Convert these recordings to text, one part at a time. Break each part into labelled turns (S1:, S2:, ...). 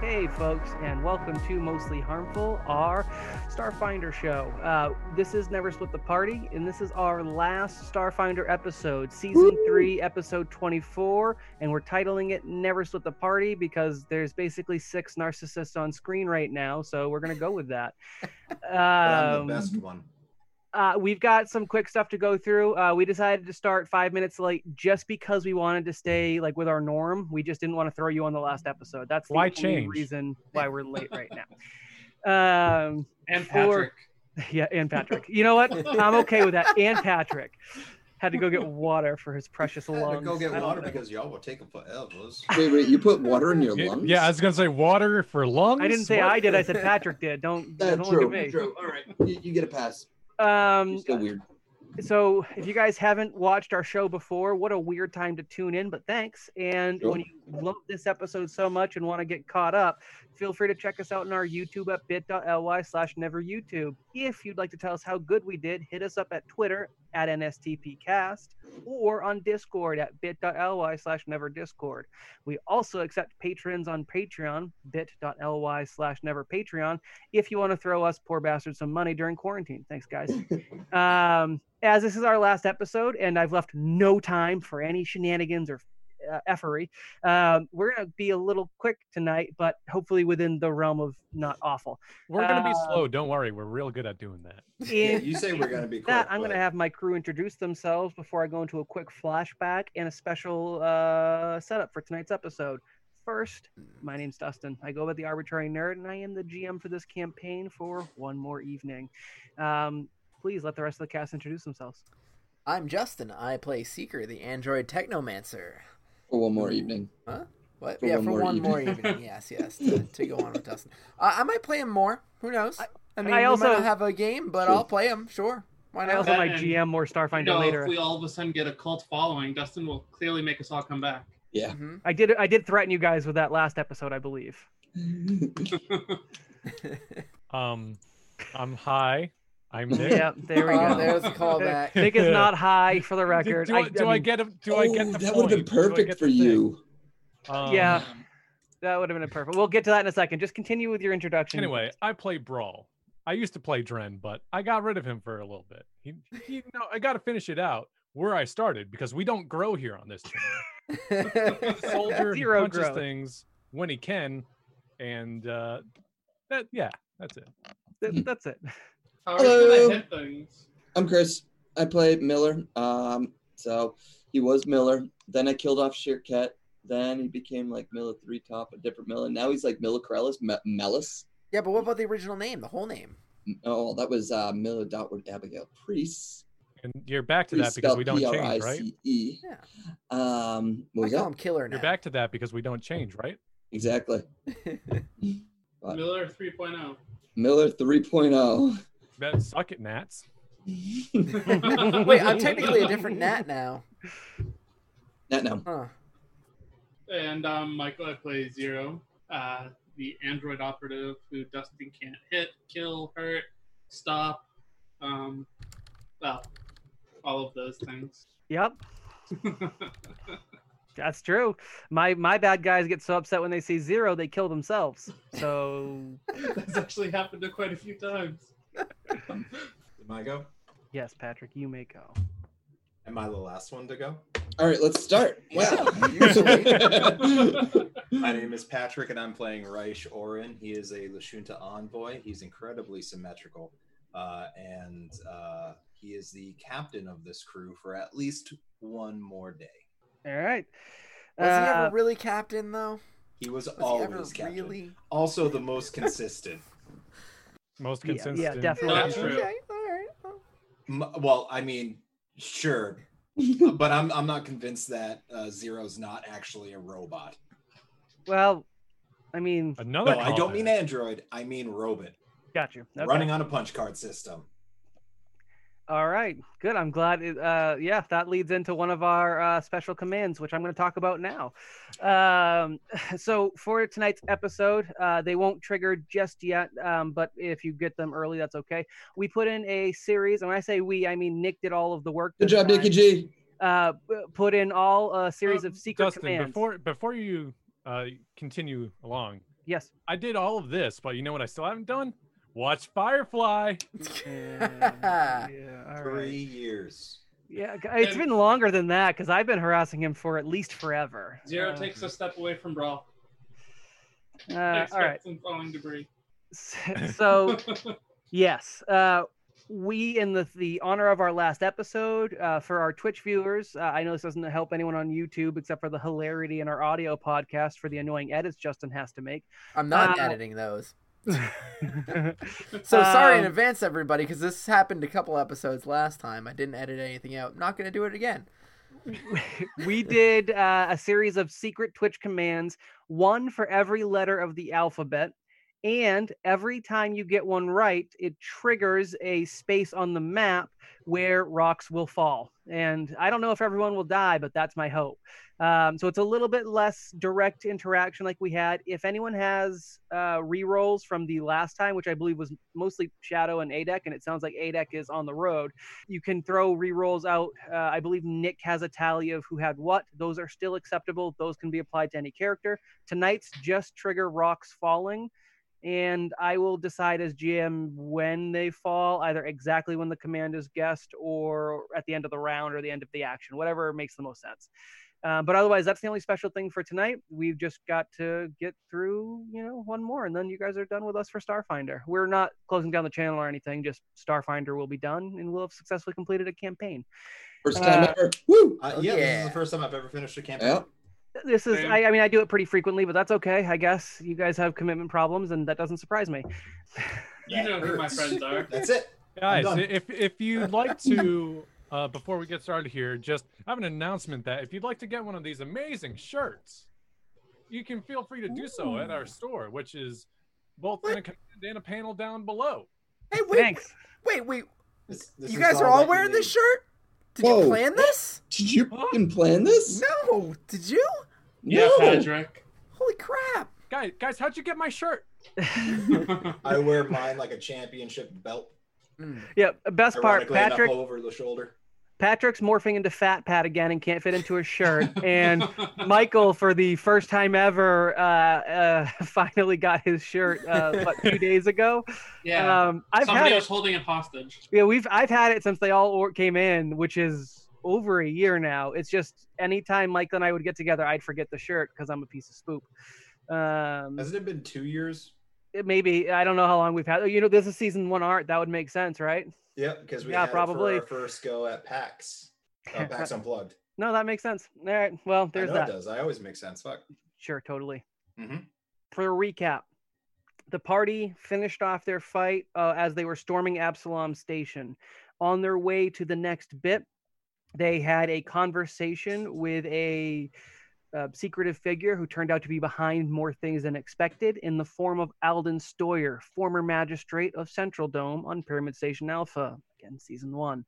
S1: Hey, folks, and welcome to Mostly Harmful, our Starfinder show. Uh, this is Never Split the Party, and this is our last Starfinder episode, season
S2: Woo!
S1: three, episode 24. And we're titling it Never Split the Party because there's basically six narcissists on screen right now, so we're going to go with that.
S3: But I'm
S1: Um,
S3: the best one.
S1: uh, we've got some quick stuff to go through. Uh, we decided to start five minutes late just because we wanted to stay like with our norm. We just didn't want to throw you on the last episode. That's the
S4: Why
S1: only
S4: change?
S1: reason why we're late right now. Um,
S5: And
S1: Or-
S5: Patrick.
S1: yeah, and Patrick. You know what? I'm okay with that. And Patrick had to go get water for his precious
S3: I had to
S1: lungs.
S3: go get
S1: I don't
S3: water
S1: know.
S3: because y'all were taking forever.
S2: Wait, wait, you put water in your
S4: Y-
S2: lungs?
S4: Yeah, I was gonna say water for lungs.
S1: I didn't say
S4: What?
S1: I did. I said Patrick did. Don't,
S2: Uh,
S1: don't
S2: true,
S1: look at me.
S2: true. All right, you, you get a pass. You're
S1: Um,
S2: still weird.
S1: so if you guys haven't watched our show before what a weird time to tune in but thanks and when you love this episode so much and want to get caught up feel free to check us out on our youtube at bit.ly slash never youtube if you'd like to tell us how good we did hit us up at twitter at nstpcast or on discord at bit.ly slash never discord we also accept patrons on patreon bit.ly slash never patreon if you want to throw us poor bastards some money during quarantine thanks guys um, as this is our last episode and I've left no time for any shenanigans or uh, effery, um, we're going to be a little quick tonight, but hopefully within the realm of not awful.
S4: We're gonna
S1: Uh,
S4: be slow. Don't worry, we're real good at doing that.
S3: Yeah,
S1: In
S3: you say we're gonna be quick.
S1: that, I'm going
S3: but
S1: to have my crew introduce themselves before I go into a quick flashback and a special uh, setup for tonight's episode. First, my name's Dustin. I go by the Arbitrary Nerd, and I am the GM for this campaign for one more evening. Um, please let the rest of the cast introduce themselves.
S6: I'm Justin. I play Seeker, the android technomancer.
S2: For one more evening.
S6: What?
S2: For
S6: yeah,
S2: one
S6: for
S2: more
S6: one
S2: evening.
S6: more evening. Yes, yes. To, to go on with Dustin. Uh, I I might play him more. Who knows?
S1: I-
S6: I mean,
S1: I
S6: we
S1: also-
S6: might not have a game, but I'll play him. Sure. Why
S1: I
S6: not?
S1: also
S7: Uh,
S5: That
S1: might
S5: and-
S1: GM more
S5: You
S1: Starfinder
S5: know,
S1: later.
S5: if we all of a sudden get a cult following, Dustin will clearly make us all come back.
S6: Mhm.
S1: I did I did threaten you guys with that last episode, I believe.
S4: Um, I'm high. I'm Nick.
S1: Yeah, there we
S6: Oh,
S1: go.
S6: there's a callback.
S1: Nick is not high for the record.
S4: Do, do I, do I
S1: mean,
S4: get? A, do
S2: oh,
S4: I get the
S2: that would have been
S4: point? Do I
S2: perfect
S4: get
S2: for
S4: the thing?
S2: you.
S4: Um,
S1: Yeah. that would have been a perfect. We'll get to that in a second. Just continue with your introduction.
S4: Anyway, I play Brawl. I used to play Dren, but I got rid of him for a little bit. He, he no, I got to finish it out where I started because we don't grow here on this channel. Soldier he
S1: Zero
S4: punches
S1: growth.
S4: things when he can, and uh, that yeah, that's it.
S1: Th- that's it.
S5: How are you gonna
S2: Hello.
S5: hit things?
S2: I'm Chris. I play Miller. Um, so he was Miller. Then I killed off Sheerkat. Then he became like Miller Three Top, a different Miller. Now he's like Miller Corellis, Me- Mellis.
S6: yeah, but what about the original name? The whole name?
S2: Oh, that was uh, Miller Dotward Abigail Priest.
S4: And you're back to that because we don't change, right?
S2: P-R-I-C-E.
S6: Yeah.
S2: E. Um,
S6: I
S2: what was
S6: call
S2: that?
S6: him Killer now.
S4: You're back to that because we don't change, right?
S2: Exactly. What?
S5: Miller oh. 3.0.
S2: Miller oh. 3.0.
S4: That suck it, Nats.
S6: Wait, I'm technically a different Nat now.
S2: Not now.
S6: Huh.
S5: And um, Michael, I play Zero, uh, the android operative who Dustin can't hit, kill, hurt, stop. Um, well, all of those things.
S1: Yep, that's true. My my bad guys get so upset when they see zero, they kill themselves. So
S5: That's actually happened to quite a few times.
S3: Am I go?
S1: yes, Patrick, you may go.
S3: Am I the last one to go?
S2: All right, let's start. Wow.
S6: Usually.
S3: My name is Patrick, and I'm playing Reich Orin. He is a Lashunta envoy. He's incredibly symmetrical, uh, and uh, he is the captain of this crew for at least one more day.
S1: All right.
S6: Was he
S1: Uh,
S6: ever really captain though?
S3: He was,
S6: Was
S3: always
S6: he ever
S3: captain.
S6: really?
S3: Also, the most consistent.
S4: Most
S1: Yeah, yeah,
S4: consistent.
S1: definitely.
S4: Nats.
S5: True.
S6: Okay, all right. well.
S3: M- well, I mean, sure, but I'm I'm not convinced that uh, Zero's not actually a robot.
S1: well, I mean,
S4: Another.
S3: No, I don't mean
S4: callback.
S3: android. I mean robot.
S1: got you. Okay.
S3: Running on a punch card system.
S1: All right, good. I'm glad. It, uh, yeah, that leads into one of our uh, special commands, which I'm going to talk about now. Um, so for tonight's episode, uh, they won't trigger just yet, um, but if you get them early, that's okay. We put in a series, and when I say we, I mean Nick did all of the work.
S2: Good
S1: this
S2: job,
S1: time.
S2: Nikki G.
S1: Uh, p- put in all a series
S4: Um,
S1: of secret
S4: Dustin,
S1: commands.
S4: before before you uh, continue along,
S1: Yes.
S4: I did all of this, but you know what I still haven't done? Watch Firefly.
S1: Yeah. yeah, all
S3: Three
S1: right.
S3: years.
S1: Yeah, g- it's been longer than that because I've been harassing him for at least forever.
S5: Zero
S1: Uh,
S5: takes a step away from brawl.
S1: Uh, all right.
S5: Expect some falling debris.
S1: So Yes. Uh, we, in the, the honor of our last episode, uh, for our Twitch viewers, uh, I know this doesn't help anyone on YouTube except for the hilarity in our audio podcast for the annoying edits Justin has to make.
S6: I'm not
S1: Uh,
S6: editing those. So sorry in
S1: Um,
S6: advance, everybody, because this happened a couple episodes last time. I didn't edit anything out. not going to do it again.
S1: we did uh, a series of secret Twitch commands, one for every letter of the alphabet. And every time you get one right, it triggers a space on the map where rocks will fall. And I don't know if everyone will die, but that's my hope. Um, so it's a little bit less direct interaction like we had. If anyone has uh, rerolls from the last time, which I believe was mostly Shadow and Adek, and it sounds like Adek is on the road, you can throw rerolls out. Uh, I believe Nick has a tally of who had what. Those are still acceptable. Those can be applied to any character. Tonight's just trigger rocks falling, and I will decide as GM when they fall, either exactly when the command is guessed, or at the end of the round, or the end of the action, whatever makes the most sense. Uh, but otherwise, that's the only special thing for tonight. We've just got to get through, you know, one more, and then you guys are done with us for Starfinder. We're not closing down the channel or anything. Just Starfinder will be done, and we'll have successfully completed a campaign.
S2: First time
S1: Uh,
S2: ever. Woo!
S3: Uh,
S6: Oh,
S3: yeah, this is
S6: yeah.
S3: the first time I've ever finished a campaign.
S2: Yeah.
S1: This is,
S5: Same.
S1: I, I mean, I do it pretty frequently, but that's okay, I guess. You guys have commitment problems, and that doesn't surprise me.
S5: You know who my
S3: hurts.
S5: friends are.
S3: That's it.
S4: Guys,
S3: done.
S4: if if you'd like to, uh, before we get started here, just I have an announcement that if you'd like to get one of these amazing shirts, you can feel free to do so at our store, which is both in a command and a panel down below.
S6: Hey, wait,
S1: Thanks.
S6: wait, wait!
S3: This- this
S6: you
S3: is
S6: guys are all
S3: that you
S6: wearing this
S3: need.
S6: shirt? Did you
S2: Whoa.
S6: plan this?
S2: Did you
S4: Huh?
S2: fucking plan this?
S6: No, did you?
S5: Yeah,
S2: No.
S5: Patrick.
S6: Holy crap!
S4: Guys, guys, how'd you get my shirt?
S3: I wear mine like a championship belt.
S6: Mm.
S1: Yeah, best part,
S3: ironically enough,
S1: Patrick.
S3: over the shoulder.
S1: Patrick's morphing into Fat Pat again and can't fit into his shirt, and Michael, for the first time ever, uh, uh, finally got his shirt uh, what, two days ago.
S5: yeah.
S1: Um, I've
S5: Somebody
S1: had
S5: was
S1: it.
S5: holding it hostage.
S1: Yeah, we've I've had it since they all or- came in, which is over a year now. It's just anytime Michael and I would get together, I'd forget the shirt because I'm a piece of spoop. Um,
S3: Hasn't it been two years?
S1: it maybe I don't know how long we've had. You know, this is season one art. That would make sense, right?
S3: Yep, because we
S1: Yeah,
S3: had it for
S1: probably.
S3: our first go at PAX. Uh, PAX Unplugged.
S1: No, that makes sense. All right. Well,
S3: I
S1: there's
S3: know
S1: that.
S3: it does. I always make sense. Fuck.
S1: Sure, totally.
S3: Mhm.
S1: For a recap, the party finished off their fight uh, as they were storming Absalom Station. On their way to the next bit, they had a conversation with a uh, secretive figure who turned out to be behind more things than expected in the form of Alden Stoyer, former magistrate of Central Dome on Pyramid Station Alpha, again, season one.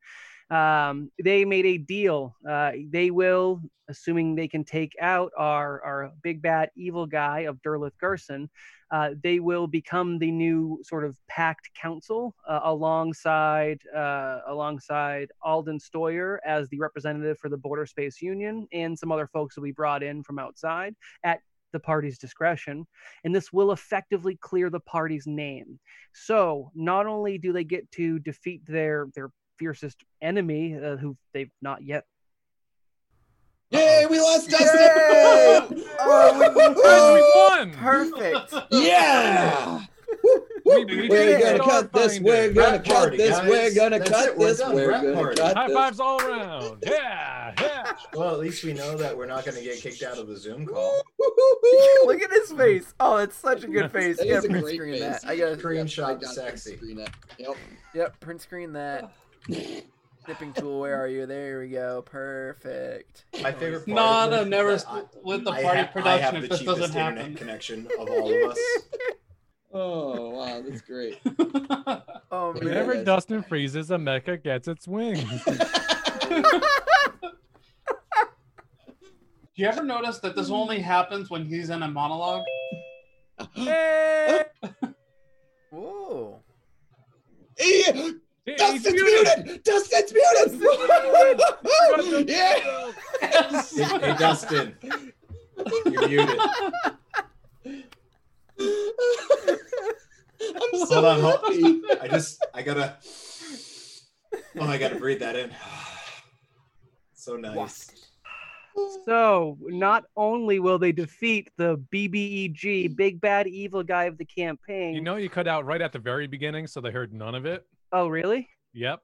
S1: Um, they made a deal. Uh, they will assuming they can take out our, our big bad evil guy of Durlith Gerson, uh, they will become the new sort of packed council uh, alongside uh, alongside Alden Stoyer as the representative for the Border Space Union, and some other folks will be brought in from outside at the party's discretion, and this will effectively clear the party's name. So not only do they get to defeat their their fiercest enemy, uh, who they've not yet
S2: Yay, we lost Dustin!
S6: Yay!
S4: Guys,
S6: Oh,
S4: we won.
S6: Perfect.
S2: yeah!
S4: We-
S2: We're
S4: we did
S2: gonna
S4: it.
S2: cut this,
S4: Starfinder.
S2: we're gonna
S3: Rap
S2: cut
S3: party,
S2: this,
S3: guys.
S2: we're gonna
S3: That's
S2: cut
S3: it, we're
S2: this,
S3: done.
S2: we're
S3: Rap
S2: gonna
S3: party.
S4: High
S2: cut
S4: fives all around. Yeah, yeah.
S3: Well, at least we know that we're not going to get kicked out of the Zoom call.
S2: this. Woo-hoo-hoo!
S6: Look at his face. Oh, it's such a good face.
S2: That
S6: Yeah,
S2: is a
S6: print
S2: great
S6: screen
S2: face.
S6: that. I gotta.
S3: Screenshot
S2: I gotta
S3: sexy.
S2: screen it. Yep.
S6: Yep, print screen that. Snipping tool, where are you? There we go. Perfect.
S3: My favorite part
S5: Not
S3: is
S5: a never
S3: that I-
S5: with the
S3: I
S5: party
S3: ha- I have
S5: production
S3: the
S5: if this
S3: cheapest
S5: doesn't
S3: internet
S5: happen.
S3: connection of all of us.
S2: Oh wow, that's great.
S6: Oh
S2: Yeah,
S6: man.
S4: Whenever
S2: guys.
S4: Dustin freezes, a mecha gets its wings.
S5: Do you ever notice that this only happens when he's in a monologue?
S4: hey,
S6: Whoa.
S2: Yeah, Dustin's muted! Dustin's
S4: Dustin's
S2: muted!
S4: muted!
S2: yeah!
S3: hey, hey, Dustin, you're muted. hold on, hold I just, I gotta. Oh, I gotta breathe that in. So nice.
S6: Wafted.
S1: So not only will they defeat the BBEG, big bad evil guy of the campaign.
S4: You know, you cut out right at the very beginning, so they heard none of it.
S1: oh really?
S4: Yep.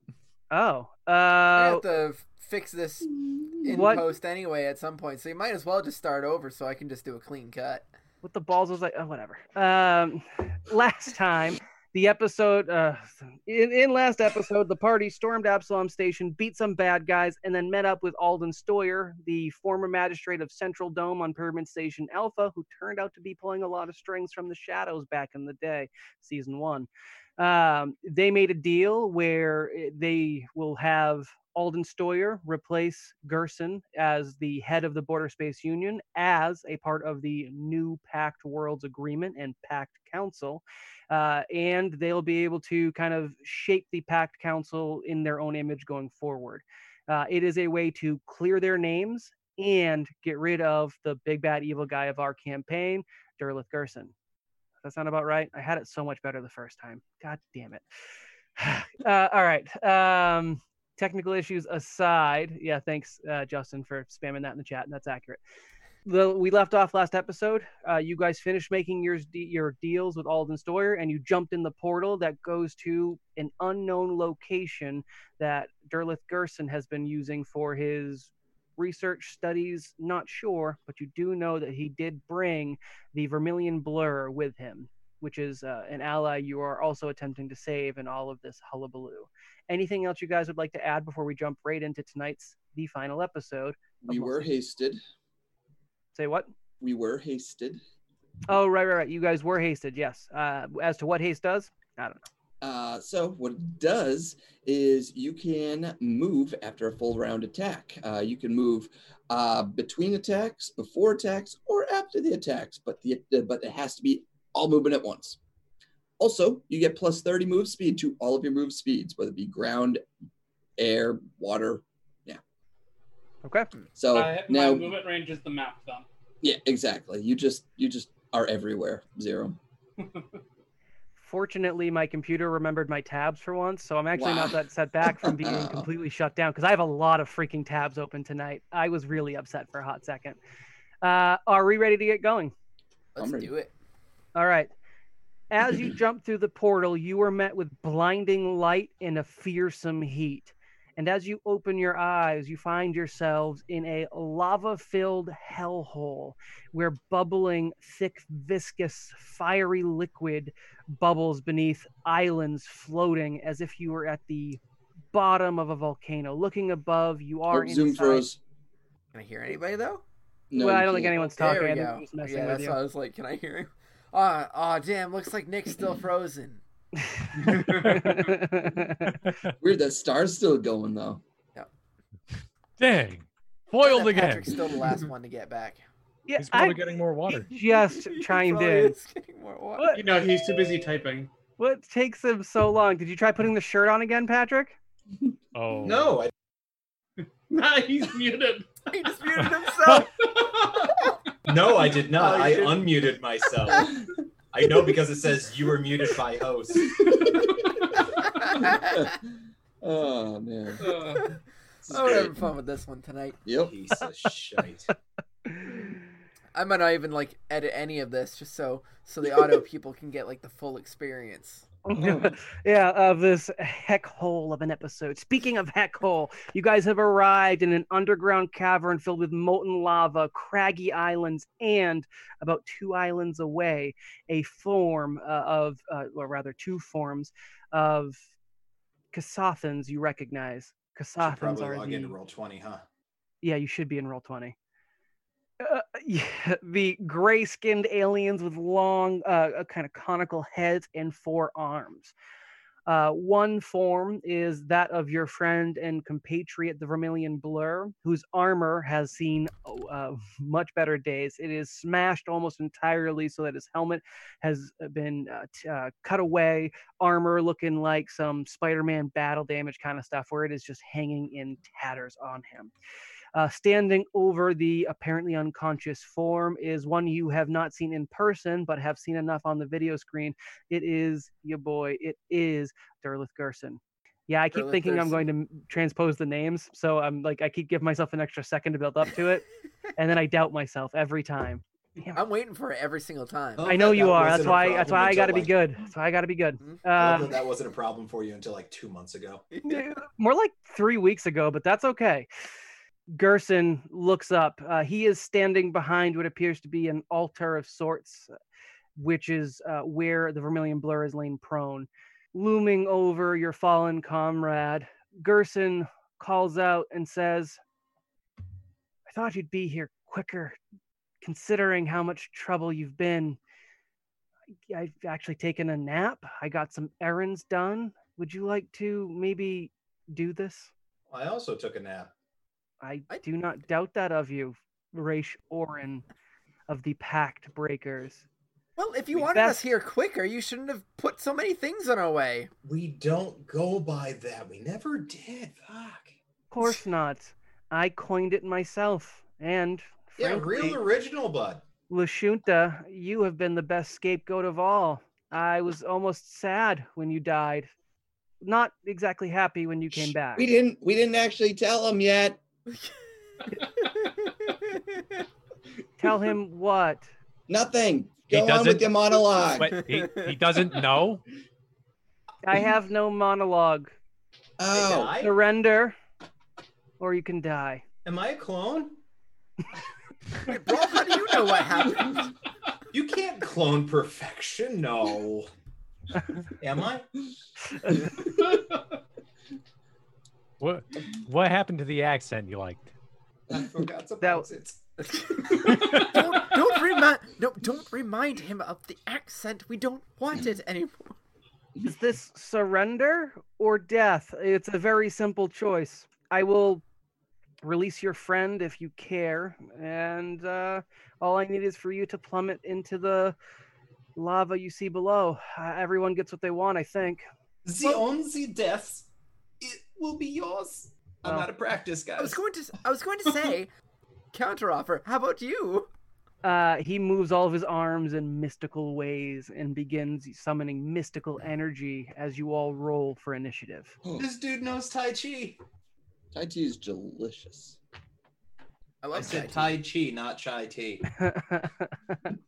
S1: Oh.
S6: I
S1: Uh,
S6: have to f- fix this in
S1: What-
S6: post anyway at some point, so you might as well just start over so I can just do a clean cut.
S1: with the balls I was like, oh, whatever. Um, last time, the episode, uh, in, in last episode, the party stormed Absalom Station, beat some bad guys, and then met up with Alden Stoyer, the former magistrate of Central Dome on Pyramid Station Alpha, who turned out to be pulling a lot of strings from the shadows back in the day, season one. Um, they made a deal where eh, they will have Alden Stoyer replace Gerson as the head of the Border Space Union as a part of the new Pact Worlds Agreement and Pact Council. Uh, and they'll be able to kind of shape the Pact Council in their own image going forward. Uh, it is a way to clear their names and get rid of the big bad evil guy of our campaign, Derleth Gerson. Does that sound about right? I had it so much better the first time. God damn it. uh, all right. Um, technical issues aside, yeah, thanks, uh, Justin, for spamming that in the chat. That's accurate. The, we left off last episode. Uh, you guys finished making your, your deals with Alden Stoyer, and you jumped in the portal that goes to an unknown location that Derleth Gerson has been using for his research studies. Not sure, but you do know that he did bring the Vermilion Blur with him, which is uh, an ally you are also attempting to save in all of this hullabaloo anything else you guys would like to add before we jump right into tonight's the final episode
S2: We were hasted.
S1: say what
S2: We were hasted.
S1: oh right right right you guys were hasted yes uh, as to what haste does i don't know
S2: Uh, so what it does is you can move after a full round attack. Uh, you can move uh, between attacks, before attacks, or after the attacks, but the uh, but it has to be all movement at once. Also, you get plus 30 move speed to all of your move speeds, whether it be ground, air, water.
S1: okay
S2: So
S5: Uh, my
S2: now,
S5: movement range is the map thumb.
S2: yeah, exactly. You just you just are everywhere. Zero.
S1: fortunately my computer remembered my tabs for once so i'm actually not
S2: Wow.
S1: that set back from being completely shut down because i have a lot of freaking tabs open tonight i was really upset for a hot second uh, are we ready to get going
S6: Let's
S2: I'm ready.
S6: do it.
S1: All right. As you jump through the portal, you are met with blinding light and a fearsome heat. And as you open your eyes, you find yourselves in a lava filled hellhole where bubbling, thick, viscous, fiery liquid bubbles beneath islands floating as if you were at the bottom of a volcano. Looking above, you are
S2: Oh, Zoom
S1: inside-
S2: froze.
S6: Can I hear anybody though?
S2: No,
S1: well, I
S2: you
S1: don't think
S2: can't.
S1: anyone's talking.
S6: there
S1: I
S6: we
S1: think
S6: go.
S1: I'm just messing
S6: yeah,
S1: with
S6: that's
S1: you.
S6: why I was like, can I hear him? Ah, ah, damn! Looks like Nick's still frozen.
S2: Weird, that star's still going though.
S4: Dang. Foiled
S6: That
S4: again.
S6: Patrick's still the last one to get back.
S1: yeah,
S4: He's
S1: I
S4: probably getting more water.
S1: just
S6: He
S1: chimed
S6: probably
S1: in.
S6: is getting more water.
S1: What?
S5: You know, he's too busy typing.
S1: What takes him so long? Did you try putting the shirt on again, Patrick?
S4: Oh
S3: No, I
S5: Nah, he's muted.
S6: He just muted himself.
S3: no, I did not.
S6: Oh,
S3: I
S6: you did.
S3: unmuted myself. I know because it says you were muted by host.
S2: oh man.
S5: Uh,
S6: Oh, we're having fun with this one tonight.
S2: Yep.
S3: Piece of shite.
S6: I might not even like edit any of this just so so the auto people can get like the full experience.
S1: yeah, of this heck hole of an episode. Speaking of heck hole, you guys have arrived in an underground cavern filled with molten lava, craggy islands, and about two islands away, a form uh, of, uh, or rather, two forms of Kasathans you recognize.
S3: Should
S1: Kasathans
S3: probably
S1: are
S3: log
S1: the...
S3: into roll twenty, huh?
S1: Yeah, you should be in roll 20. Uh, yeah, the gray skinned aliens with long, uh, uh, kind of conical heads and four arms. Uh, one form is that of your friend and compatriot, the Vermilion Blur, whose armor has seen oh, uh, much better days. It is smashed almost entirely so that his helmet has been uh, t- uh, cut away, armor looking like some Spider Man battle damage kind of stuff, where it is just hanging in tatters on him. Uh, standing over the apparently unconscious form is one you have not seen in person, but have seen enough on the video screen. It is your boy. It is Derleth Gerson. Yeah, I keep
S6: Derleth
S1: thinking I'm
S6: Gerson.
S1: going to m- transpose the names, so I'm like I keep giving myself an extra second to build up to it, and then I doubt myself every time. Damn it.
S6: I'm waiting for it every single time.
S3: Oh.
S1: I know
S3: that-
S1: you
S3: that
S1: are.
S3: wasn't
S1: That's
S3: a
S1: why.
S3: problem
S1: That's why I
S3: until,
S1: got to be
S3: like- Mm-hmm.
S1: good. That's why I got to be good.
S6: Mhm.
S3: I
S1: Um,
S3: love that that wasn't a problem for you until like two months ago.
S1: yeah, more like three weeks ago, but that's okay. Gerson looks up. Uh, he is standing behind what appears to be an altar of sorts, which is uh, where the Vermilion Blur is laying prone. Looming over your fallen comrade, Gerson calls out and says, I thought you'd be here quicker, considering how much trouble you've been. I- I've actually taken a nap. I got some errands done would you like to maybe do this?
S3: I also took a nap.
S1: I,
S6: I-
S1: do not doubt that of you, Raish Orin of the Pact Breakers.
S6: Well, if you
S1: We
S6: wanted us
S1: best-
S6: here quicker, you shouldn't have put so many things in our way.
S3: We don't go by that. We never did. Fuck.
S1: Of course not. I coined it myself. And
S3: Yeah,
S1: frankly,
S3: real original, bud.
S1: Lashunta, you have been the best scapegoat of all. I was almost sad when you died. Not exactly happy when you came back.
S2: We didn't we didn't actually tell him yet.
S1: Tell him what.
S2: Nothing.
S4: He
S2: Go on
S4: doesn't-
S2: with your monologue.
S4: But he, he doesn't know.
S1: I have no monologue.
S2: oh,
S3: Hey, guy,
S1: Surrender, or you can die.
S3: am I a clone?
S6: Bro, how do you know what happened?
S3: You can't clone perfection. No. Am I?
S4: What what happened to the accent you liked?
S3: I forgot to
S1: That-
S3: bounce it.
S6: don't don't remind no don't remind him of the accent. We don't want it anymore.
S1: Is this surrender or death? It's a very simple choice. I will release your friend if you care, and uh, all I need is for you to plummet into the lava you see below. Uh, everyone gets what they want, I think.
S3: The only death it will be yours. I'm
S1: Well,
S3: out of practice, guys.
S6: I was going to I was going to say counteroffer. How about you?
S1: Uh, he moves all of his arms in mystical ways and begins summoning mystical energy as you all roll for initiative.
S3: This dude knows Tai Chi.
S2: Tai Chi is delicious.
S6: I
S3: I
S6: love
S3: said
S6: Tai
S3: Tai Chi, not Chai Tea.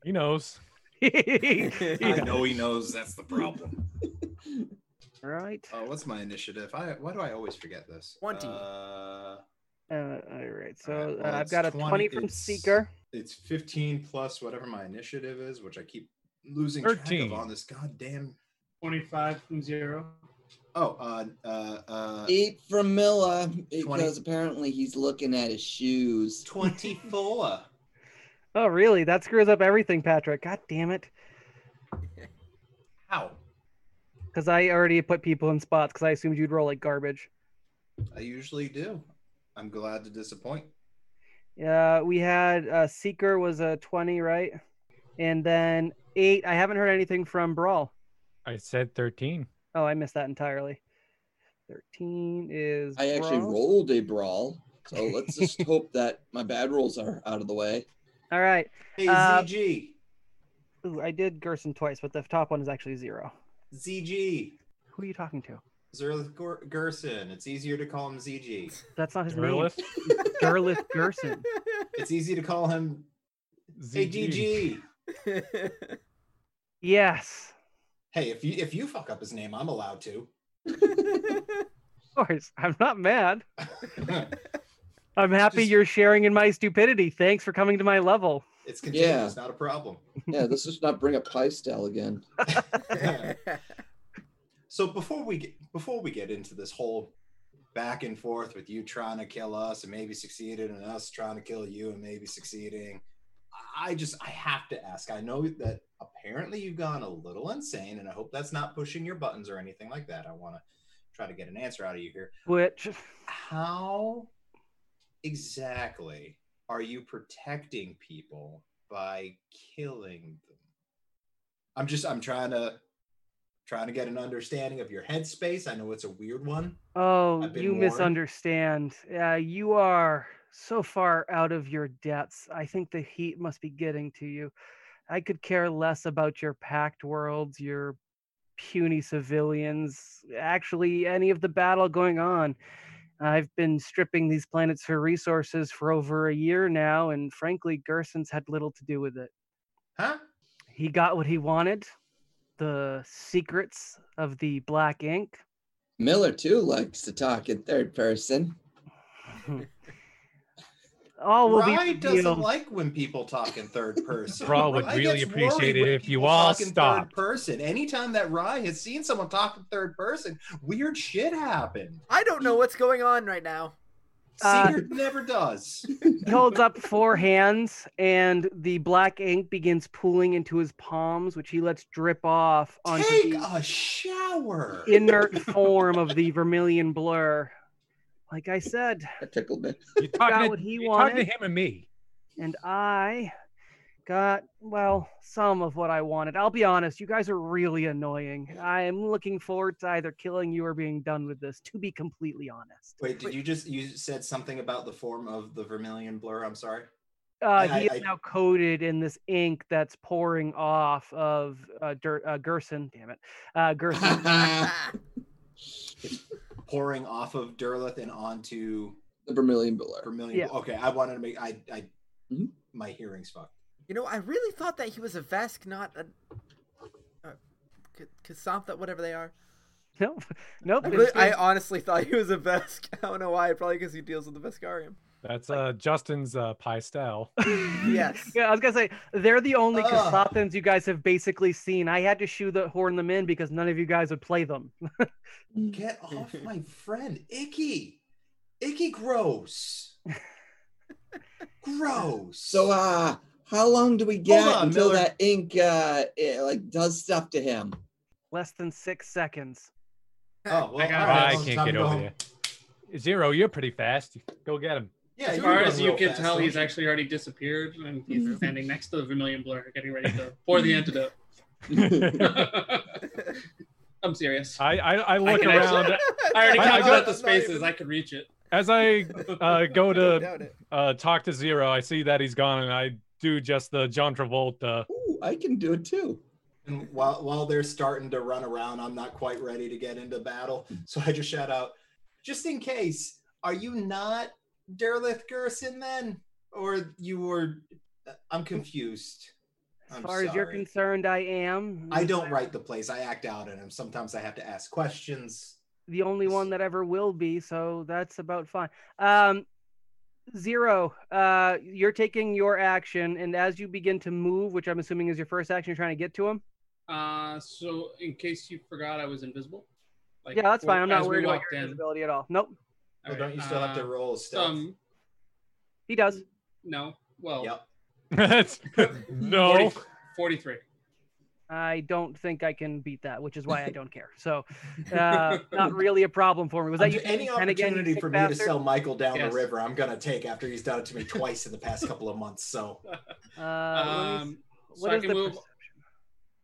S4: He knows.
S3: I know he knows that's the problem.
S1: right.
S3: Oh, what's my initiative? I why do I always forget this?
S6: 20.
S3: Uh,
S1: Uh, all right. So
S3: Alright, well,
S1: uh, I've
S3: it's
S1: got a
S3: 20
S1: 20 from
S3: it's-
S1: Seeker.
S3: it's 15 plus whatever my initiative is, which I keep losing
S4: 13.
S3: track of on this goddamn.
S5: 25 from zero.
S3: Oh, uh, uh, uh,
S2: Eight from Milla because
S3: 20.
S2: apparently he's looking at his shoes.
S3: 24.
S1: Oh, really? That screws up everything, Patrick. God damn it.
S3: How?
S1: Because I already put people in spots because I assumed you'd roll like garbage.
S3: I usually do. I'm glad to disappoint.
S1: Uh, we had uh, Seeker was a 20, right? And then eight. I haven't heard anything from Brawl.
S4: I said thirteen.
S1: Oh, I missed that entirely. 13 is.
S2: I actually
S1: Brawl.
S2: rolled a brawl, so let's just hope that my bad rolls are out of the way.
S1: All right.
S3: Hey,
S1: Uh,
S3: ZG.
S1: Ooh, I did Gerson twice, but the top one is actually zero.
S3: ZG.
S1: Who are you talking to?
S3: Zerlith Gor- Gerson. It's easier to call him ZG.
S1: That's not his
S4: Derleth,
S1: name. Derlith Gerson.
S3: It's easy to call him Hey
S4: ZG.
S3: DG.
S1: Yes.
S3: Hey, if you if you fuck up his name, I'm allowed to.
S1: Of course. I'm not mad. I'm happy
S3: Just-
S1: you're sharing in my stupidity. Thanks for coming to my level.
S3: it's
S2: Yeah.
S3: contagious, not a problem.
S2: Yeah, let's just not bring up Pistel again.
S3: so before we get before we get into this whole back and forth with you trying to kill us and maybe succeeded and us trying to kill you and maybe succeeding, I just I have to ask. I know that apparently you've gone a little insane, and I hope that's not pushing your buttons or anything like that. I want to try to get an answer out of you here.
S1: Which
S3: how exactly are you protecting people by killing them i'm just i'm trying to trying to get an understanding of your headspace i know it's a weird one
S1: oh,
S3: I've been
S1: you
S3: warned.
S1: misunderstand. Uh, you are so far out of your depths. I think the heat must be getting to you. I could care less about your packed worlds, your puny civilians, actually, any of the battle going on. I've been stripping these planets for resources for over a year now, and frankly, Gerson's had little to do with it.
S3: Huh?
S1: He got what he wanted the secrets of the black ink.
S2: Miller too likes to talk in third person.
S1: All will
S3: Rye
S1: be
S3: doesn't
S1: revealed.
S3: like when people talk in third person.
S4: Rye um, would really
S3: gets
S4: appreciate
S3: worried
S4: it
S3: when
S4: if you
S3: people
S4: all
S3: talk in Third
S4: stopped.
S3: person. Anytime that Rye has seen someone talk in third person, weird shit happened.
S6: I don't know what's going on right now.
S1: Uh,
S3: Secret never does.
S1: He holds up four hands, and the black ink begins pooling into his palms, which he lets drip off onto
S3: Take
S1: the
S3: a shower.
S1: inert form of the vermilion blur. Like I said,
S2: That tickled me.
S4: You talking
S1: got
S4: to,
S1: what he
S4: you talking to
S1: wanted.
S4: him and me.
S1: and I got well some of what I wanted. I'll be honest, you guys are really annoying. I am looking forward to either killing you or being done with this. To be completely honest,
S3: Wait, did
S6: Wait.
S3: you just you said something about the form of the vermilion blur? I'm sorry.
S1: uh,
S3: I-
S1: he
S3: I-
S1: is now coated in this ink that's pouring off of uh, Dur- uh, Gerson. Damn it, uh, Gerson.
S2: the
S6: Ah,
S3: Pouring off of Durlith and onto
S2: Vermilion Biller.
S3: vermilion.
S1: Yeah.
S3: Okay, I wanted to make I I
S5: Mm-hmm.
S2: Mhm.
S3: my hearing's fucked.
S6: you know, I really thought that he was a Vesk, not a, a K- Kasantha, whatever they are.
S1: nope, nope.
S6: I,
S1: it's
S6: really, I
S1: good.
S6: honestly thought he was a Vesk. I don't know why. Probably because he deals with the Veskarium.
S4: That's uh, Justin's uh, pastel.
S6: Yes.
S1: Yeah, I was gonna say they're the only
S3: Ugh.
S1: Kasathans you guys have basically seen. I had to shoe the horn them in because none of you guys would play them.
S3: Get off my friend, Icky. Icky, gross. gross.
S2: So, uh, how long do we get
S3: on,
S2: until
S3: Miller.
S2: that ink, uh, it, like, does stuff to him?
S1: Less than six seconds.
S3: oh, well,
S5: I got
S3: all
S5: it.
S3: right,
S4: I
S3: well,
S4: can't
S3: time
S4: get
S3: to go
S4: over
S3: home.
S4: you. Zero, you're pretty fast. Go get him.
S3: Yeah,
S5: as
S3: you
S5: far
S3: were
S5: as
S3: going
S5: you
S3: real
S5: can
S3: fast,
S5: tell,
S3: weren't
S5: he's
S3: you?
S5: actually already disappeared, and
S1: Mm-hmm.
S5: he's standing next to the Vermilion Blur, getting ready to pour the antidote.
S3: Mm-hmm.
S5: I'm serious. I
S4: I I, I look
S5: can
S4: around
S5: actually- I already
S4: I- I
S5: counted
S4: got-
S5: out the spaces. I could reach it.
S4: as I uh, go
S6: I
S4: to
S6: doubt it.
S4: uh, talk to Zero. I see that he's gone, and I do just the John Travolta.
S2: Ooh, I can do it too.
S3: And while while they're starting to run around, I'm not quite ready to get into battle.
S5: Hmm.
S3: So I just shout out, just in case, are you not Derlith Gerson then? Or you were I'm confused.
S1: As
S3: I'm
S1: far as you're
S3: sorry.
S1: concerned, I am.
S3: I don't write the plays. I act out in them. Sometimes I have to ask questions.
S1: the only one that ever will be, so that's about fine. Um, Zero, uh, you're taking your action, and as you begin to move, which I'm assuming is your first action, you're trying to get to him.
S5: Uh, so in case you forgot, I was invisible. Like,
S1: yeah, that's fine. I'm
S5: as
S1: not
S5: we
S1: worried about
S5: walked
S1: your
S5: in.
S1: invisibility at all. Nope,
S3: Oh,
S5: Alright,
S3: don't you still have to
S5: uh,
S3: roll stealth?
S5: Um,
S1: he does.
S5: no. Well,
S3: Yep.
S4: That's- no,
S5: 40 43.
S1: I don't think I can beat that, which is why I don't care. So, uh, not really a problem for me. Was that you?
S3: Um, any
S1: trying to get
S3: opportunity
S1: sick
S3: for me to
S1: bastard?
S3: sell Michael down
S5: Yes.
S3: the river, I'm gonna take after he's done it to me twice in the past couple of months. So
S1: Uh,
S5: Um,
S1: what is,
S5: so
S1: what
S5: I
S1: is
S5: can
S1: the
S5: move.
S1: perception?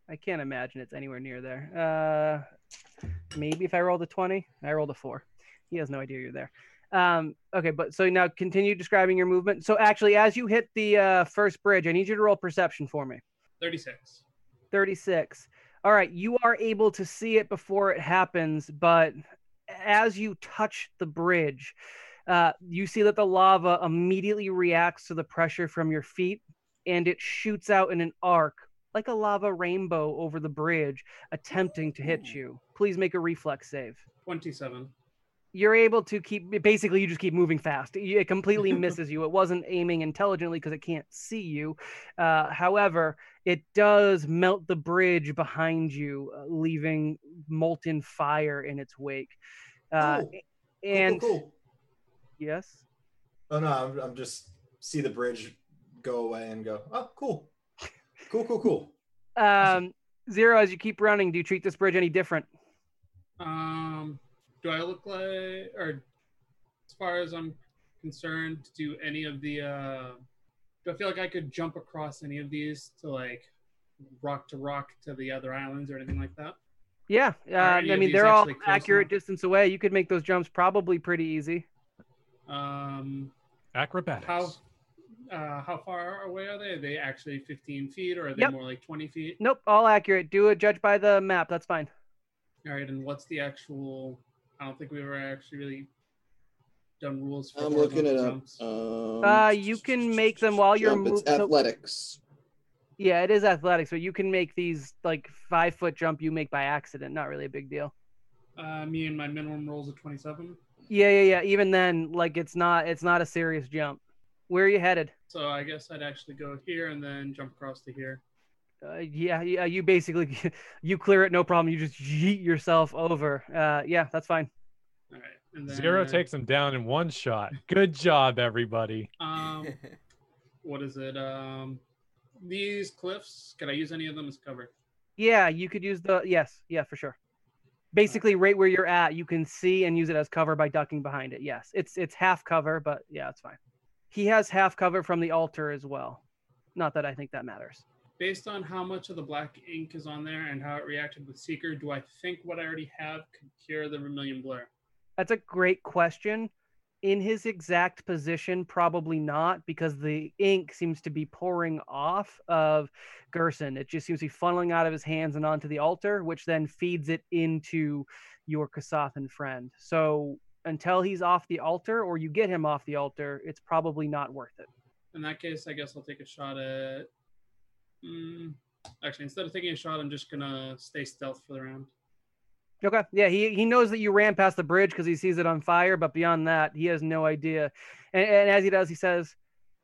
S1: I can't imagine it's anywhere near there. Uh, maybe if I rolled a twenty, I rolled a four. He has no idea you're there. Um, okay, but so now continue describing your movement. So actually, as you hit the uh, first bridge, I need you to roll perception for me.
S5: 36.
S1: 36. All right, you are able to see it before it happens, but as you touch the bridge, uh, you see that the lava immediately reacts to the pressure from your feet and it shoots out in an arc like a lava rainbow over the bridge, attempting to hit you. Please make a reflex save.
S5: 27.
S1: You're able to keep basically, you just keep moving fast. You- It completely misses you. It wasn't aiming intelligently because it can't see you. Uh, however, it does melt the bridge behind you, uh, leaving molten fire in its wake. Uh,
S3: Cool. Cool, cool,
S1: and
S3: cool.
S1: yes,
S3: Oh no, I'm, I'm just see the bridge go away and go. Oh, cool, cool, cool, cool.
S1: um, zero. As you keep running, do you treat this bridge any different?
S5: Um, do I look like, or as far as I'm concerned, do any of the, uh, do I feel like I could jump across any of these to like rock to rock to the other islands or anything like that?
S1: Yeah, uh,
S5: any
S1: I
S5: of
S1: mean
S5: these
S1: they're all
S5: actually close
S1: accurate
S5: enough?
S1: distance away. You could make those jumps probably pretty easy.
S5: Um,
S4: Acrobatics.
S5: How uh, how far away are they? Are they actually 15 feet, or are they
S1: Yep.
S5: more like 20 feet?
S1: Nope, all accurate. Do it judge by the map. That's fine.
S5: All right, and what's the actual? I don't think we were actually really done rules for.
S2: I'm looking it
S5: horizontal
S2: up.
S5: jumps.
S2: Um,
S1: Uh, you can make them while you're
S2: jump,
S1: moving.
S2: It's athletics.
S1: yeah, it is athletics, but you can make these like five foot jump you make by accident. Not really a big deal.
S5: Uh, me and my minimum rolls of 27.
S1: Yeah, yeah, yeah. Even then, like it's not it's not a serious jump. Where are you headed?
S5: So I guess I'd actually go here and then jump across to here.
S1: Uh, yeah, yeah. You basically you clear it, no problem. You just yeet yourself over. Uh, yeah, that's fine.
S5: All right, and then
S4: Zero takes him down in one shot. Good job, everybody.
S5: Um, what is it? Um, these cliffs. Could I use any of them as cover?
S1: Yeah, you could use the yes, yeah, for sure. Basically, right where you're at, you can see and use it as cover by ducking behind it. Yes, it's it's half cover, but yeah, it's fine. He has half cover from the altar as well. Not that I think that matters.
S5: Based on how much of the black ink is on there and how it reacted with Seeker, do I think what I already have could cure the Vermilion Blur?
S1: That's a great question. In his exact position, probably not, because the ink seems to be pouring off of Gerson. It just seems to be funneling out of his hands and onto the altar, which then feeds it into your Kasathan friend. So until he's off the altar or you get him off the altar, it's probably not worth it.
S5: In that case, I guess I'll take a shot at. Mm, actually, instead of taking a shot, I'm just gonna stay stealth for the round.
S1: Okay. Yeah, he, he knows that you ran past the bridge because he sees it on fire, but beyond that, he has no idea. And, and as he does, he says,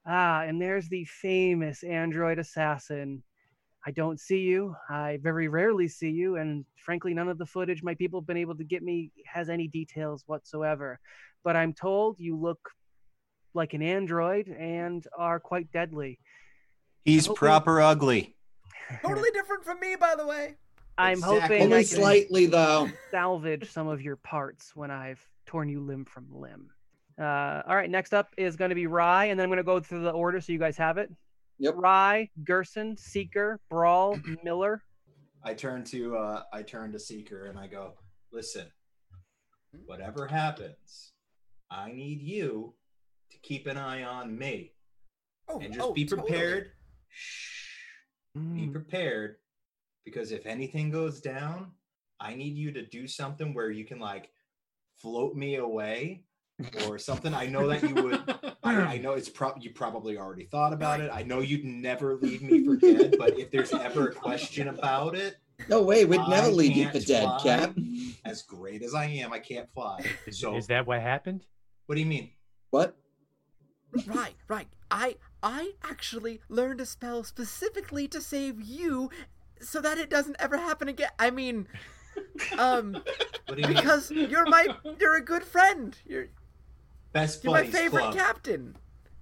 S1: Ah, and there's the famous android assassin. I don't see you. I very rarely see you, and frankly, none of the footage my people have been able to get me has any details whatsoever. But I'm told you look like an android and are quite deadly.
S6: Oh,
S3: He's
S1: Hopefully-
S3: proper ugly.
S6: totally different from me, by the way.
S1: I'm
S3: Exactly.
S1: hoping I
S2: Only
S1: can
S2: slightly though.
S1: salvage some of your parts when I've torn you limb from limb. Uh, all right, next up is going to be Rye, and then I'm going to go through the order so you guys have it.
S2: Yep.
S1: Rye, Gerson, Seeker, Brawl, Miller.
S3: I turn to uh, I turn to Seeker and I go, listen, whatever happens, I need you to keep an eye on me
S6: Oh,
S3: and just
S6: oh,
S3: be
S6: totally.
S3: prepared. Shh,
S6: Mm.
S3: be prepared because if anything goes down, I need you to do something where you can like float me away or something. I know that you would. I, I know it's prob you probably already thought about it. I know you'd never leave me for dead, but if there's ever a question about it,
S2: No way, we'd never
S3: I
S2: leave you for
S3: can't
S2: dead,
S3: fly.
S2: Cap.
S3: as great as I am, I can't fly. So,
S4: Is that what happened?
S3: what do you mean?
S2: What?
S6: Right, right. I I actually learned a spell specifically to save you so that it doesn't ever happen again. I mean um
S3: What do you mean?
S6: because you're my you're a good friend. You're
S3: Best
S6: you're my
S3: buddies
S6: favorite
S3: club.
S6: captain.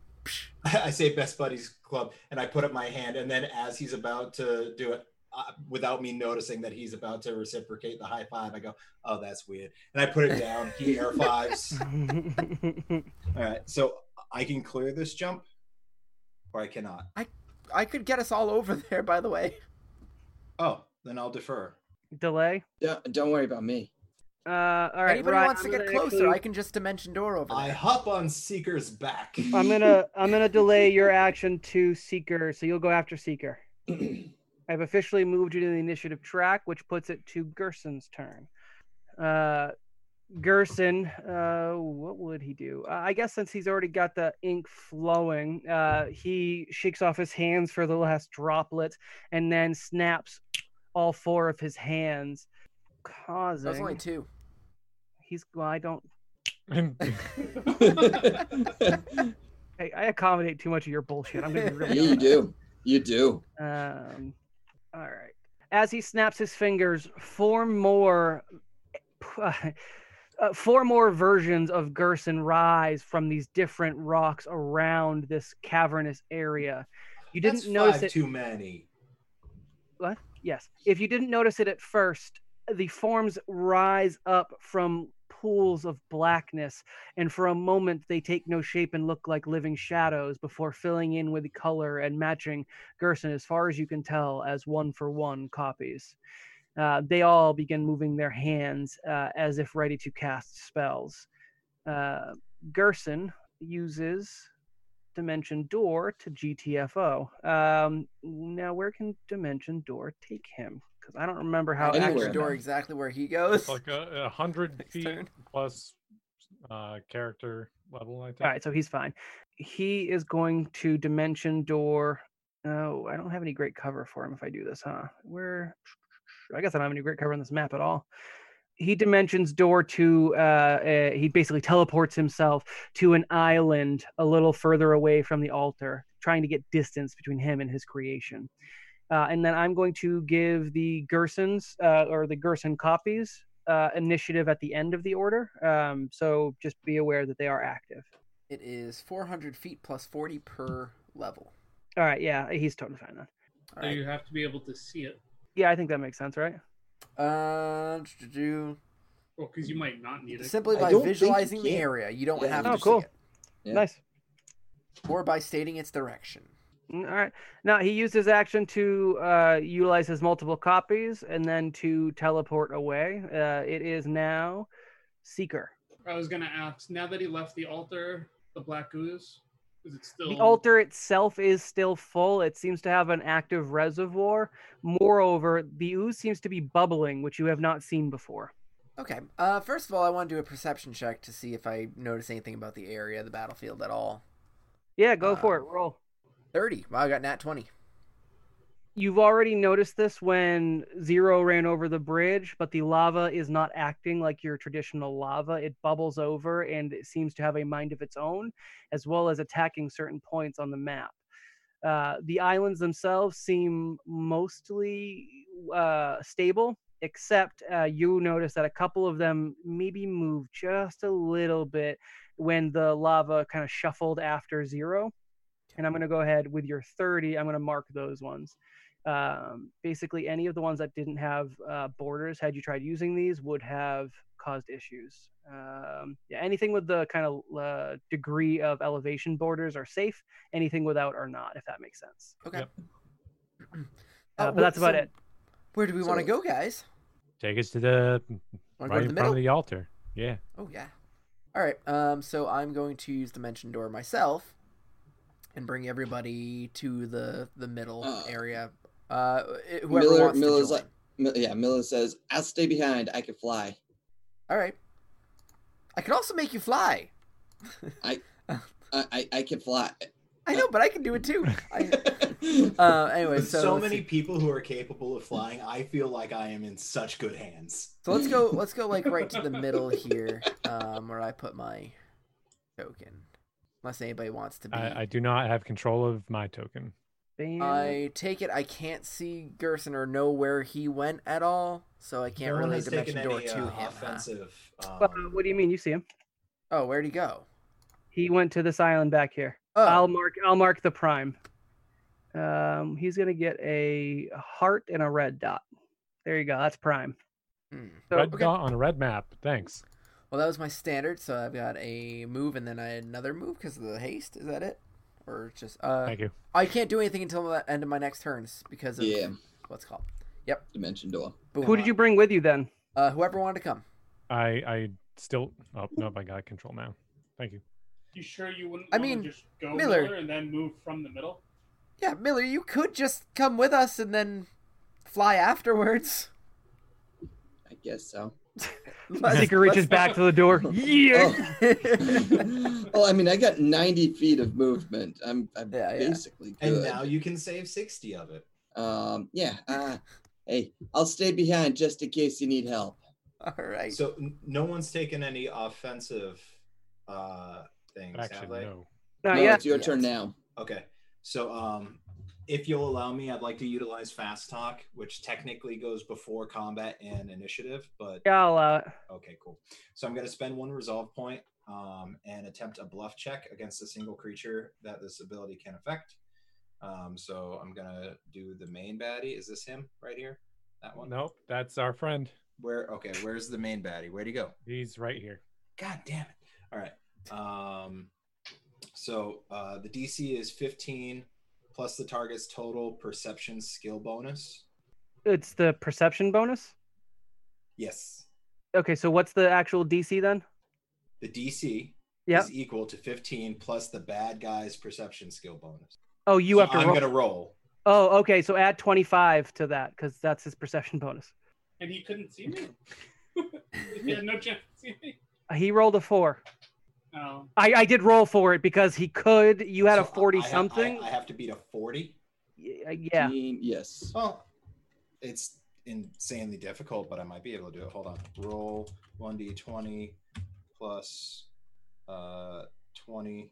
S3: I say best buddies club, and I put up my hand, and then as he's about to do it, uh, without me noticing that he's about to reciprocate the high five, I go, "Oh, that's weird," and I put it down. He air fives. All right, so I can clear this jump, or I cannot.
S6: I could get us all over there by the way.
S3: Oh, then I'll defer.
S1: Delay.
S2: Don't, don't worry about me.
S1: Uh, all right.
S6: Anybody
S1: Rye,
S6: wants
S1: I'm
S6: to get
S1: gonna
S6: closer,
S1: actually-
S6: I can just dimension door over
S3: I
S6: there.
S3: hop on Seeker's back.
S1: I'm gonna I'm gonna delay your action to Seeker, so you'll go after Seeker. I've officially moved you to the initiative track, which puts it to Gerson's turn. Uh, Gerson, uh, what would he do? Uh, I guess since he's already got the ink flowing, uh, he shakes off his hands for the last droplet and then snaps all four of his hands,
S6: That was
S1: causing.
S6: only two.
S1: He's. Well, I don't.
S4: And
S2: yeah,
S1: I, I accommodate too much of your bullshit. I'm gonna be really
S2: you do. You do.
S1: Um, all right. As he snaps his fingers, four more, uh, four more versions of Gerson rise from these different rocks around this cavernous area. You didn't
S3: That's
S1: notice
S3: five
S1: it.
S3: too many.
S1: Yes. If you didn't notice it at first, the forms rise up from pools of blackness, and for a moment they take no shape and look like living shadows before filling in with color and matching Gerson as far as you can tell as one for one copies. Uh, they all begin moving their hands uh, as if ready to cast spells. Uh, Gerson uses Dimension Door to GTFO. Um, now, where can Dimension Door take him? Because I don't remember how.
S7: I
S2: Anywhere.
S7: know
S1: Action
S7: your door exactly where he goes.
S4: like a, a hundred
S7: Next
S4: feet
S7: turn.
S4: plus uh, character level. I think.
S1: All right, so he's fine. He is going to dimension door. Oh, I don't have any great cover for him if I do this, huh? Where? I guess I don't have any great cover on this map at all. He dimensions door to. Uh, uh, he basically teleports himself to an island a little further away from the altar, trying to get distance between him and his creation. Uh, and then I'm going to give the Gersons uh, or the Gerson copies uh, initiative at the end of the order. Um, so just be aware that they are active.
S7: It is 400 feet plus 40 per level.
S1: All right, yeah, he's totally fine then.
S7: All
S5: So
S7: right.
S5: you have to be able to see it.
S1: Yeah, I think that makes sense, right?
S7: Uh, do- do-
S5: Well, because you might not need it.
S7: simply
S2: I
S7: by
S2: don't think you
S7: visualizing the
S2: can.
S7: area, you don't
S2: Yeah.
S7: have
S1: Oh,
S7: to
S1: cool.
S7: see it,
S2: Yeah.
S1: Nice.
S7: or by stating its direction.
S1: Mm, All right. Now he used his action to uh, utilize his multiple copies and then to teleport away. Uh, it is now Seeker.
S5: I was gonna ask. Now that he left the altar, the black ooze, is it still
S1: The altar itself is still full. It seems to have an active reservoir. Moreover, the ooze seems to be bubbling, which you have not seen before.
S7: Okay. Uh, first of all, I want to do a perception check to see if I notice anything about the area, the battlefield at all.
S1: Yeah, go for it.
S7: Uh,
S1: Roll.
S7: 30. Wow, I got nat 20.
S1: You've already noticed this when Zero ran over the bridge, but the lava is not acting like your traditional lava. It bubbles over and it seems to have a mind of its own, as well as attacking certain points on the map. Uh, the islands themselves seem mostly uh, stable, except uh, you notice that a couple of them maybe moved just a little bit when the lava kind of shuffled after Zero. And I'm going to go ahead with your 30, I'm going to mark those ones um, basically any of the ones that didn't have uh, borders had you tried using these would have caused issues um, yeah, anything with the kind of uh, degree of elevation borders are safe anything without are not if that makes sense
S7: Okay.
S4: Yep.
S1: Uh, but
S7: wh-
S1: that's about
S7: Oh, so
S1: it.
S7: Where do we want to go,
S2: So-
S7: guys?
S4: Take us to the
S7: Want to
S4: right
S7: go to
S4: in
S7: the
S4: front
S7: middle?
S4: of the altar. Yeah.
S7: Oh yeah. All right. Um. So I'm going to use dimension door myself, and bring everybody to the the middle
S2: Uh,
S7: area. Uh, i- whoever
S2: Miller-
S7: wants
S2: Miller's
S7: to join.
S2: like- Mi- Yeah, Miller says, I'll stay behind. I can fly.
S7: All right. I can also make you fly.
S2: I, I, I can fly.
S7: I
S2: Uh,
S7: know, but I can do it too. I,
S2: I
S7: uh, anyway,
S3: With
S7: so
S3: so,
S7: let's
S3: many
S7: see.
S3: people who are capable of flying, I feel like I am in such good hands.
S7: So let's go. Let's go like right to the middle here, um, where I put my token. Unless anybody wants to be.
S4: I, I do not have control of my token.
S1: Bam.
S7: I take it I can't see Gerson or know where he went at all, so I can't
S3: No one
S7: relate
S3: has taken
S7: Dimension Door
S3: any,
S7: to
S3: uh,
S7: him. huh?
S3: offensive.
S1: Well,
S3: um,
S1: uh, what do you mean you see him
S7: Oh, where'd he go?
S1: he went to this island back here
S7: Oh,
S1: i'll mark i'll mark the prime um, he's gonna get a heart and a red dot there you go that's prime
S7: hmm.
S1: so
S4: red
S7: okay.
S4: dot on a red map. Thanks.
S7: well, that was my standard, so I've got a move and then I had another move because of the haste. Is that it? Or it's just uh,
S4: Thank you.
S7: I can't do anything until the end of my next turns because of
S2: Yeah.
S7: what's it called.
S2: Dimension door.
S7: Boom.
S1: who did you bring with you then
S7: Uh, whoever wanted to come.
S4: I I still. Oh nope. I got control now. Thank you.
S5: You sure you wouldn't?
S7: I
S5: wanna
S7: mean,
S5: just go
S7: Miller-
S5: Miller and then move from the middle.
S7: Yeah, Miller, you could just come with us and then fly afterwards.
S2: I guess so.
S7: Let's-
S1: Seeker reaches
S7: let's-
S1: back to the door. Yeah.
S2: Oh. well, I mean, I got 90 feet of movement. I'm, I'm
S7: Yeah, yeah.
S2: basically
S3: and
S2: good.
S3: now you can save 60 of it.
S2: um, yeah. Uh, hey, I'll stay behind just in case you need help.
S7: All right.
S3: So n- no one's taken any offensive uh, things, have
S4: Actually,
S3: they?
S4: no.
S1: Not
S2: no,
S1: yet.
S2: it's your
S7: Uh, Yes.
S2: turn now.
S3: Okay. So um, if you'll allow me, I'd like to utilize fast talk, which technically goes before combat and initiative, but
S1: Yeah, I'll uh, allow it.
S3: Okay, cool. So I'm going to spend one resolve point um, and attempt a bluff check against a single creature that this ability can affect. Um, so I'm going to do the main baddie. Is this him right here? That one?
S4: Nope. That's our friend.
S3: Where? Okay, where's the main baddie? Where'd he go?
S4: He's right here.
S3: God damn it. All right. Um, so uh, the DC is 15 plus the target's total perception skill bonus.
S1: It's the perception bonus.
S3: Yes.
S1: Okay, so what's the actual DC then?
S3: The DC
S1: Yep.
S3: is equal to 15 plus the bad guy's perception skill bonus.
S1: Oh, you
S3: So
S1: have to
S3: I'm
S1: roll.
S3: gonna roll.
S1: Oh, okay. So add 25 to that because that's his perception bonus.
S5: and he couldn't see me. he had no chance to see me.
S1: Uh, He rolled a four.
S5: Oh,
S1: I, I did roll for it because he could. You had a
S3: So I-
S1: 40
S3: I ha- I-
S1: something.
S3: I have to beat a 40.
S1: Y- yeah.
S2: Yes.
S3: Well, it's insanely difficult, but I might be able to do it. Hold on. Roll 1d20 plus uh, 20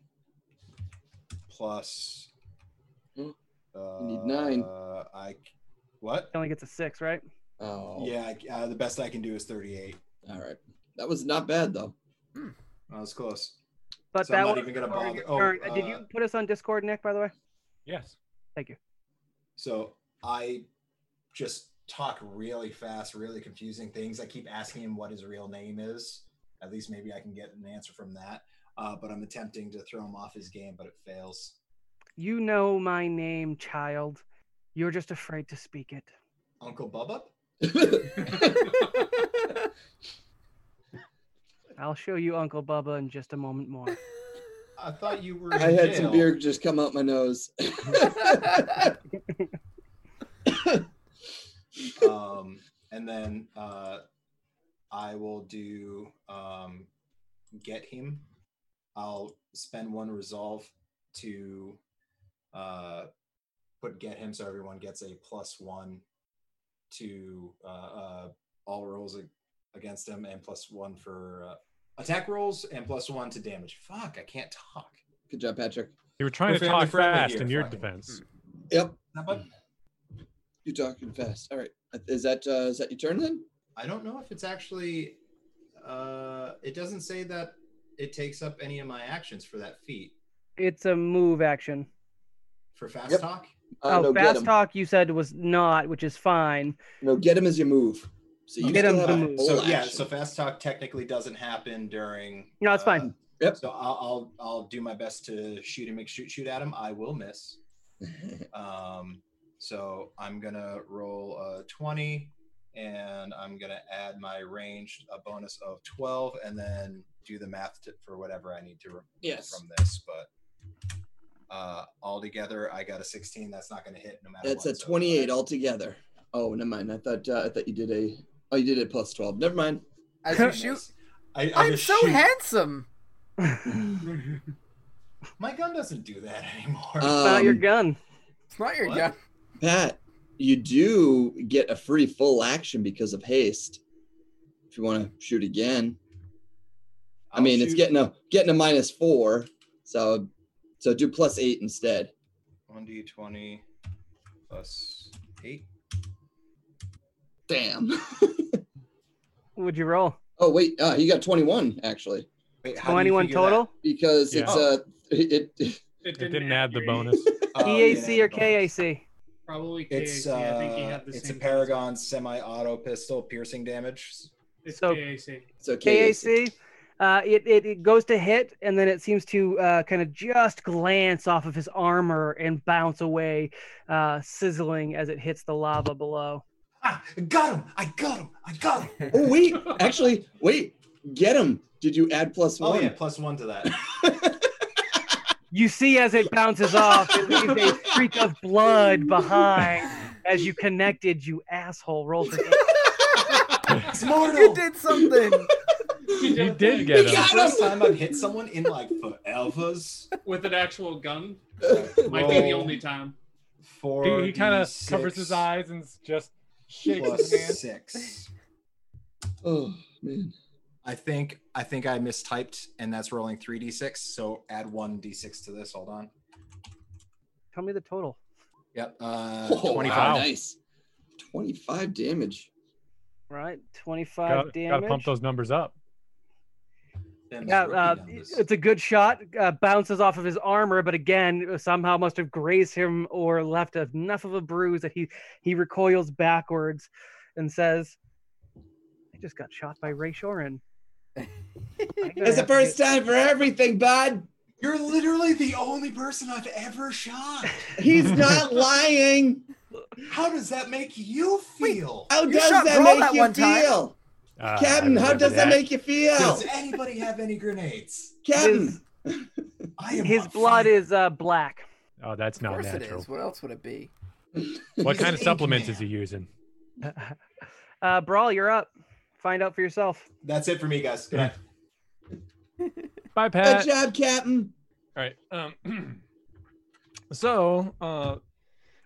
S3: plus.
S2: Hmm.
S3: Uh,
S2: need nine.
S3: I c- what?
S1: He only gets a six, right?
S2: Oh.
S3: Yeah, I c- uh, the best I can do is 38.
S2: All right. That was not bad though.
S3: That was close.
S1: But
S3: So I'm
S1: that
S3: not
S1: was
S3: even gonna
S1: part of
S3: bother-
S1: your
S3: oh,
S1: turn. Uh, did
S3: uh,
S1: you put us on Discord, Nick? By the way.
S4: Yes.
S3: So I just talk really fast, really confusing things. I keep asking him what his real name is. At least maybe I can get an answer from that. Uh, but I'm attempting to throw him off his game, but it fails.
S1: You know my name, child. You're just afraid to speak it.
S3: Uncle Bubba?
S1: I'll show you Uncle Bubba in just a moment more.
S3: I thought you were.
S2: I
S3: in
S2: had some
S3: jail.
S2: beer just come out my nose.
S3: Um, and then uh, I will do um, get him. I'll spend one resolve to uh, put get him so everyone gets a plus one to uh, uh, all rolls ag- against him and plus one for uh, attack rolls and plus one to damage. Fuck, I can't talk.
S2: Good job, Patrick.
S4: You were trying
S3: We're
S4: to
S3: family
S4: talk
S3: friendly
S4: fast
S3: here,
S4: in your
S3: fucking-
S4: defense.
S2: Yep.
S3: Now, but
S2: You're talking fast. All right. Is that uh, is that your turn then?
S3: I don't know if it's actually. Uh, it doesn't say that it takes up any of my actions for that feat.
S1: It's a move action.
S3: for fast
S2: Yep.
S3: talk.
S2: Uh,
S1: oh,
S2: no, get
S1: fast
S2: him.
S1: talk you said was not, which is fine.
S2: No, get him as you move. So you
S1: Get
S2: still
S1: him
S2: have
S1: to
S2: a
S1: move.
S2: full
S3: So yeah,
S2: action.
S3: so fast talk technically doesn't happen during. uh,
S1: No, it's fine.
S2: Yep.
S3: So I'll, I'll I'll do my best to shoot him, shoot shoot at him. I will miss. Um, so I'm gonna roll a twenty, and I'm gonna add my range a bonus of twelve, and then do the math to, for whatever I need to remove
S2: Yes.
S3: from this. But uh, altogether, I got a sixteen. That's not gonna hit no matter.
S2: That's
S3: what,
S2: a
S3: so-
S2: 28 altogether. Oh, never mind. I thought uh, I thought you did a. Oh, you did it plus 12. Never mind.
S3: As
S6: you
S3: you
S6: shoot-
S3: miss, I, I
S6: I'm
S3: just
S6: so
S3: shoot.
S6: handsome.
S3: My gun doesn't do that anymore.
S1: not your
S2: Um,
S1: gun.
S6: It's not your
S3: What?
S6: gun.
S2: Pat, you do get a free full action because of haste. If you want to shoot again, i
S3: I'll
S2: mean, it's
S3: shoot-
S2: getting a getting a minus four, so so do plus eight instead.
S3: one d twenty plus eight.
S2: Damn.
S1: Would you roll?
S2: oh wait, uh, you got 21 actually
S3: Wait, how do you
S1: 21
S3: figure that?
S1: total?
S2: because it's
S4: Yeah.
S2: uh it, it
S5: it
S4: It
S5: didn't,
S4: didn't add the
S5: activate.
S4: bonus.
S3: Oh,
S1: EAC
S3: yeah,
S1: E or
S3: bonus.
S1: KAC?
S5: Probably KAC.
S3: It's
S5: I think he
S3: uh,
S5: had the
S3: it's a
S5: same
S3: Paragon semi-auto pistol piercing damage.
S5: It's
S1: So-
S5: KAC.
S2: so
S1: KAC. Uh, it, it, it goes to hit, and then it seems to uh, kind of just glance off of his armor and bounce away, uh, sizzling as it hits the lava below.
S3: Ah, I got him! I got him! I got him!
S2: Oh wait, actually wait, get him. Did you add plus
S3: Oh yeah,
S2: one?
S3: plus one to that.
S1: You see as it bounces off, it leaves a streak of blood behind as you connected, you asshole. Roll for damage.
S3: it's
S4: Oh,
S3: mortal.
S6: You did something.
S5: He
S4: You
S5: did
S4: did
S5: it
S4: get
S2: He
S4: him.
S2: got-
S3: First time I've hit someone in like forever's.
S5: with an actual gun. Might be the
S3: Roll
S5: only time.
S3: four.
S4: He, kind of
S3: D6
S4: covers his eyes and s- just shakes
S3: Plus
S4: his hand.
S3: six.
S2: oh man.
S3: I think I think I mistyped, and that's rolling three d six. So add one d six to this. Hold on.
S1: Tell me the total.
S3: Yep. Uh,
S2: Oh,
S3: Twenty
S2: wow,
S3: five.
S2: nice. 25 damage.
S1: Right? 25
S4: Got to
S1: damage.
S4: pump those numbers up.
S1: Yeah, uh, it's a good shot. Uh, bounces off of his armor, but again, somehow must have grazed him or left enough of a bruise that he he recoils backwards, and says, "I just got shot by Ray Shorin." I'm gonna
S2: That's the
S1: have to
S2: first
S1: get-
S2: time for everything, bud.
S3: You're literally the only person I've ever shot.
S2: He's not lying.
S3: How does that make you feel?
S2: How
S6: You
S2: does
S6: shot
S2: that
S6: Brawl
S2: make
S6: that
S2: you
S6: one time.
S2: feel?
S4: Uh,
S2: Captain,
S4: I
S2: how
S4: remember
S2: does that, make you feel?
S3: Does anybody have any grenades?
S2: Captain,
S1: His,
S3: I am
S1: his
S3: on
S1: blood
S3: fire.
S1: is uh, black.
S4: Oh, that's
S6: Of
S4: not
S6: course it
S4: natural.
S6: is. What else would it be?
S4: What
S3: He's
S4: kind of
S3: an
S4: supplements
S3: Ink
S4: is he using?
S1: Uh, Brawl, you're up. Find out for yourself.
S3: Man. That's it for me, guys. Good night.
S4: Bye, Pat.
S2: good job, Captain.
S4: All right. Um, so, uh,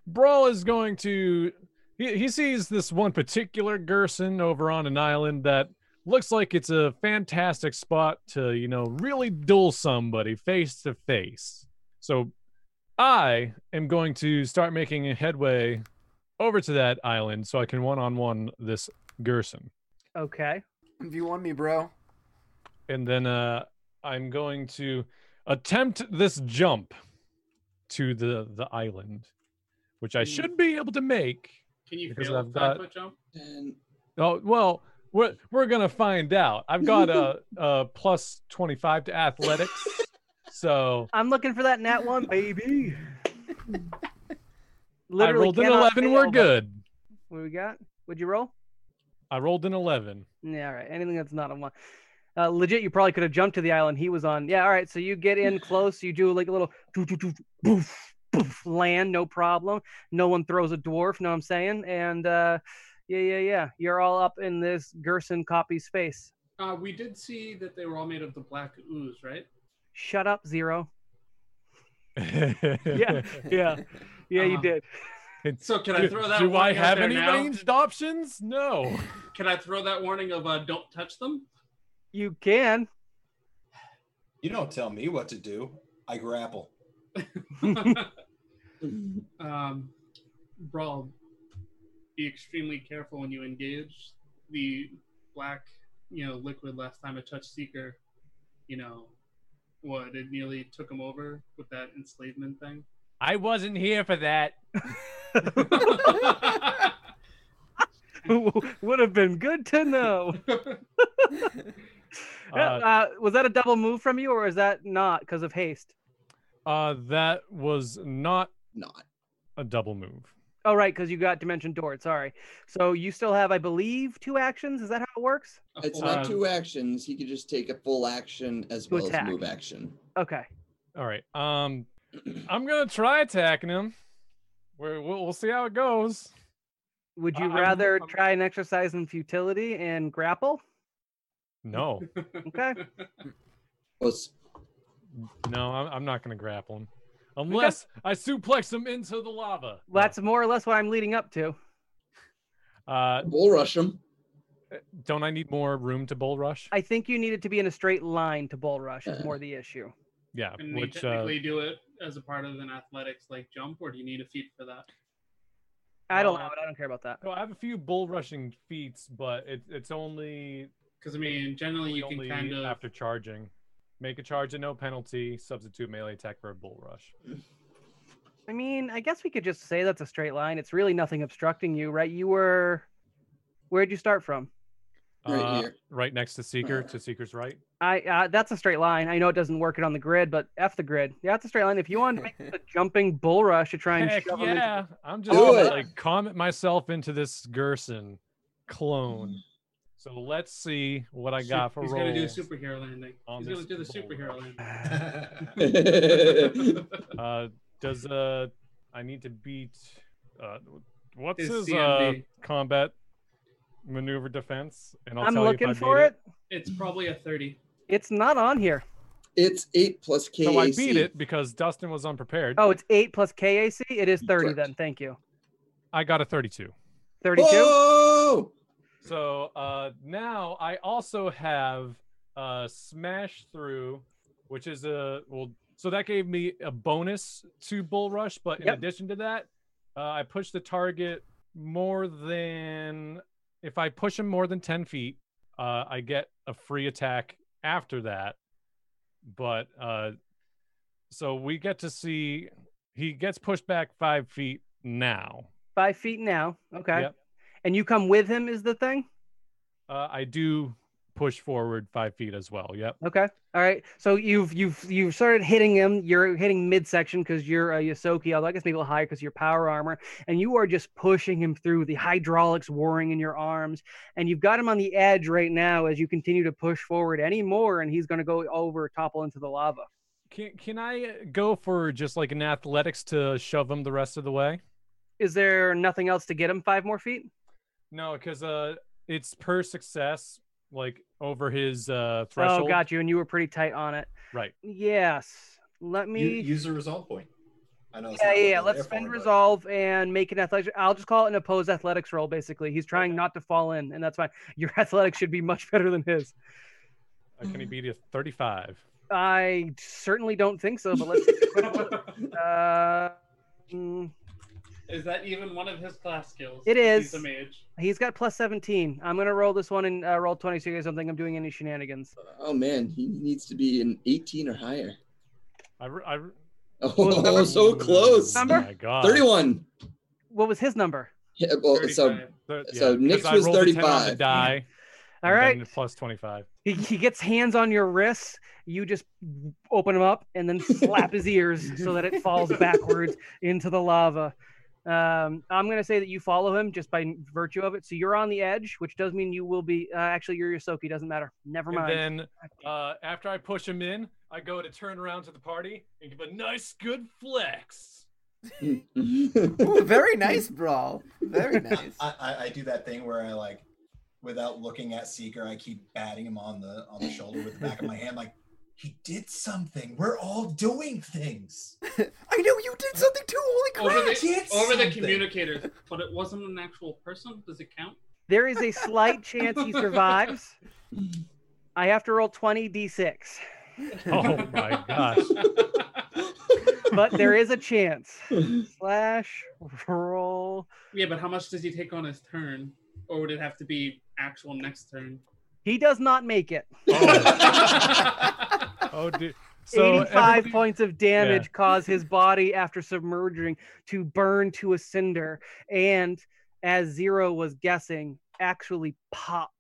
S4: Brawl is going to. He, he sees this one particular Gerson over on an island that looks like it's a fantastic spot to, you know, really duel somebody face to face. So, I am going to start making a headway over to that island so I can one on one this Gerson.
S1: Okay.
S6: If you want me, bro.
S4: and then uh i'm going to attempt this jump to the the island which i should be able to make
S5: Can you
S4: Because
S5: fail a
S4: I've got-
S5: five foot jump?
S2: And
S4: oh well we're we're gonna find out i've got a, a plus 25 to athletics so
S1: I'm looking for that nat one, baby.
S4: i rolled an
S1: cannot
S4: 11 we're
S1: fail, but-
S4: good
S1: What we got? Would you roll?
S4: i rolled an 11
S1: Yeah, all right. Anything that's not on one. Uh, legit, you probably could have jumped to the island he was on. Yeah, all right. So you get in close. You do like a little doo, doo, doo, boof, boof, land, no problem. No one throws a dwarf. Know what I'm saying? And uh, yeah, yeah, yeah. You're all up in this Gerson copy space.
S5: Uh, we did see that they were all made of the black ooze, right?
S1: Shut up, Zero.
S4: yeah
S1: yeah, yeah. You
S5: Uh-huh.
S1: did.
S5: So can I
S4: do,
S5: throw that?
S4: do i
S5: warning out
S4: have
S5: there
S4: any
S5: now?
S4: ranged options no
S5: Can I throw that warning of uh, don't touch them?
S1: You can.
S3: You don't tell me what to do. I grapple.
S5: um, Brawl, be extremely careful when you engage the black, you know, liquid. Last time I touched Seeker, you know, what it nearly took him over with that enslavement thing.
S4: i wasn't here for that
S1: Would have been good to know. Uh,
S4: Uh,
S1: was that a double move from you, or is that not because of haste?
S4: Uh, that was not
S2: not.
S4: a double move.
S1: Oh, right, because you got Dimension Door. Sorry. So you still have, I believe, two actions. Is that how it works?
S2: It's
S4: Um,
S5: Uh,
S2: not two actions. He could just take a full action as
S1: To
S2: well
S1: attack.
S2: as move action.
S1: Okay.
S4: All right. Um, I'm gonna try attacking him. We're, we'll, we'll see how it goes.
S1: Would
S4: Uh,
S1: you
S4: I'm-
S1: rather
S4: I'm-
S1: try an exercise in futility and grapple?
S4: No,
S1: Okay.
S2: Was
S4: no, I'm, I'm not gonna grapple him unless I suplex him into the lava. No.
S1: That's more or less what I'm leading up to.
S4: Uh,
S2: bull rush him.
S4: don't I need more room to bull rush?
S1: I think you need it to be in a straight line to bull rush is
S2: Uh.
S1: more the issue.
S4: Yeah,
S5: Can we
S4: which uh,
S5: technically do it as a part of an athletics like jump, or do you need a feat for that?
S1: I don't know.
S4: Uh,
S1: I don't care about that.
S4: so I have a few bull rushing feats, but it, it's only
S5: Because I mean, generally you
S4: only
S5: can kind of
S4: after charging. Make a charge and no penalty. Substitute melee attack for a bull rush.
S1: I mean, I guess we could just say that's a straight line. It's really nothing obstructing you, right? You were. Where'd you start from?
S2: Right
S4: Uh,
S2: here.
S4: right next to Seeker, to Seeker's right.
S1: I uh, that's a straight line. I know it doesn't work it on the grid, but f the grid. Yeah, it's a straight line. If you wanted to make this a jumping bull rush to try and
S4: Heck
S1: shove 'em into-
S4: yeah! I'm just
S2: Do
S4: gonna,
S2: it.
S4: like comment myself into this Gerson clone. So let's see what I got for
S5: he's
S4: rolls.
S5: gonna do a superhero landing.
S4: on
S5: He's gonna
S4: this
S5: do the
S4: bull
S5: superhero
S4: rush.
S5: landing.
S4: uh, does uh, I need to beat uh, what's
S5: His
S4: his, uh,
S5: CMD.
S4: combat maneuver defense? And I'll
S1: I'm
S4: tell you
S1: looking
S4: if I
S1: for
S4: beat
S1: it.
S5: It's probably a thirty.
S1: It's not on here.
S2: It's eight plus KAC.
S4: So I beat it because Dustin was unprepared.
S1: Oh, it's eight plus KAC. It is thirty
S2: Correct.
S1: then. Thank you.
S4: I got a 32.
S1: Thirty-two.
S2: Whoa!
S4: So uh, now I also have uh, smash through, which is a well. So that gave me a bonus to bull rush, but in
S1: Yep.
S4: addition to that, uh, I push the target more than if I push him more than ten feet, uh, I get a free attack after that. But uh, so we get to see he gets pushed back five feet now.
S1: Five feet now. Okay.
S4: Yep.
S1: And you come with him is the thing.
S4: Uh, I do push forward five feet as well. Yep.
S1: Okay. All right. So you've you've you've started hitting him. You're hitting midsection because you're a Yosoki, although I guess maybe a little higher because your power armor, and you are just pushing him through the hydraulics warring in your arms, and you've got him on the edge right now as you continue to push forward any more, and he's going to go over, topple into the lava.
S4: Can can I go for just like an athletics to shove him the rest of the way?
S1: Is there nothing else to get him five more feet?
S4: No, because uh, it's per success, like over his uh threshold.
S1: Oh, got you. And you were pretty tight on it.
S4: Right.
S1: Yes. Let me.
S3: U- use a resolve point. I know. it's
S1: yeah,
S3: not
S1: yeah,
S3: what
S1: yeah.
S3: they're
S1: Let's
S3: there
S1: spend
S3: for, but-
S1: resolve and make an athletic. I'll just call it an opposed athletics roll. Basically, he's trying not to fall in, and that's fine. Your athletics should be much better than his.
S4: Uh, Can he beat a thirty-five?
S1: I certainly don't think so, but let's. take a quick look. Uh, mm,
S5: Is that even one of his class skills?
S1: It
S5: He's
S1: is.
S5: a mage.
S1: he's got plus 17. I'm gonna roll this one and uh, roll 20, so you guys don't think I'm doing any shenanigans.
S2: Oh man, he needs to be an 18 or higher.
S4: I, re- I re-
S2: Oh,
S1: number?
S2: so close.
S1: Number?
S4: Oh my God.
S2: 31.
S1: What was his number?
S2: Yeah, well, so
S5: 35.
S4: Thir- yeah,
S2: So
S4: 'cause
S2: Nick's
S4: I
S2: was
S4: rolled a 10 on the
S2: 35.
S4: die.
S1: All
S4: and
S1: right.
S4: then plus twenty-five.
S1: He, he gets hands on your wrists. You just open him up and then slap his ears so that it falls backwards into the lava. Um, I'm going to say that you follow him just by n- virtue of it. So you're on the edge, which does mean you will be. Uh, actually, you're Yosoki. Doesn't matter. Never mind.
S4: And then uh, after I push him in, I go to turn around to the party and give a nice, good flex.
S2: hmm.
S6: Ooh, very nice, bro. Very nice.
S3: I, I, I do that thing where I like, without looking at Seeker, I keep batting him on the on the shoulder with the back of my hand, like he did something. We're all doing things.
S6: I know you did something too. Holy crap!
S5: Over the
S3: Did
S5: over the
S3: something.
S5: communicator, but it wasn't an actual person. Does it count?
S1: There is a slight chance he survives. I have to roll 20 d6,
S4: Oh my gosh.
S1: but there is a chance. Slash roll.
S5: Yeah, but how much does he take on his turn, or would it have to be actual next turn?
S1: He does not make it.
S4: Oh, dude. So
S1: 85
S4: everybody-
S1: points of damage cause his body after submerging to burn to a cinder and as zero was guessing actually pop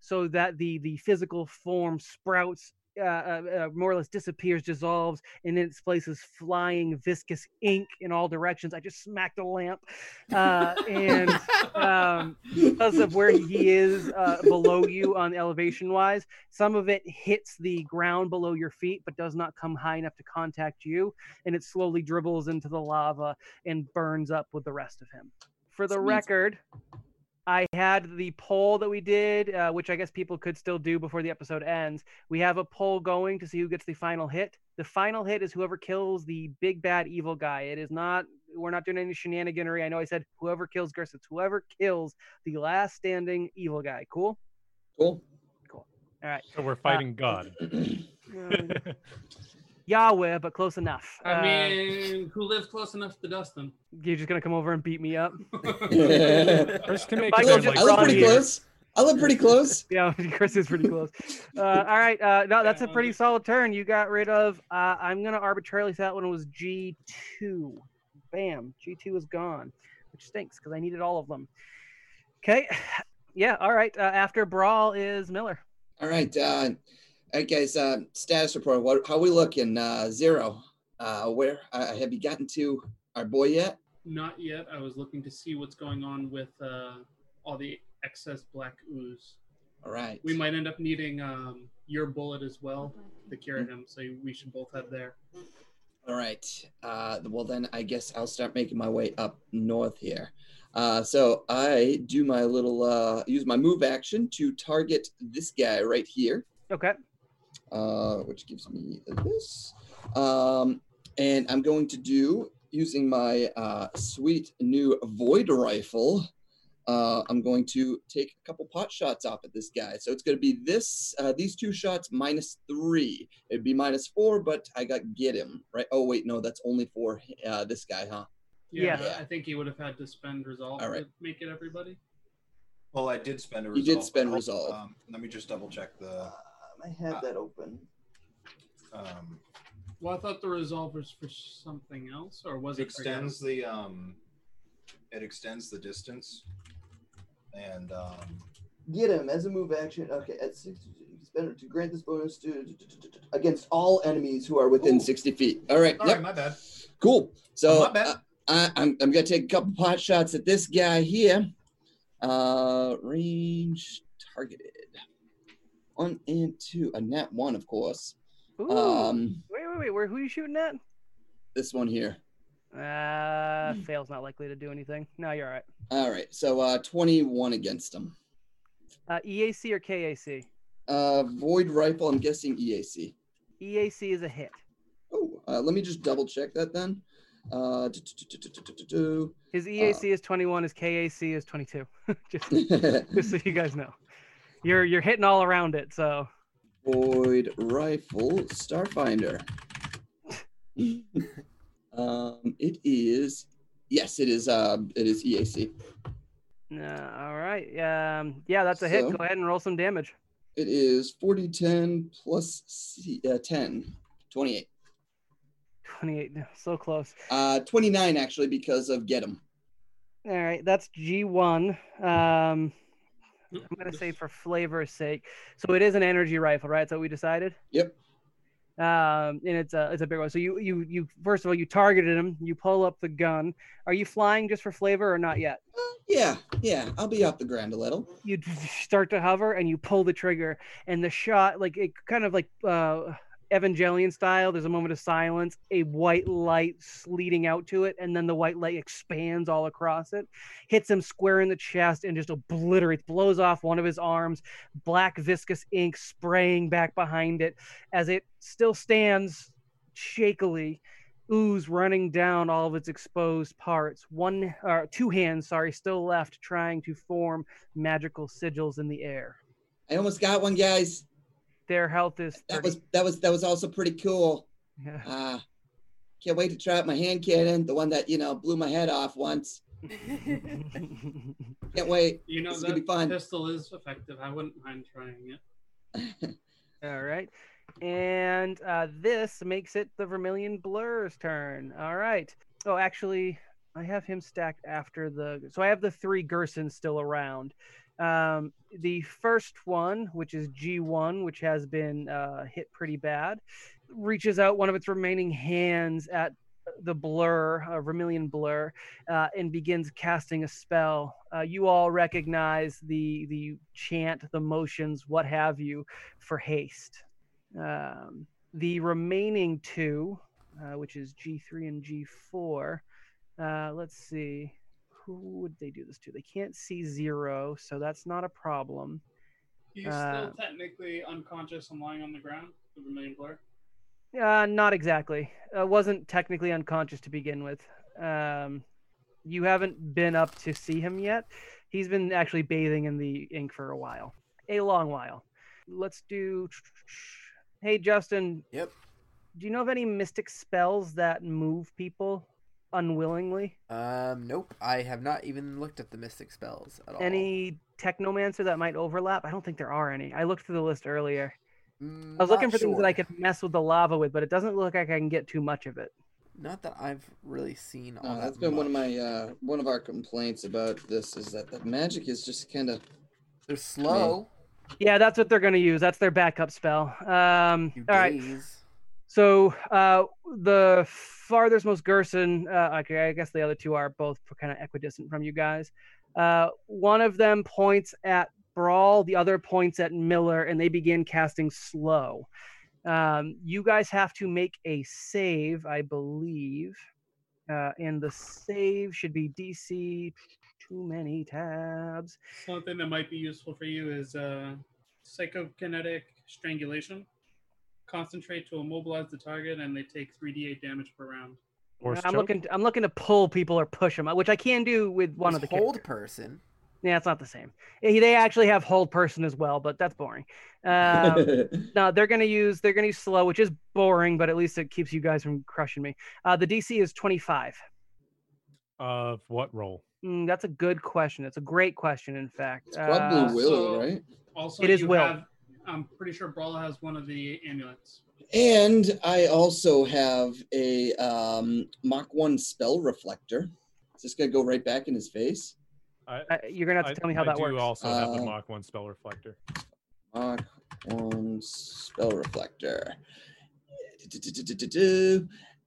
S1: so that the the physical form sprouts uh, uh, uh, more or less disappears dissolves and in its place is flying viscous ink in all directions i just smacked a lamp uh, and um, because of where he is uh, below you on elevation wise, some of it hits the ground below your feet, but does not come high enough to contact you, and it slowly dribbles into the lava and burns up with the rest of him. For the
S2: Sweet.
S1: record, I had the poll that we did, uh, which I guess people could still do before the episode ends. We have a poll going to see who gets the final hit. The final hit is whoever kills the big bad evil guy. It is not. We're not doing any shenaniganery. I know I said whoever kills Gerst, it's whoever kills the last standing evil guy. Cool.
S2: cool.
S4: So we're fighting God.
S1: Yahweh, but close enough.
S5: I
S1: Uh,
S5: mean, who lives close enough to Dustin?
S1: you're just gonna come over and beat me up.
S4: Chris can make
S1: Michael
S4: him,
S1: just-
S4: like,
S2: I look
S1: Ronnie.
S2: pretty close. I look pretty close.
S1: Yeah, Chris is pretty close. Uh, all right, uh, no, that's a pretty solid turn. You got rid of. Uh, I'm gonna arbitrarily say that one was G two. Bam, G two is gone, which stinks because I needed all of them. Okay, yeah, all right. Uh, after brawl is Miller.
S2: All right. Uh, all right, guys. Uh, status report. What, how we looking? Uh, zero. Uh, where uh, have you gotten to our boy yet?
S5: Not yet. I was looking to see what's going on with uh, all the excess black ooze.
S2: All right.
S5: We might end up needing um, your bullet as well to cure him, so we should both have there.
S2: All right. Uh, well, then I guess I'll start making my way up north here. Uh, so I do my little uh, use my move action to target this guy right here,
S1: Okay,
S2: uh, which gives me this, um, and I'm going to do using my uh, sweet new void rifle. Uh, I'm going to take a couple pot shots off at this guy. So it's going to be this, uh, these two shots minus three. It'd be minus four, but I got get him right. Oh wait, no, that's only for uh, this guy, huh?
S5: Yeah,
S2: Yeah.
S5: I think he would have had to spend resolve
S2: All right.
S5: to make it everybody.
S3: well, I did spend a
S2: You
S3: resolve.
S2: did spend
S3: Hold-
S2: resolve.
S3: Um, let me just double check the.
S2: Um, I
S3: uh,
S2: had that open.
S3: Um,
S5: Well, I thought the resolve was for something else, or was
S3: it
S5: it for him?
S3: extends the um, it extends the distance, and um,
S2: Get him as a move action. Okay, at 60, spend to grant this bonus to, against all enemies who are within
S3: Ooh.
S2: 60 feet. All right,
S3: All right,
S2: yep,
S3: my bad.
S2: cool. So
S3: My bad.
S2: uh, I, I'm, I'm going to take a couple pot shots at this guy here. Uh, range targeted. One and two. A nat one, of course.
S1: Ooh.
S2: Um,
S1: wait, wait, wait. Where who you shooting at?
S2: this one here.
S1: Uh, fail's not likely to do anything. No, you're all right.
S2: All right, so uh, 21 against him.
S1: Uh, EAC or KAC?
S2: Uh, void rifle, I'm guessing E EAC.
S1: EAC is E a hit.
S2: Oh, uh, let me just double check that then. Uh, do, do, do, do, do, do, do, do.
S1: His EAC is 21. His KAC is 22. just, just so you guys know, you're you're hitting all around it. So
S2: Void rifle, Starfinder. um, it is. Yes, it is. Uh, it is EAC.
S1: uh, all right. Um, yeah, that's a hit.
S2: So-
S1: Go ahead and roll some damage.
S2: It is 40, 10 plus C, uh, 10, 28.
S1: 28. So close.
S2: Uh, 29 actually because of get him.
S1: All right, that's G1. Um, I'm gonna say for flavor's sake. So it is an energy rifle, right? So we decided.
S2: Yep.
S1: Um, and it's a it's a big one. So you you you first of all you targeted him. You pull up the gun. Are you flying just for flavor or not yet?
S2: Uh, yeah, yeah, I'll be off the ground a little.
S1: you d- d- start to hover and you pull the trigger and the shot like it kind of like uh evangelion style there's a moment of silence a white light sleeting out to it and then the white light expands all across it hits him square in the chest and just obliterates blows off one of his arms black viscous ink spraying back behind it as it still stands shakily ooze running down all of its exposed parts one or two hands sorry still left trying to form magical sigils in the air.
S2: I almost got one, guys.
S1: Their health is 30.
S2: That was that was that was also pretty cool.
S1: Yeah.
S2: Uh, can't wait to try out my hand cannon, the one that you know blew my head off once. Can't wait.
S5: You know
S2: This is gonna be
S5: that
S2: fun.
S5: pistol is effective. I wouldn't mind trying it.
S1: All right. And uh, this makes it the Vermilion Blur's turn. All right. Oh, actually, I have him stacked after the. So I have the three Gersons still around. Um, the first one, which is G1, which has been uh, hit pretty bad, reaches out one of its remaining hands at the blur, uh, Vermilion Blur, uh, and begins casting a spell. Uh, you all recognize the the chant, the motions, what have you, for haste. Um, the remaining two, uh, which is G3 and G4, uh, let's see, who would they do this to? They can't see zero, so that's not a problem.
S5: He's
S1: Uh,
S5: still technically unconscious and lying on the ground. The vermilion blur.
S1: Uh, not exactly. Uh, wasn't technically unconscious to begin with. Um, you haven't been up to see him yet. He's been actually bathing in the ink for a while, a long while. Let's do. Hey, Justin.
S7: Yep.
S1: Do you know of any mystic spells that move people unwillingly?
S7: Um, nope. I have not even looked at the mystic spells at all.
S1: Any technomancer that might overlap? I don't think there are any. I looked through the list earlier.
S7: Mm,
S1: I was looking
S7: not
S1: for things that I
S7: sure.
S1: could mess with the lava with, but it doesn't look like I can get too much of it.
S7: Not that I've really seen. All
S2: Uh,
S7: that
S2: that's been one of
S7: much.
S2: my uh, one of our complaints about this is that the magic is just kind of
S7: They're slow.
S1: Yeah, that's what they're going to use. That's their backup spell. Um,
S7: You
S1: all right.
S7: gaze.
S1: So uh, the farthest most Gerson, uh, okay, I guess the other two are both kind of equidistant from you guys. Uh, one of them points at Brawl, the other points at Miller, and they begin casting slow. Um, you guys have to make a save, I believe. Uh, and the save should be DC. Too many tabs.
S5: Something that might be useful for you is uh, psychokinetic strangulation. Concentrate to immobilize the target, and they take 3d8 damage per round.
S4: Horse
S1: I'm
S4: choke?
S1: looking. I'm looking to pull people or push them, which I can do with one
S7: There's
S1: of the
S7: hold
S1: characters.
S7: person.
S1: Yeah, it's not the same. Eh, They actually have hold person as well, but that's boring. Um, no, they're gonna use they're gonna use slow, which is boring, but at least it keeps you guys from crushing me. Uh, the DC is 25.
S4: Of what roll?
S1: Mm, that's a good question. It's a great question, in fact.
S2: it's probably
S1: Uh,
S2: will,
S5: so-
S2: right?
S5: Also,
S1: It is
S5: you
S1: will.
S5: have. I'm pretty sure Brawler has one of the amulets.
S2: And I also have a um, Mach one spell reflector. Is this gonna go right back in his face?
S4: I,
S1: Uh, you're gonna have to tell me how
S4: I
S1: that
S4: do
S1: works.
S4: also have the
S2: Uh,
S4: Mach 1 spell reflector.
S2: Mark one spell reflector.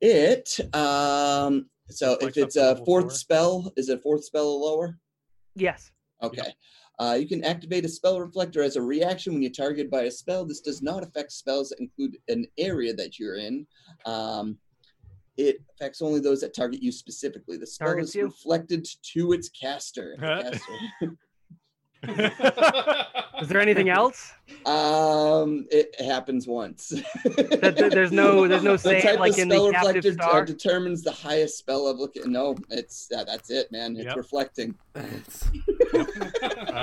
S2: It um so if
S4: Reflects up
S2: it's
S4: to
S2: a
S4: level
S2: fourth
S4: four.
S2: spell, is it fourth spell or lower?
S1: Yes.
S2: Okay. Uh, you can activate a spell reflector as a reaction when you're targeted by a spell. This does not affect spells that include an area that you're in. Um, it affects only those that target you specifically. The spell
S1: Targets
S2: is
S1: you?
S2: reflected to its caster. The caster- uh,
S1: Is there anything else?
S2: um, it happens once.
S1: That, that there's no there's no
S2: the
S1: saying
S2: type
S1: like
S2: of
S1: in the
S2: spell
S1: captive
S2: reflected uh,
S1: star.
S2: determines the highest spell level. No, it's uh, that's it, man. It's
S4: Yep.
S2: reflecting.
S4: I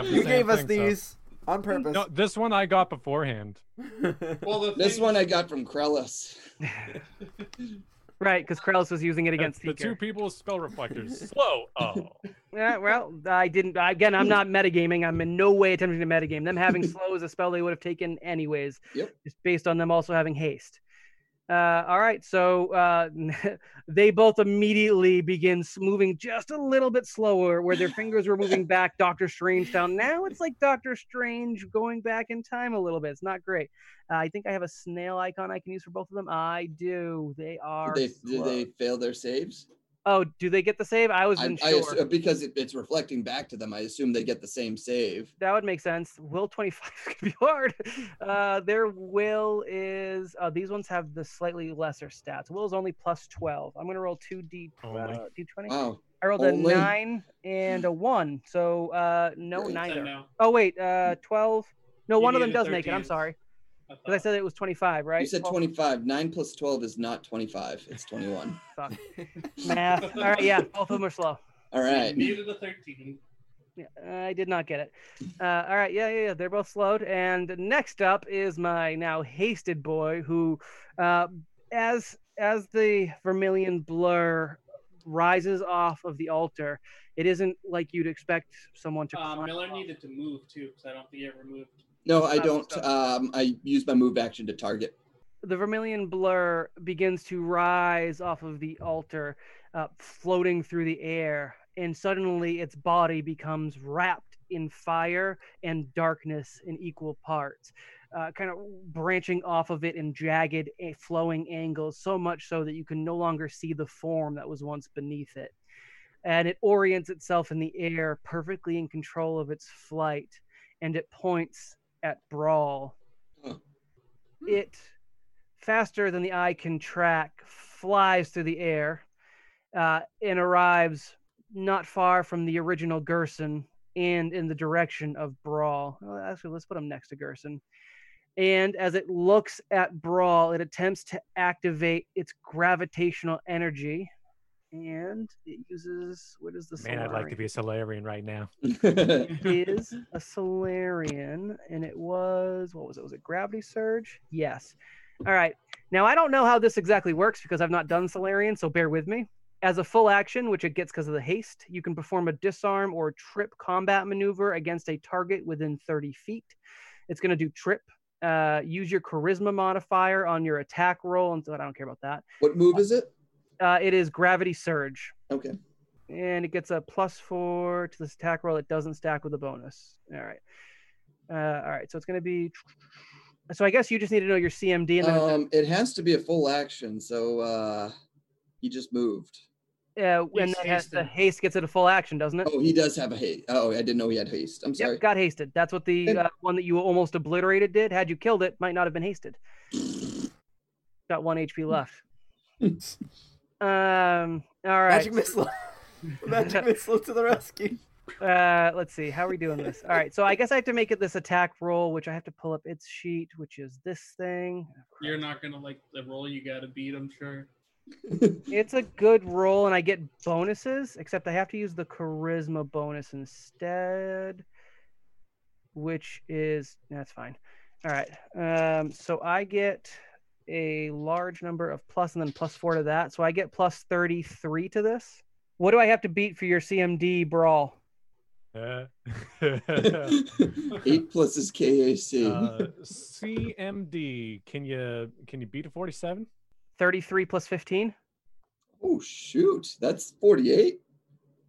S7: you
S4: Same
S7: gave us
S4: thing, so-
S7: these on purpose.
S4: No, this one I got beforehand.
S5: well, the
S2: This
S5: thing-
S2: one I got from Krellis.
S1: Right, because Krellis was using it against
S4: the two
S1: Seeker.
S4: people with spell reflectors. Slow. Oh.
S1: Yeah, well, I didn't. Again, I'm not metagaming. I'm in no way attempting to metagame. Them having slow is a spell they would have taken anyways.
S2: Yep.
S1: Just based on them also having haste. Uh, all right, so uh, they both immediately begin s- moving just a little bit slower, where their fingers were moving back Doctor Strange down. Now it's like Doctor Strange going back in time a little bit. It's not great. Uh, I think I have a snail icon I can use for both of them. I do. They are.
S2: Did they, did
S1: slow.
S2: they fail their saves?
S1: Oh, do they get the save? I was
S2: I,
S1: unsure.
S2: I assu- because it, it's reflecting back to them. I assume they get the same save.
S1: that would make sense. Will 25 is going to be hard. Uh, their will is, uh, these ones have the slightly lesser stats. Will is only plus 12. I'm going to roll 2d,
S4: Oh
S1: uh,
S4: my.
S1: d20.
S2: Wow.
S1: I rolled
S2: only-
S1: a 9 and a 1. So uh, no,
S2: Great.
S5: I
S1: neither.
S5: know.
S1: Oh, wait, uh, 12. No,
S5: You
S1: one of them
S5: needed
S1: does make it. I'm
S5: 13s.
S1: sorry.
S5: I
S1: Because I
S5: thought.
S1: said it was 25, right? Oh,
S2: You said
S1: Well,
S2: 25. 9 plus 12 is not 25. It's 21.
S1: fuck. Math. All right, yeah, both of them are slow.
S2: All
S5: You
S2: right.
S5: needed a 13.
S1: Yeah, I did not get it. Uh, all right, yeah, yeah, yeah. They're both slowed. And next up is my now hasted boy, who, uh, as as the vermilion blur rises off of the altar, it isn't like you'd expect someone to.
S5: Uh,
S1: climb
S5: Miller
S1: up.
S5: needed to move too, because I don't think he ever moved.
S2: No, I
S1: Stop,
S2: don't.
S1: stop.
S2: Um, I use my move action to target.
S1: the vermilion blur begins to rise off of the altar, uh, floating through the air, and suddenly its body becomes wrapped in fire and darkness in equal parts, uh, kind of branching off of it in jagged, eh, flowing angles, so much so that you can no longer see the form that was once beneath it. And it orients itself in the air, perfectly in control of its flight, and it points at Brawl it faster than the eye can track flies through the air uh, and arrives not far from the original Gerson and in the direction of Brawl. Well, actually, let's put him next to Gerson. And as it looks at Brawl, it attempts to activate its gravitational energy. And it uses what is the Solarian?
S4: a Solarian right now.
S1: is a Solarian, and it was what was it? Was it gravity surge? Yes. All right. Now I don't know how this exactly works because I've not done Solarian, so bear with me. As a full action, which it gets because of the haste, you can perform a disarm or trip combat maneuver against a target within 30 feet. It's going to do trip. Uh, use your charisma modifier on your attack roll, and so I don't care about that.
S2: what move is it?
S1: Uh, it is gravity surge
S2: Okay.
S1: and it gets a plus four to this attack roll. It doesn't stack with a bonus. All right. Uh, all right. So it's going to be. So I guess you just need to know your CMD, and then it's-
S2: Um, it has to be a full action. So uh, he just moved.
S1: uh, and
S5: he's
S1: then has, the
S5: hasted.
S1: haste gets it a full action, doesn't it?
S2: Oh, he does have a haste. Oh, I didn't know he had haste. I'm sorry.
S1: Yep, got hasted. That's what the
S2: And-
S1: uh, one that you almost obliterated did. Had you killed it, might not have been hasted. Got one HP left. um. All right.
S7: Magic missile. Magic missile to the rescue.
S1: Uh, let's see. How are we doing this? All right. So I guess I have to make it this attack roll, which I have to pull up its sheet, which is this thing. Oh,
S5: You're not gonna like the roll you gotta beat, I'm sure.
S1: It's a good roll, and I get bonuses, except I have to use the charisma bonus instead, which is that's fine. All right. Um, so I get a large number of plus and then plus four to that. So I get plus 33 to this. What do I have to beat for your CMD brawl?
S4: Uh,
S2: Eight plus his KAC.
S4: uh, CMD. Can you can you beat a 47?
S1: 33 plus 15?
S2: oh shoot, that's forty-eight.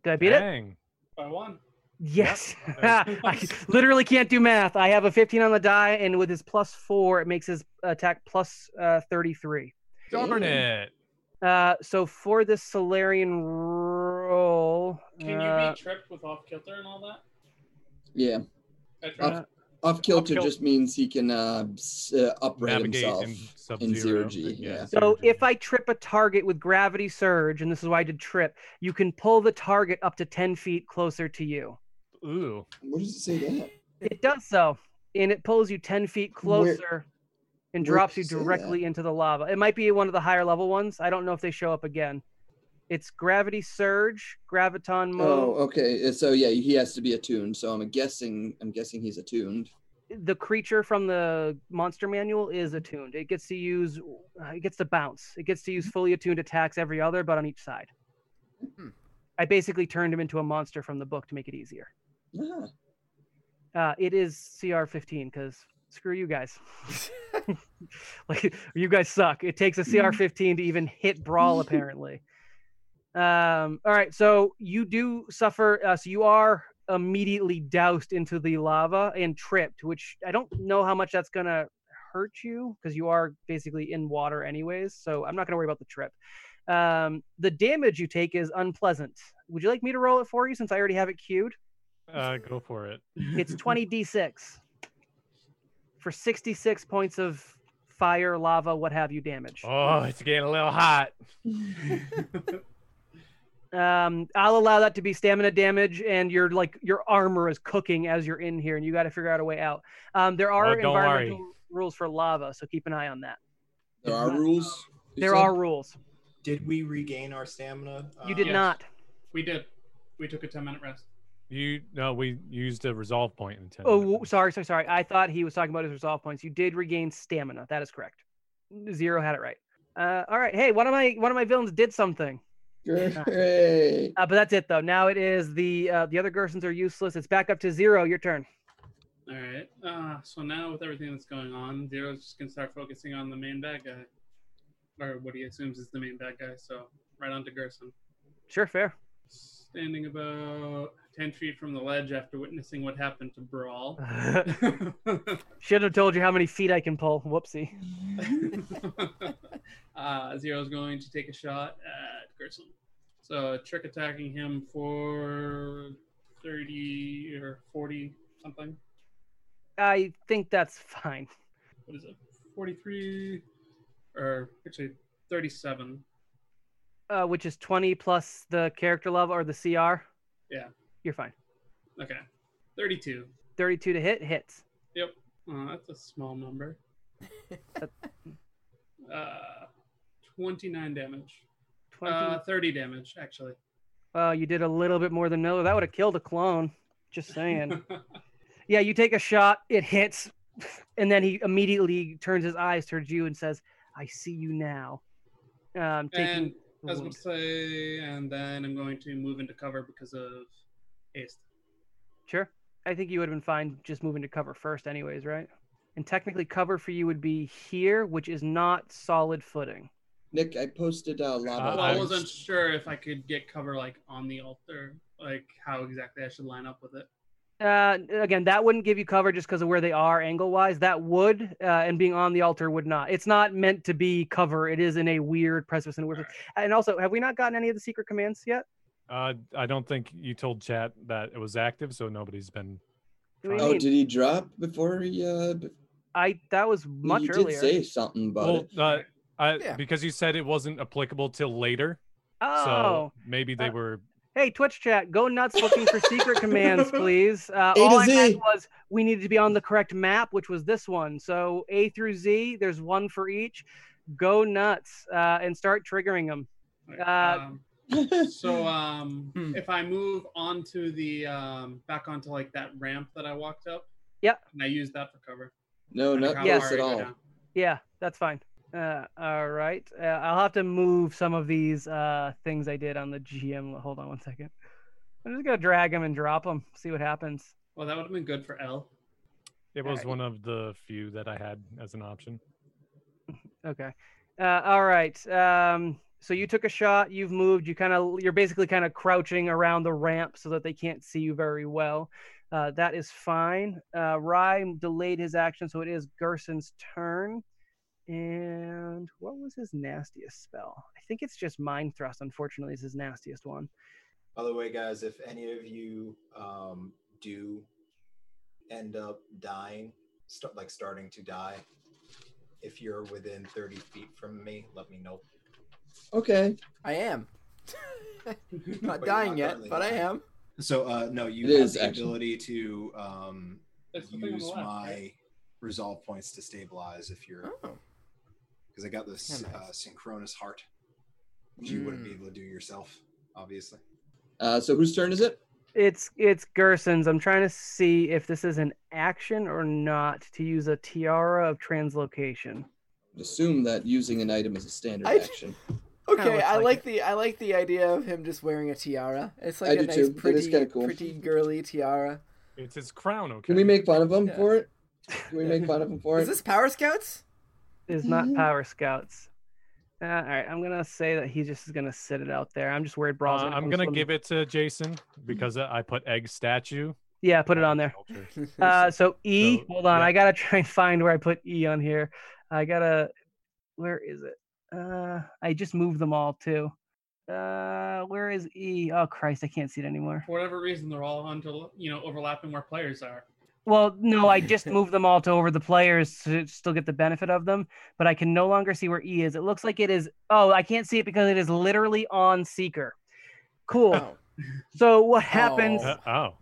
S1: Did I beat it?
S4: Dang.
S5: By one.
S1: Yes. I literally can't do math. I have a 15 on the die, and with his plus four, it makes his attack plus, uh, 33.
S4: Darn it.
S1: Uh, so for this Solarian roll.
S5: Can you
S1: uh,
S5: be tripped with off kilter and all that?
S2: Yeah.
S5: I tried.
S1: Uh,
S2: Off kilter
S4: Off-kilt-
S2: just means he can uh, s- uh, upright
S4: Navigate
S2: himself.
S4: in sub
S2: in zero G, yeah.
S1: So
S4: zero G.
S1: if I trip a target with gravity surge, and this is why I did trip, you can pull the target up to 10 feet closer to you.
S4: Ooh.
S2: Where does it say that?
S1: It does so, and it pulls you 10 feet
S2: Where-
S1: closer and
S2: where
S1: drops
S2: did
S1: you
S2: it say that?
S1: directly into the lava. It might be one of the higher level ones. I don't know if they show up again. It's gravity surge, graviton
S5: Mm.
S2: Oh,
S1: mode.
S2: okay. Uh, So yeah, he has to be attuned. So I'm guessing. I'm guessing he's attuned.
S1: The creature from the monster manual is attuned. It gets to use, uh, it gets to bounce. It gets to
S2: Hmm.
S1: use fully attuned attacks every other, but on each side.
S7: Hmm.
S1: I basically turned him into a monster from the book to make it easier.
S2: Ah,
S1: Uh, it is CR 15 because screw you guys. like you guys suck. It takes a CR 15 to even hit brawl apparently. Um, all right, so you do suffer. Uh, so you are immediately doused into the lava and tripped, which I don't know how much that's gonna hurt you because you are basically in water anyways. So I'm not gonna worry about the trip. Um, the damage you take is unpleasant. Would you like me to roll it for you since I already have it queued?
S4: Uh, go for it.
S1: It's 20d6 for 66 points of fire, lava, what have you damage.
S4: Oh, it's getting a little hot.
S1: Um, I'll allow that to be stamina damage, and your like your armor is cooking as you're in here, and you got to figure out a way out. Um, there are
S4: Oh, don't worry.
S1: environmental rules for lava, so keep an eye on that.
S2: there are rules. you
S1: There
S2: said?
S1: are rules.
S3: Did we regain our stamina? Um,
S1: You did
S5: yes.
S1: not.
S5: We did. We took a 10 minute rest.
S4: You no, we used a resolve point in ten.
S1: Oh, w-
S4: minutes.
S1: sorry, sorry, sorry. I thought he was talking about his resolve points. You did regain stamina. That is correct. Zero had it right. Uh, all right. Hey, one of my one of my villains did something.
S2: Great.
S1: Uh, but that's it though. Now it is the uh, the other Gersons are useless. It's back up to zero. Your turn.
S5: All right. Uh, so now with everything that's going on, Zero's just gonna start focusing on the main bad guy, or what he assumes is the main bad guy. So right on to Gerson,
S1: Sure, fair.
S5: standing about ten feet from the ledge after witnessing what happened to Brawl.
S1: Shouldn't have told you how many feet I can pull. Whoopsie.
S5: uh, Zero's going to take a shot at Gerson. So trick attacking him for thirty or forty something.
S1: I think that's fine.
S5: what is it, 43 or actually 37.
S1: Uh, which is twenty plus the character level or the CR.
S5: Yeah.
S1: You're fine.
S5: Okay, 32.
S1: Thirty-two to hit hits.
S5: Oh, that's a small number.
S1: That-
S5: uh, 29 damage.
S1: Twenty.
S5: Uh, 30 damage, actually.
S1: well, you did a little bit more than no. That would have killed a clone. Just saying. yeah, you take a shot. It hits, and then he immediately turns his eyes towards you and says, "I see you now." Um, taking.
S5: and
S1: the
S5: I was going
S1: wound.
S5: to say, and then I'm going to move into cover because of haste.
S1: Sure. I think you would have been fine just moving to cover first, anyways, right? And technically, cover for you would be here, which is not solid footing.
S2: Nick, I posted uh, lava.
S4: Uh,
S5: well, I
S4: I-
S5: wasn't sure if I could get cover like on the altar, like how exactly I should line up with it.
S1: Uh, again, that wouldn't give you cover just because of where they are angle wise. That would, uh, and being on the altar would not. It's not meant to be cover. It is in a weird precipice and weird. And also, have we not gotten any of the secret commands yet?
S4: Uh, I don't think you told chat that it was active, so nobody's been.
S1: What do you
S2: Oh,
S1: mean?
S2: did he drop before he? Uh, b-
S1: I that was much
S2: you
S1: earlier.
S2: did say something about
S4: Well,
S2: it.
S4: uh, I,
S7: Yeah.
S4: because you said it wasn't applicable till later,
S1: oh,
S4: so maybe they
S1: Uh,
S4: were.
S1: Hey, Twitch chat, go nuts looking for secret commands, please. Uh,
S2: A
S1: all
S2: to
S1: I meant
S2: Z.
S1: was we needed to be on the correct map, which was this one. So A through Z, there's one for each. Go nuts uh, and start triggering them.
S5: Like,
S1: Uh,
S5: um, so um
S7: Hmm.
S5: if i move onto the um back onto like that ramp that i walked up
S1: Yep.
S5: and i use that for cover
S2: Oh, no,
S5: And I
S2: not
S5: kinda
S2: close
S5: already
S2: at
S5: go
S2: all.
S5: down.
S1: Yeah, that's fine. Uh, all right, uh, I'll have to move some of these uh, things I did on the GM. Hold on one second. I'm just gonna drag them and drop them. See what happens.
S5: well that would have been good for l
S4: It
S1: all
S4: was
S1: right.
S4: one of the few that I had as an option.
S1: Okay. Uh, all right. Um, So you took a shot. You've moved. You kind of you're basically kind of crouching around the ramp so that they can't see you very well. Uh, that is fine. Uh, Rye delayed his action, so it is Gerson's turn. And what was his nastiest spell? I think it's just Mind Thrust. Unfortunately, is his nastiest one.
S3: By the way, guys, if any of you um, do end up dying, st- like starting to die, if you're within 30 feet from me, let me know.
S2: Okay.
S7: I am.
S3: But
S7: not
S3: you're
S7: dying
S3: not
S7: yet,
S3: currently
S7: but I
S3: dying.
S7: am.
S3: So, uh, no, you
S2: It
S3: have
S2: is
S3: the
S2: action.
S3: ability to um,
S5: That's the thing on
S3: use
S5: the left.
S3: my
S5: right?
S3: resolve points to stabilize if you're
S7: Oh.
S3: because I got this
S7: Yeah, nice.
S3: uh, synchronous heart, which you wouldn't be able to do yourself, obviously.
S2: Uh, so whose turn is it?
S1: It's it's Gerson's. I'm trying to see if this is an action or not to use a tiara of translocation.
S2: Assume that using an item is a standard
S7: I-
S2: action.
S1: Kinda
S7: Okay,
S1: looks
S7: I
S1: like
S7: like, the I like the idea of him just wearing a tiara. It's
S2: I
S7: like a
S2: do
S7: nice,
S2: too. It is
S7: pretty,
S2: kinda cool.
S7: pretty girly tiara.
S4: It's his crown, okay?
S2: Can we make fun of him
S7: Yeah.
S2: for it? Can we make fun of him for
S7: Is
S2: it?
S7: this Power Scouts?
S1: Is not
S2: Mhm.
S1: Power Scouts. Uh, all right, I'm gonna say that he just is gonna sit it out there. I'm just worried.
S4: Uh,
S1: Brawl's
S4: I'm gonna give it to Jason because uh, I put egg statue.
S1: Yeah, put it on there. Uh, so E,
S4: So,
S1: hold on,
S4: yeah.
S1: I gotta try and find where I put E on here. I gotta, where is it? Uh, I just moved them all too. Uh, where is E? Oh Christ, I can't see it anymore.
S5: For whatever reason, they're all onto you know overlapping where players are.
S1: Well, no, I just moved them all to over the players to still get the benefit of them, but I can no longer see where E is. It looks like it is. Oh, I can't see it because it is literally on Seeker. Cool.
S7: Oh.
S1: So what happens?
S7: Oh.
S4: Uh, oh.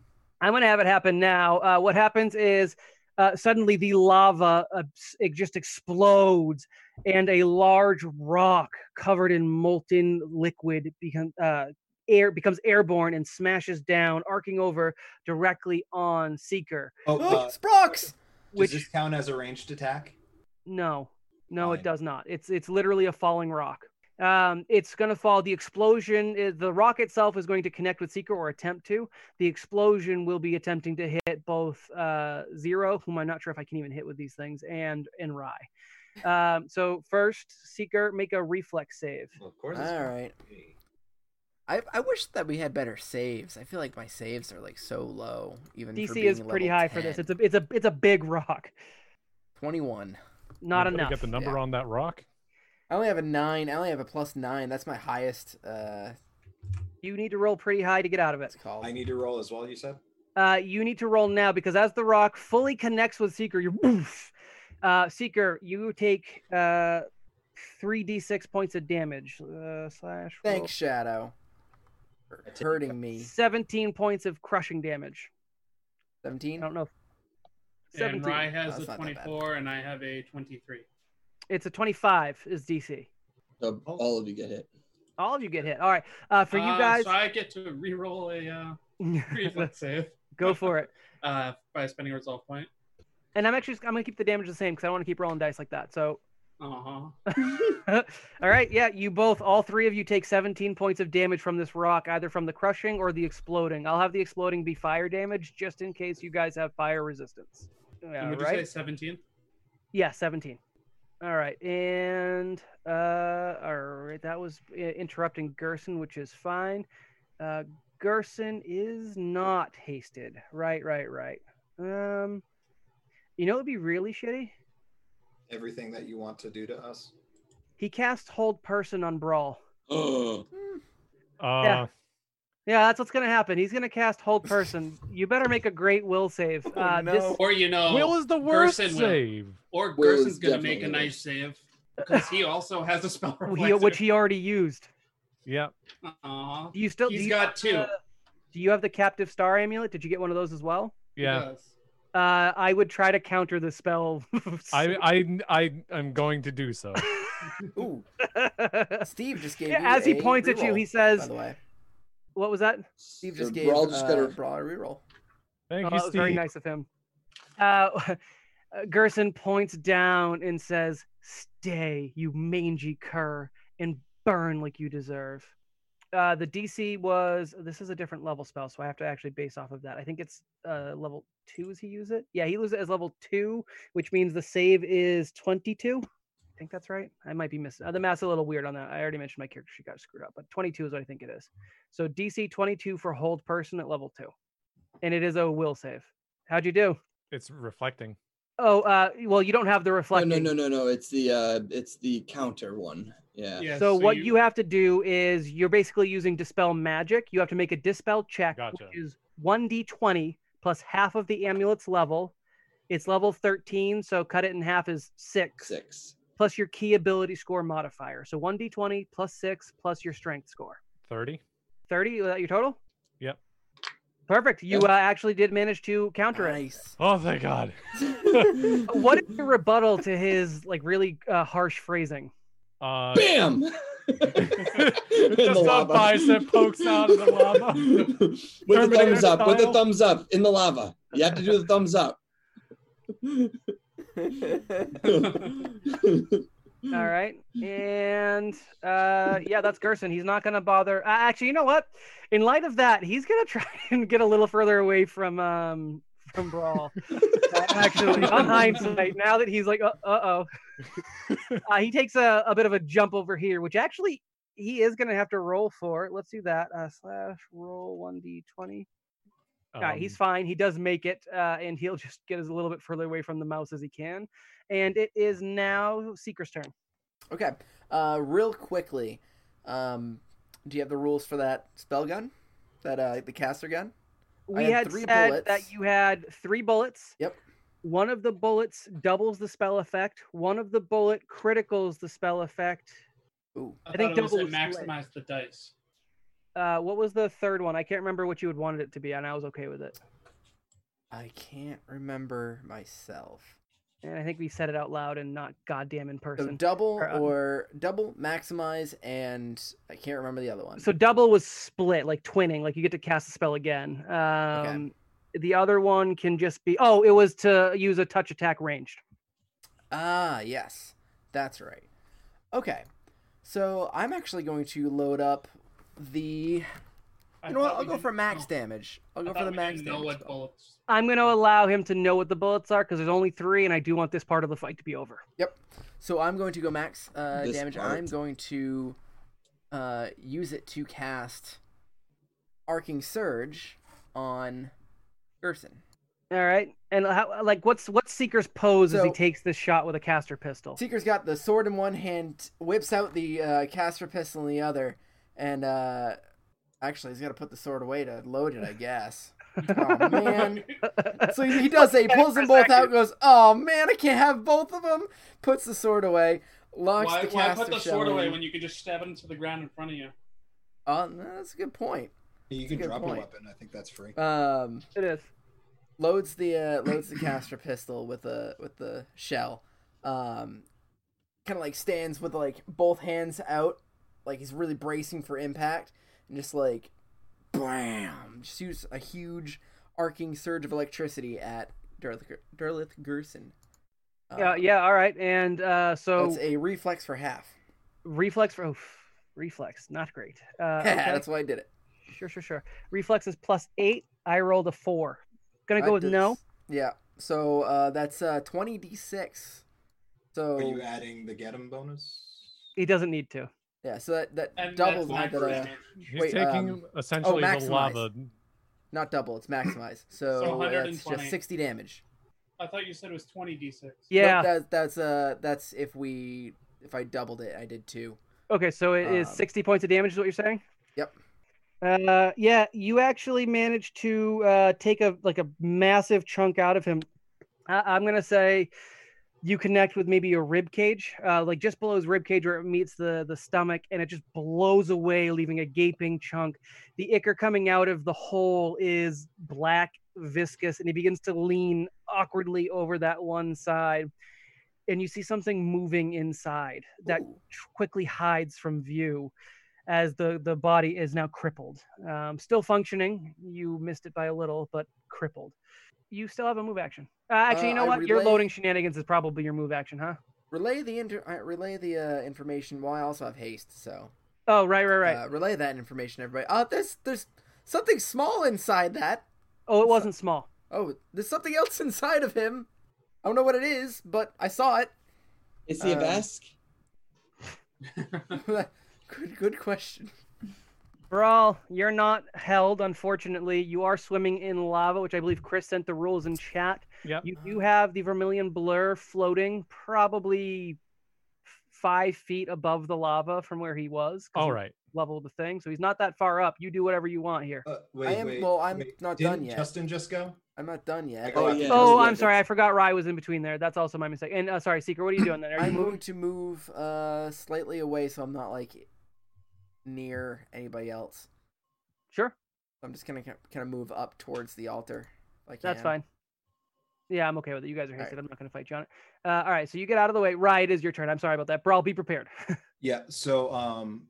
S1: I'm going to have it happen now. Uh, what happens is uh, suddenly the lava uh, s- it just explodes, and a large rock covered in molten liquid become, uh, air becomes airborne and smashes down, arcing over directly on Seeker.
S3: Oh,
S7: Oh,
S3: uh,
S7: Sprox!
S1: Which
S3: does this count as a ranged attack?
S1: no, no, it
S3: Fine.
S1: does not. It's it's literally a falling rock. Um, it's going to fall. The explosion, is, the rock itself is going to connect with Seeker or attempt to. The explosion will be attempting to hit both uh, Zero, whom I'm not sure if I can even hit with these things, and and Rye. Um, so first, Seeker, make a reflex save.
S3: Well, of course.
S7: All right.
S3: right.
S7: I, I wish that we had better saves. I feel like my saves are like so low. Even for
S1: DC
S7: being
S1: is pretty
S7: level
S1: high for this.
S7: 10.
S1: It's a it's a it's a big rock.
S7: twenty-one.
S1: Not
S4: Anybody
S1: enough.
S4: Get the number
S7: Yeah.
S4: on that rock.
S7: I only have a nine. I only have a plus nine. That's my highest. Uh,
S1: You need to roll pretty high to get out of it.
S7: it's called.
S3: I need to roll as well. You said.
S1: Uh, you need to roll now because as the rock fully connects with Seeker, you boof. Uh, Seeker, you take uh, 3d6 points of damage. Uh, slash. roll.
S7: Thanks, Shadow. For
S3: I take-
S7: hurting me.
S1: 17 points of crushing damage. I
S7: Seventeen.
S1: don't know. if-
S5: And
S1: 17.
S5: Rye has
S7: That's
S5: a
S7: not that bad.
S5: 24, and I have a 23.
S1: It's a 25 is DC.
S2: So
S4: Oh.
S2: all of you get hit.
S1: All of you get hit. All right. Uh, for you
S5: Uh,
S1: guys,
S5: so I get to reroll a uh, reflex save
S1: go for it.
S5: uh, by spending a resolve point.
S1: And I'm actually just- I'm gonna keep the damage the same because I want to keep rolling dice like that. So,
S5: Uh
S1: all right, yeah, you both, all three of you, take 17 points of damage from this rock, either from the crushing or the exploding. I'll have the exploding be fire damage just in case you guys have fire resistance.
S5: huh.
S1: Yeah,
S5: Would
S1: right.
S5: you say 17?
S1: Yeah, 17. All right. And uh all right, that was uh, interrupting Gerson, which is fine. Uh Gerson is not hasted. Right, right, right. Um you know it would be really shitty?
S3: Everything that you want to do to us.
S1: He casts hold person on brawl.
S2: Oh,
S4: Uh,
S1: Yeah, that's what's gonna happen. He's gonna cast hold person. You better make a great will save.
S7: Oh,
S1: uh,
S7: no.
S5: Or you know,
S4: Will is the worst
S5: Gerson will.
S4: save.
S5: or
S2: Will
S5: Gerson's
S2: is
S5: gonna make a
S2: definitely-
S5: nice save because he also has a spell
S1: this,
S5: reflex.
S1: he, which he already used.
S4: Yeah.
S5: uh
S1: Do you still? do
S5: He's
S1: you
S5: got
S1: have
S5: two.
S1: the- uh, do you have the captive star amulet? Did you get one of those as well?
S4: Yeah.
S1: Uh, I would try to counter the spell.
S4: I I I am going to do so.
S7: Ooh, Steve just gave.
S1: Yeah,
S7: you
S1: as he
S7: a
S1: points at you,
S7: reroll,
S1: he
S7: By
S1: says,
S7: the way,
S1: "What was that?"
S7: Steve
S2: so
S7: just gave
S2: Brawl just
S7: uh,
S2: got her-
S7: Brawl a reroll.
S1: Oh,
S4: Thank
S1: that
S4: you,
S1: was
S4: Steve.
S1: very nice of him. Uh, Gerson points down and says, "Stay, you mangy cur, and burn like you deserve." Uh, the DC was this is a different level spell, so I have to actually base off of that. I think it's uh, level two. Is he use it? Yeah, he uses it as level two, which means the save is twenty-two. think that's right. I might be missing. Uh, the math's a little weird on that. I already mentioned my character she got screwed up, but 22 is what I think it is. So DC 22 for hold person at level two, and it is a will save. How'd you do?
S4: It's reflecting.
S1: Oh, uh, well, you don't have the
S2: No,
S1: reflecting.
S2: no, no, no, no. It's the uh, it's the counter one. Yeah.
S5: Yeah,
S1: so, what you... have to do is you're basically using dispel magic. You have to make a dispel check,
S4: Gotcha.
S1: which is one d20 plus half of the amulet's level. It's level 13, so cut it in half is six,
S2: Six.
S1: plus your key ability score modifier. So one d20 plus six plus your strength score.
S4: 30.
S1: 30 was that your total
S4: Yep.
S1: perfect you
S2: Yeah.
S1: uh, actually did manage to counter it
S7: Nice.
S4: Oh, thank God.
S1: what is your rebuttal to his like really uh, harsh phrasing
S4: Uh,
S2: Bam!
S4: Just
S2: In
S4: a
S2: the lava.
S4: bicep pokes out of the lava.
S2: with the
S4: Terminator
S2: thumbs up. With the
S4: style.
S2: thumbs up in the lava. You have to do the thumbs up.
S1: all right and uh yeah that's gerson he's not gonna bother uh, actually you know what in light of that he's gonna try and get a little further away from um from brawl actually on hindsight now that he's like uh, uh-oh uh, he takes a, a bit of a jump over here which actually he is gonna have to roll for let's do that uh slash roll 1d20 Yeah, he's
S4: um,
S1: fine. He does make it, uh, and he'll just get as a little bit further away from the mouse as he can. And it is now Seeker's turn.
S7: Okay. Uh, real quickly, um, do you have the rules for that spell gun? That uh, the caster gun?
S1: We
S7: had
S1: had
S7: three
S1: said
S7: bullets.
S1: that you had three bullets.
S7: Yep.
S1: One of the bullets doubles the spell effect. One of the bullet criticals the spell effect.
S7: Ooh.
S1: I
S5: I,
S1: think
S5: think double
S1: double is split.
S5: maximize the dice.
S1: Uh, what was the third one? I can't remember what you had wanted it to be, and I was okay with it.
S7: I can't remember myself.
S1: And I think we said it out loud and not goddamn in
S7: So
S1: person.
S7: double
S1: or, uh,
S7: or double maximize and I can't remember the other one.
S1: So double was split, like twinning, like you get to cast a spell again. Um, The other one can just be oh, it was to use a touch attack ranged.
S7: ah, yes. That's right. Okay. So I'm actually going to load up the
S5: I
S7: You know what?
S5: thought
S7: I'll
S5: we
S7: go
S5: didn't
S7: for max
S5: know.
S7: damage. I'll go
S5: I
S7: for
S5: thought
S7: the
S5: we
S7: max
S5: didn't know
S7: damage.
S5: what
S7: spell.
S5: bullets.
S1: I'm going to allow him to know what the bullets are because there's only three, and I do want this part of the fight to be over.
S7: So I'm going to go max uh,
S2: This
S7: damage.
S2: part.
S7: I'm going to uh, use it to cast Arcing Surge on Gerson.
S1: All right, and how, like, what's what's Seeker's pose as he
S7: So-
S1: takes this shot with a caster pistol?
S7: Seeker's got the sword in one hand, whips out the uh, caster pistol in the other, and uh, actually he's got to put the sword away to load it, I guess. Oh man! So he he does that. He pulls them both out. Goes, oh man, I can't have both of them. Puts the sword away. Locks
S5: Why,
S7: the
S5: why
S7: caster
S5: put the
S7: shell
S5: sword away
S7: in.
S5: when you could just stab it into the ground in front of you?
S7: Uh, that's a good point.
S3: you
S7: That's a
S3: can
S7: good
S3: drop
S7: point.
S3: a weapon. I think that's free.
S7: Um,
S1: It is.
S7: loads the uh, loads the caster pistol with the with the shell. Um, kind of like stands with like both hands out, like he's really bracing for impact, and just like, bam! Just shoots a huge arcing surge of electricity at Durlith, Ger- Durlith Gerson. Uh,
S1: Yeah, yeah. All right, and uh, so
S7: That's a reflex for half.
S1: reflex for oof, reflex, not great. Uh, okay.
S7: That's why I did it.
S1: Sure, sure, sure. Reflex is plus eight. I rolled a four. Gonna go
S7: That
S1: with no.
S7: does- Yeah. So uh, that's uh, twenty d six. So
S3: Are you adding the get 'em bonus?
S1: He doesn't need to.
S7: yeah, so that that
S5: And
S7: doubles my
S5: that's
S7: the.
S5: max damage.
S4: He's
S7: wait,
S4: taking
S7: um,
S1: oh,
S4: essentially the
S7: maximize.
S4: lava.
S7: Not double, it's maximized. So,
S5: So
S7: that's just
S5: 120.
S7: 60 damage.
S5: I thought you said it was 20 d6.
S7: Nope,
S1: Yeah.
S7: that, that's uh that's if we if I doubled it, I did two.
S1: Okay, so it is
S7: Um,
S1: 60 points of damage, is what you're saying?
S7: Yep.
S1: Uh, yeah, you actually managed to uh, take a like a massive chunk out of him. I- I'm gonna say you connect with maybe your rib cage, uh, like just below his rib cage where it meets the the stomach, and it just blows away, leaving a gaping chunk. The ichor coming out of the hole is black, viscous, and he begins to lean awkwardly over that one side. And you see something moving inside that
S7: Ooh.
S1: tr- quickly hides from view as the, the body is now crippled. Um, still functioning. You missed it by a little, but crippled. You still have a move action. Uh, actually, you
S7: Uh,
S1: know
S7: I
S1: what? Your
S7: relay-
S1: loading shenanigans is probably your move action, huh?
S7: relay the inter- uh, relay the uh, information. Well, I also have haste, so
S1: Oh, right, right, right.
S7: uh, relay that information, everybody. Oh, there's there's something small inside that.
S1: oh, it
S7: so-
S1: wasn't small.
S7: Oh, there's something else inside of him. I don't know what it is, but I saw it.
S2: Is he a
S7: Um,
S2: Basque?
S7: good, good question.
S1: Brawl, you're not held, unfortunately. You are swimming in lava, which I believe Chris sent the rules in chat.
S4: Yep.
S1: You do have the vermilion blur floating probably f- five feet above the lava from where he was. 'cause
S4: All
S1: he
S4: right.
S1: Leveled the thing, so he's not that far up. You do whatever you want here.
S7: Oh,
S3: Uh, wait,
S7: I am-
S3: wait,
S7: well, I'm
S3: wait.
S7: not
S3: Didn't
S7: done yet.
S3: Justin just go.
S7: I'm not done
S3: I
S7: yet.
S3: go
S2: Oh,
S3: after
S2: yeah.
S3: Justin.
S1: Oh,
S2: yeah,
S1: I'm sorry. I forgot Rye was in between there. That's also my mistake. And uh, sorry, Seeker, what are you doing then? Are you
S7: I'm
S1: moving?
S7: going to move uh slightly away, so I'm not like near anybody else.
S1: Sure,
S7: I'm just gonna kind of move up towards the altar. Like
S1: that's fine. Yeah, I'm okay with it. You guys are
S7: All right.
S1: hasted. I'm not going to fight you on it. Uh, all right, so you get out of the way. Rye, it is your turn. I'm sorry about that. Brawl, be prepared.
S3: Yeah. So um,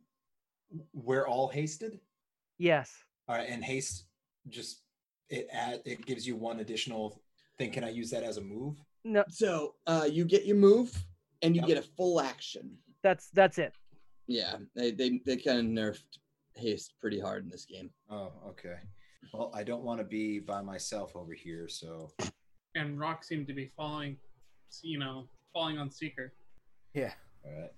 S3: we're all hasted.
S1: yes.
S3: All right, and haste just it add, it gives you one additional thing. Can I use that as a move?
S1: No,
S2: So uh, you get your move and you
S3: Yep.
S2: get a full action.
S1: that's that's it.
S2: Yeah, they they, they kind of nerfed haste pretty hard in this game.
S3: Oh, okay. Well, I don't want to be by myself over here, so
S5: and Rock seemed to be falling, you know, falling on Seeker.
S7: Yeah.
S3: all right.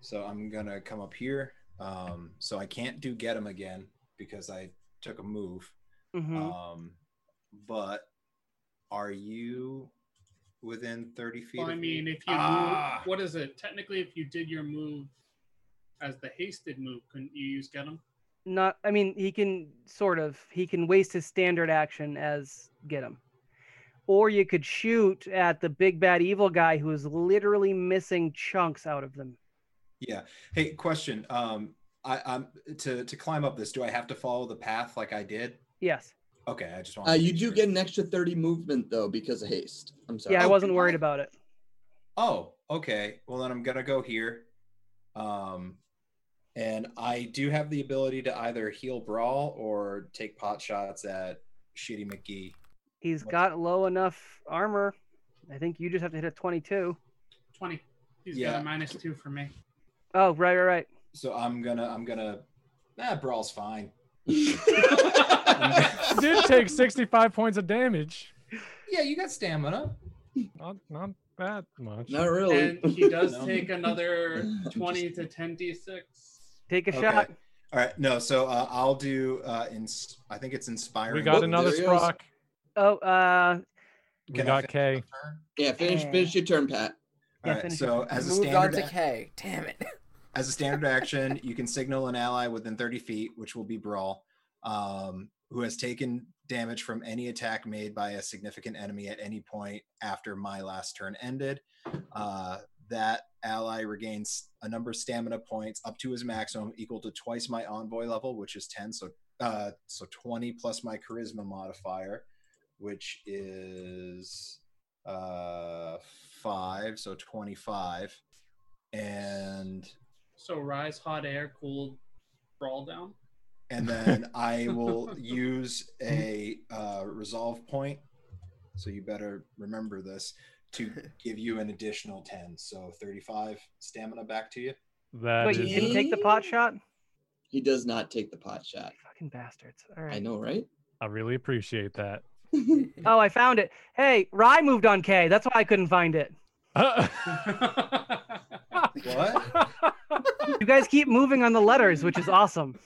S3: So I'm gonna come up here. Um, so I can't do get him again because I took a move.
S5: Mm-hmm.
S1: Mhm.
S3: Um, but are you within 30 feet?
S5: Well, I
S3: of
S5: mean,
S3: me?
S5: if you
S3: Ah!
S5: move, what is it? Technically, if you did your move as the hasted move, couldn't you use get him?
S1: Not. I mean, he can sort of. He can waste his standard action as get him, or you could shoot at the big bad evil guy who is literally missing chunks out of them.
S3: Yeah. Hey, question. Um, I, I'm to to climb up this. Do I have to follow the path like I did?
S1: Yes.
S3: Okay, I just want.
S2: Uh, you do get an extra 30 movement though because of haste. I'm sorry.
S1: Yeah, I
S3: Oh,
S1: wasn't
S3: good
S1: worried
S3: point.
S1: about it.
S3: Oh, okay. Well, then I'm gonna go here. Um, and I do have the ability to either heal brawl or take pot shots at Shitty McGee.
S1: He's
S3: What's-
S1: got low enough armor. I think you just have to hit a 22.
S5: 20. He's got
S3: Yeah.
S5: a minus two for me.
S1: Oh, right, right, right.
S3: So I'm gonna I'm gonna. Nah, brawl's fine.
S4: She did take 65 points of damage.
S3: Yeah, you got stamina.
S4: Not not that much.
S2: Not really.
S5: And he does
S3: No.
S5: take another
S2: I'm
S5: 20 to 10d6.
S1: Take a
S3: Okay.
S1: shot.
S3: All right, no. So uh, I'll do. Uh, ins- I think it's inspiring.
S4: We got
S2: Whoa,
S4: another
S2: there he goes.
S4: Sprock.
S1: Oh, uh,
S4: We
S3: Can I
S4: got
S3: finish
S4: K.
S3: the turn?
S2: yeah, finish
S1: Eh.
S2: finish your turn, Pat.
S1: Yeah,
S3: All right.
S1: finish
S3: So
S1: it.
S7: I
S3: as a
S7: moved on
S3: standard,
S7: to K. Damn it.
S3: as a standard action, you can signal an ally within 30 feet, which will be brawl, um, who has taken damage from any attack made by a significant enemy at any point after my last turn ended. Uh, that ally regains a number of stamina points up to his maximum, equal to twice my envoy level, which is 10. So uh, so 20 plus my charisma modifier, which is uh, five, so 25. And
S5: So rise, hot air, cooled, brawl down.
S3: and then I will use a uh, resolve point. So you better remember this to give you an additional 10. So 35 stamina back to you.
S4: That
S1: wait,
S4: is
S1: you didn't take the pot shot?
S2: He does not take the pot shot.
S1: Fucking bastards. All
S2: I
S1: right.
S2: know, right?
S4: I really appreciate that.
S1: Oh, I found it. Hey, Rye moved on K. That's why I couldn't find it.
S5: Oh,
S3: What?
S1: You guys keep moving on the letters, which is awesome.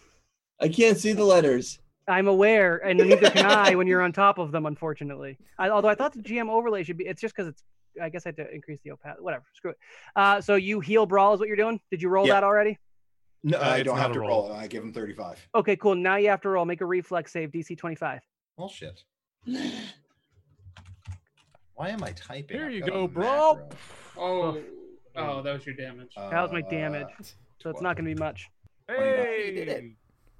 S2: I can't see the letters.
S1: I'm aware, and neither can I when you're on top of them, unfortunately. I, although I thought the GM overlay should be, it's just because it's, I guess I had to increase the opat. Whatever, screw it. Uh, so you heal brawl is what you're doing? Did you roll
S3: Yeah.
S1: that already?
S3: No,
S4: Uh,
S3: I
S4: it's
S3: don't
S4: not
S3: have
S4: a
S3: to
S4: roll.
S3: roll. I give him 35.
S1: Okay, cool. Now you have to roll. Make a reflex save, DC 25.
S3: Well, shit.
S2: That's
S3: Why am I typing?
S4: Here
S3: I've
S4: you
S3: got a
S4: go, bro.
S3: macro.
S5: Oh, oh, that was your damage.
S1: That was my
S3: Uh,
S1: damage. So it's not going to be much.
S4: Hey.
S7: You did it.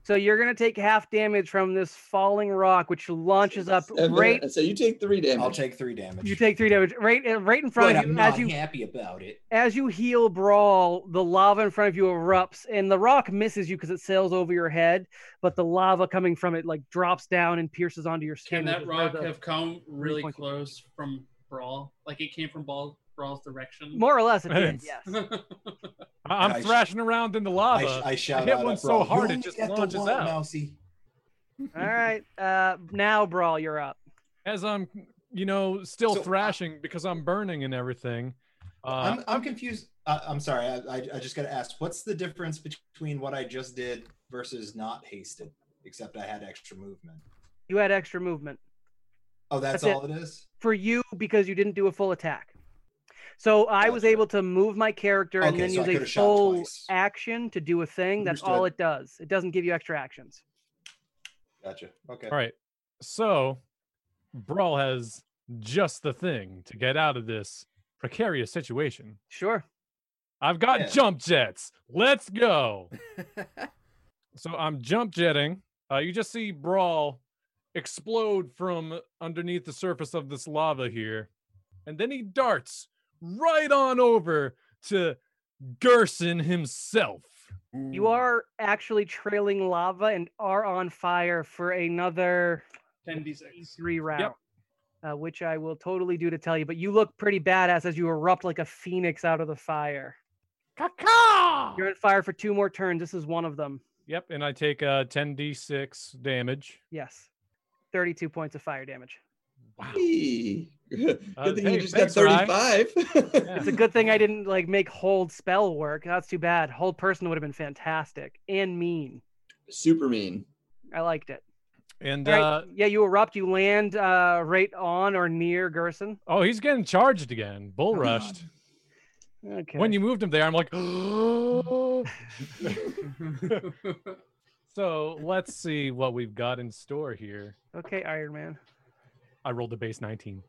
S1: So you're going to take half damage from this falling rock, which launches up right.
S2: So you take three damage.
S3: I'll take three damage.
S1: You take three damage right, right in front
S3: But
S1: of you.
S3: I'm
S1: As
S3: not
S1: you
S3: happy about it.
S1: as you heal brawl, the lava in front of you erupts, and the rock misses you because it sails over your head, but the lava coming from it like drops down and pierces onto your skin.
S5: Can
S1: which
S5: that
S1: is where
S5: rock
S1: the-
S5: have come really
S1: points.
S5: close from Brawl? Like it came from Ball, Brawl's direction?
S1: more or less? It did, yes.
S4: I-
S3: I
S4: I'm
S3: sh-
S4: thrashing around in the
S3: I,
S4: lava.
S3: sh- I shout
S4: hit
S3: out
S4: one
S3: at
S4: so
S3: Brawl, "You
S4: hard it
S3: only
S4: just
S3: got the
S4: launches
S3: one,
S4: out."
S3: Mousy.
S1: All right, uh, now brawl, you're up.
S4: As I'm, you know, still
S3: So, uh,
S4: thrashing because I'm burning and everything, Uh,
S3: I'm, I'm confused. Uh, I'm sorry. I, I, I just got to ask what's the difference between what I just did versus not hasted, except I had extra movement?
S1: You had extra movement
S3: Oh, that's,
S1: That's it.
S3: all it is?
S1: for you because you didn't do a full attack. So I was
S3: Gotcha.
S1: able to move my character and
S3: Okay,
S1: then
S3: so I
S1: use a
S3: could've shot
S1: full
S3: twice.
S1: action to do a thing. That's all it does. It doesn't give you extra actions.
S3: Gotcha. Okay.
S4: all right. So, Brawl has just the thing to get out of this precarious situation.
S1: Sure.
S4: I've got
S3: Yeah.
S4: jump jets. Let's go. So I'm jump jetting. Uh, you just see Brawl explode from underneath the surface of this lava here. And then he darts right on over to Gerson himself.
S1: You are actually trailing lava and are on fire for another
S5: 10d6.
S1: three round, uh, which I will totally do to tell you. But you look pretty badass as you erupt like a phoenix out of the fire. You're on fire for two more turns. This is one of them.
S4: Yep, and I take uh, 10d6 damage.
S1: Yes. 32 points of fire damage.
S2: Hey. Good
S4: Uh,
S2: thing
S4: hey,
S2: you just
S4: thanks, Ryan.
S2: got 35.
S4: Yeah.
S1: It's a good thing I didn't like make hold spell work. That's too bad. Hold person would have been fantastic and mean.
S2: Super mean.
S1: I liked it.
S4: And
S1: All right,
S4: uh,
S1: yeah, you erupt. You land uh, right on or near Gerson.
S4: oh, he's getting charged again. Bull
S2: God.
S4: rushed.
S1: Okay.
S4: When you moved him there, I'm like, so let's see what we've got in store here.
S1: okay, Iron Man.
S4: I rolled the base 19.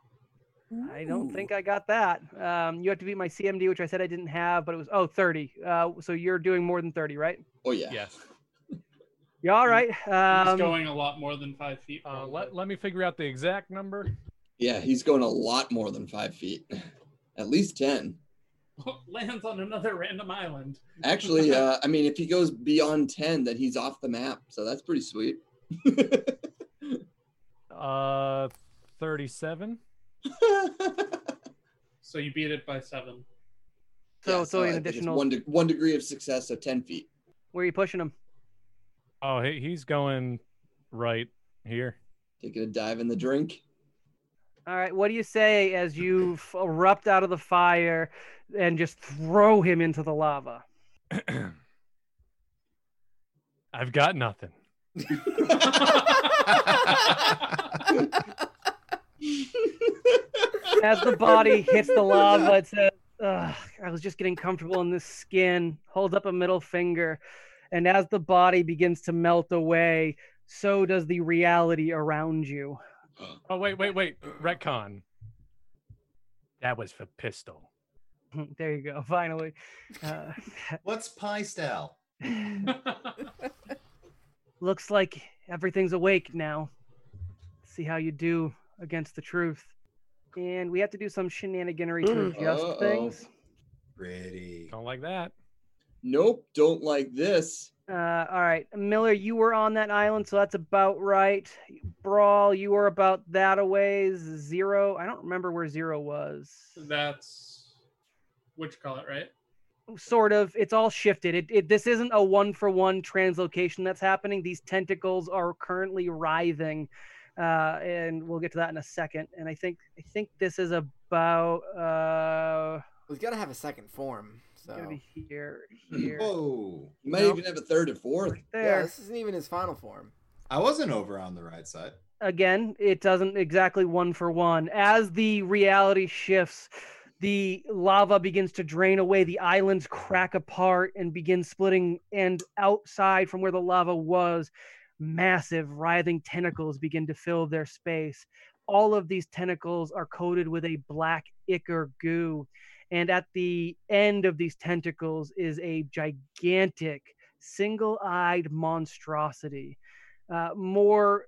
S1: I don't think I got that. Um, you have to beat my CMD, which I said I didn't have, but it was oh 30. Uh, so you're doing more than 30, right?
S2: Oh, yeah.
S4: Yes.
S1: Yeah, all right.
S5: He's
S1: Um,
S5: going a lot more than five feet.
S4: Uh,
S5: probably.
S4: let, let me figure out the exact number.
S2: Yeah, he's going a lot more than five feet. At least 10.
S5: Lands on another random island.
S2: Actually, uh, I mean, if he goes beyond 10, then he's off the map. So that's pretty sweet.
S4: Uh, 37.
S5: So you beat it by seven.
S1: So
S2: Yeah,
S1: it's only
S2: I
S1: an
S2: think it's
S1: additional-
S2: one, de- one degree of success, so 10 feet.
S1: where are you pushing him?
S4: Oh, he, he's going right here.
S2: Taking a dive in the drink.
S1: All right. What do you say as you f- erupt out of the fire and just throw him into the lava?
S4: I've got nothing.
S1: As the body hits the lava, it says, Ugh, I was just getting comfortable in this skin. Holds up a middle finger. And as the body begins to melt away, so does the reality around you.
S4: Oh, wait, wait, wait. Retcon. That was for pistol.
S1: there you go. Finally. Uh,
S3: What's pie style?
S1: looks like everything's awake now. See how you do against the truth. And we have to do some shenaniganery to adjust
S2: Uh-oh.
S1: things.
S3: Pretty.
S4: Don't like that.
S2: Nope, don't like this.
S1: Uh, all right, Miller, you were on that island, so that's about right. Brawl, you were about that a ways. Zero, I don't remember where zero was.
S5: That's what you call it, right?
S1: Sort of, it's all shifted. It, it this isn't a one for one translocation that's happening. These tentacles are currently writhing, uh, and we'll get to that in a second. And I think I think this is about uh,
S7: We've got to have a second form. So
S1: gonna be here, here,
S3: Whoa.
S2: You might
S1: No.
S2: even have a third or fourth.
S1: right
S7: yeah,
S1: there.
S7: this isn't even his final form.
S3: I wasn't over on the right side.
S1: again, it doesn't exactly one for one. As the reality shifts, the lava begins to drain away, the islands crack apart and begin splitting, and outside from where the lava was, massive writhing tentacles begin to fill their space. All of these tentacles are coated with a black ichor goo, and at the end of these tentacles is a gigantic single eyed monstrosity. Uh, more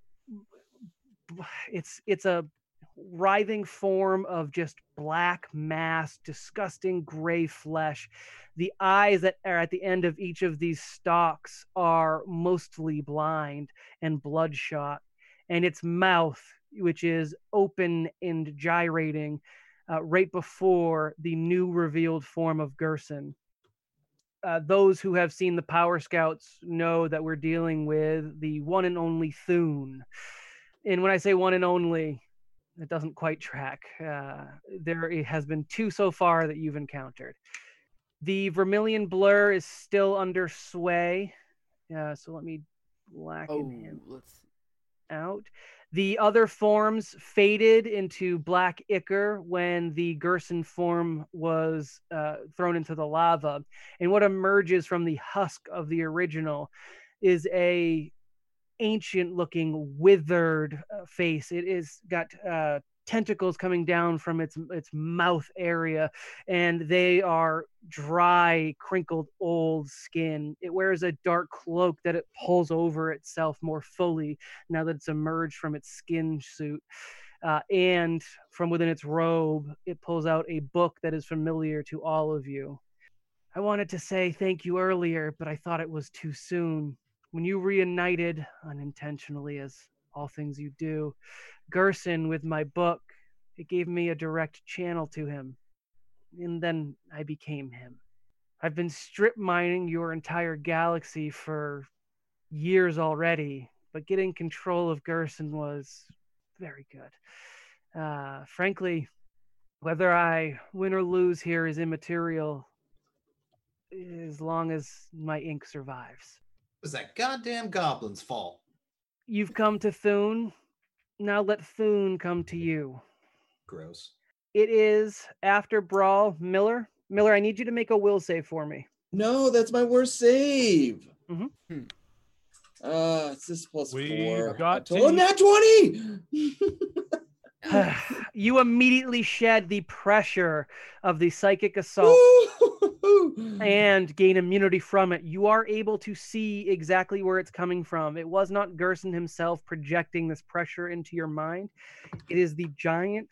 S1: it's it's a writhing form of just black mass disgusting gray flesh the eyes that are at the end of each of these stalks are mostly blind and bloodshot and its mouth which is open and gyrating uh, right before the new revealed form of gerson uh, those who have seen the power scouts know that we're dealing with the one and only thune and when I say one and only, It doesn't quite track. Uh, there i- has been two so far that you've encountered. The vermilion blur is still under sway. Uh, so let me blacken
S7: Oh,
S1: him
S7: let's. see.
S1: out. The other forms faded into black ichor when the Gerson form was uh, thrown into the lava. And what emerges from the husk of the original is a ancient looking withered uh, face. It is got uh, tentacles coming down from its its mouth area and they are dry crinkled old skin it wears a dark cloak that it pulls over itself more fully now that it's emerged from its skin suit. Uh, and from within its robe, it pulls out a book that is familiar to all of you. I wanted to say thank you earlier, but I thought it was too soon. When you reunited, unintentionally, as all things you do, Gerson with my book, it gave me a direct channel to him. And then I became him. I've been strip mining your entire galaxy for years already, but getting control of Gerson was very good. Uh, frankly, whether I win or lose here is immaterial as long as my ink survives.
S3: was that goddamn goblin's fault.
S1: You've come to Thune. Now let Thune come to you.
S3: Gross.
S1: It is after Brawl Miller. Miller, I need you to make a will save for me.
S2: No, that's my worst save.
S1: Mhm.
S7: Hmm.
S2: Uh, it's this plus
S4: We've
S2: four.
S4: got
S2: I told him
S4: to-
S2: not twenty.
S1: you immediately shed the pressure of the psychic assault
S2: Woo-hoo-hoo.
S1: and gain immunity from it. You are able to see exactly where it's coming from. It was not Gerson himself projecting this pressure into your mind. It is the giant,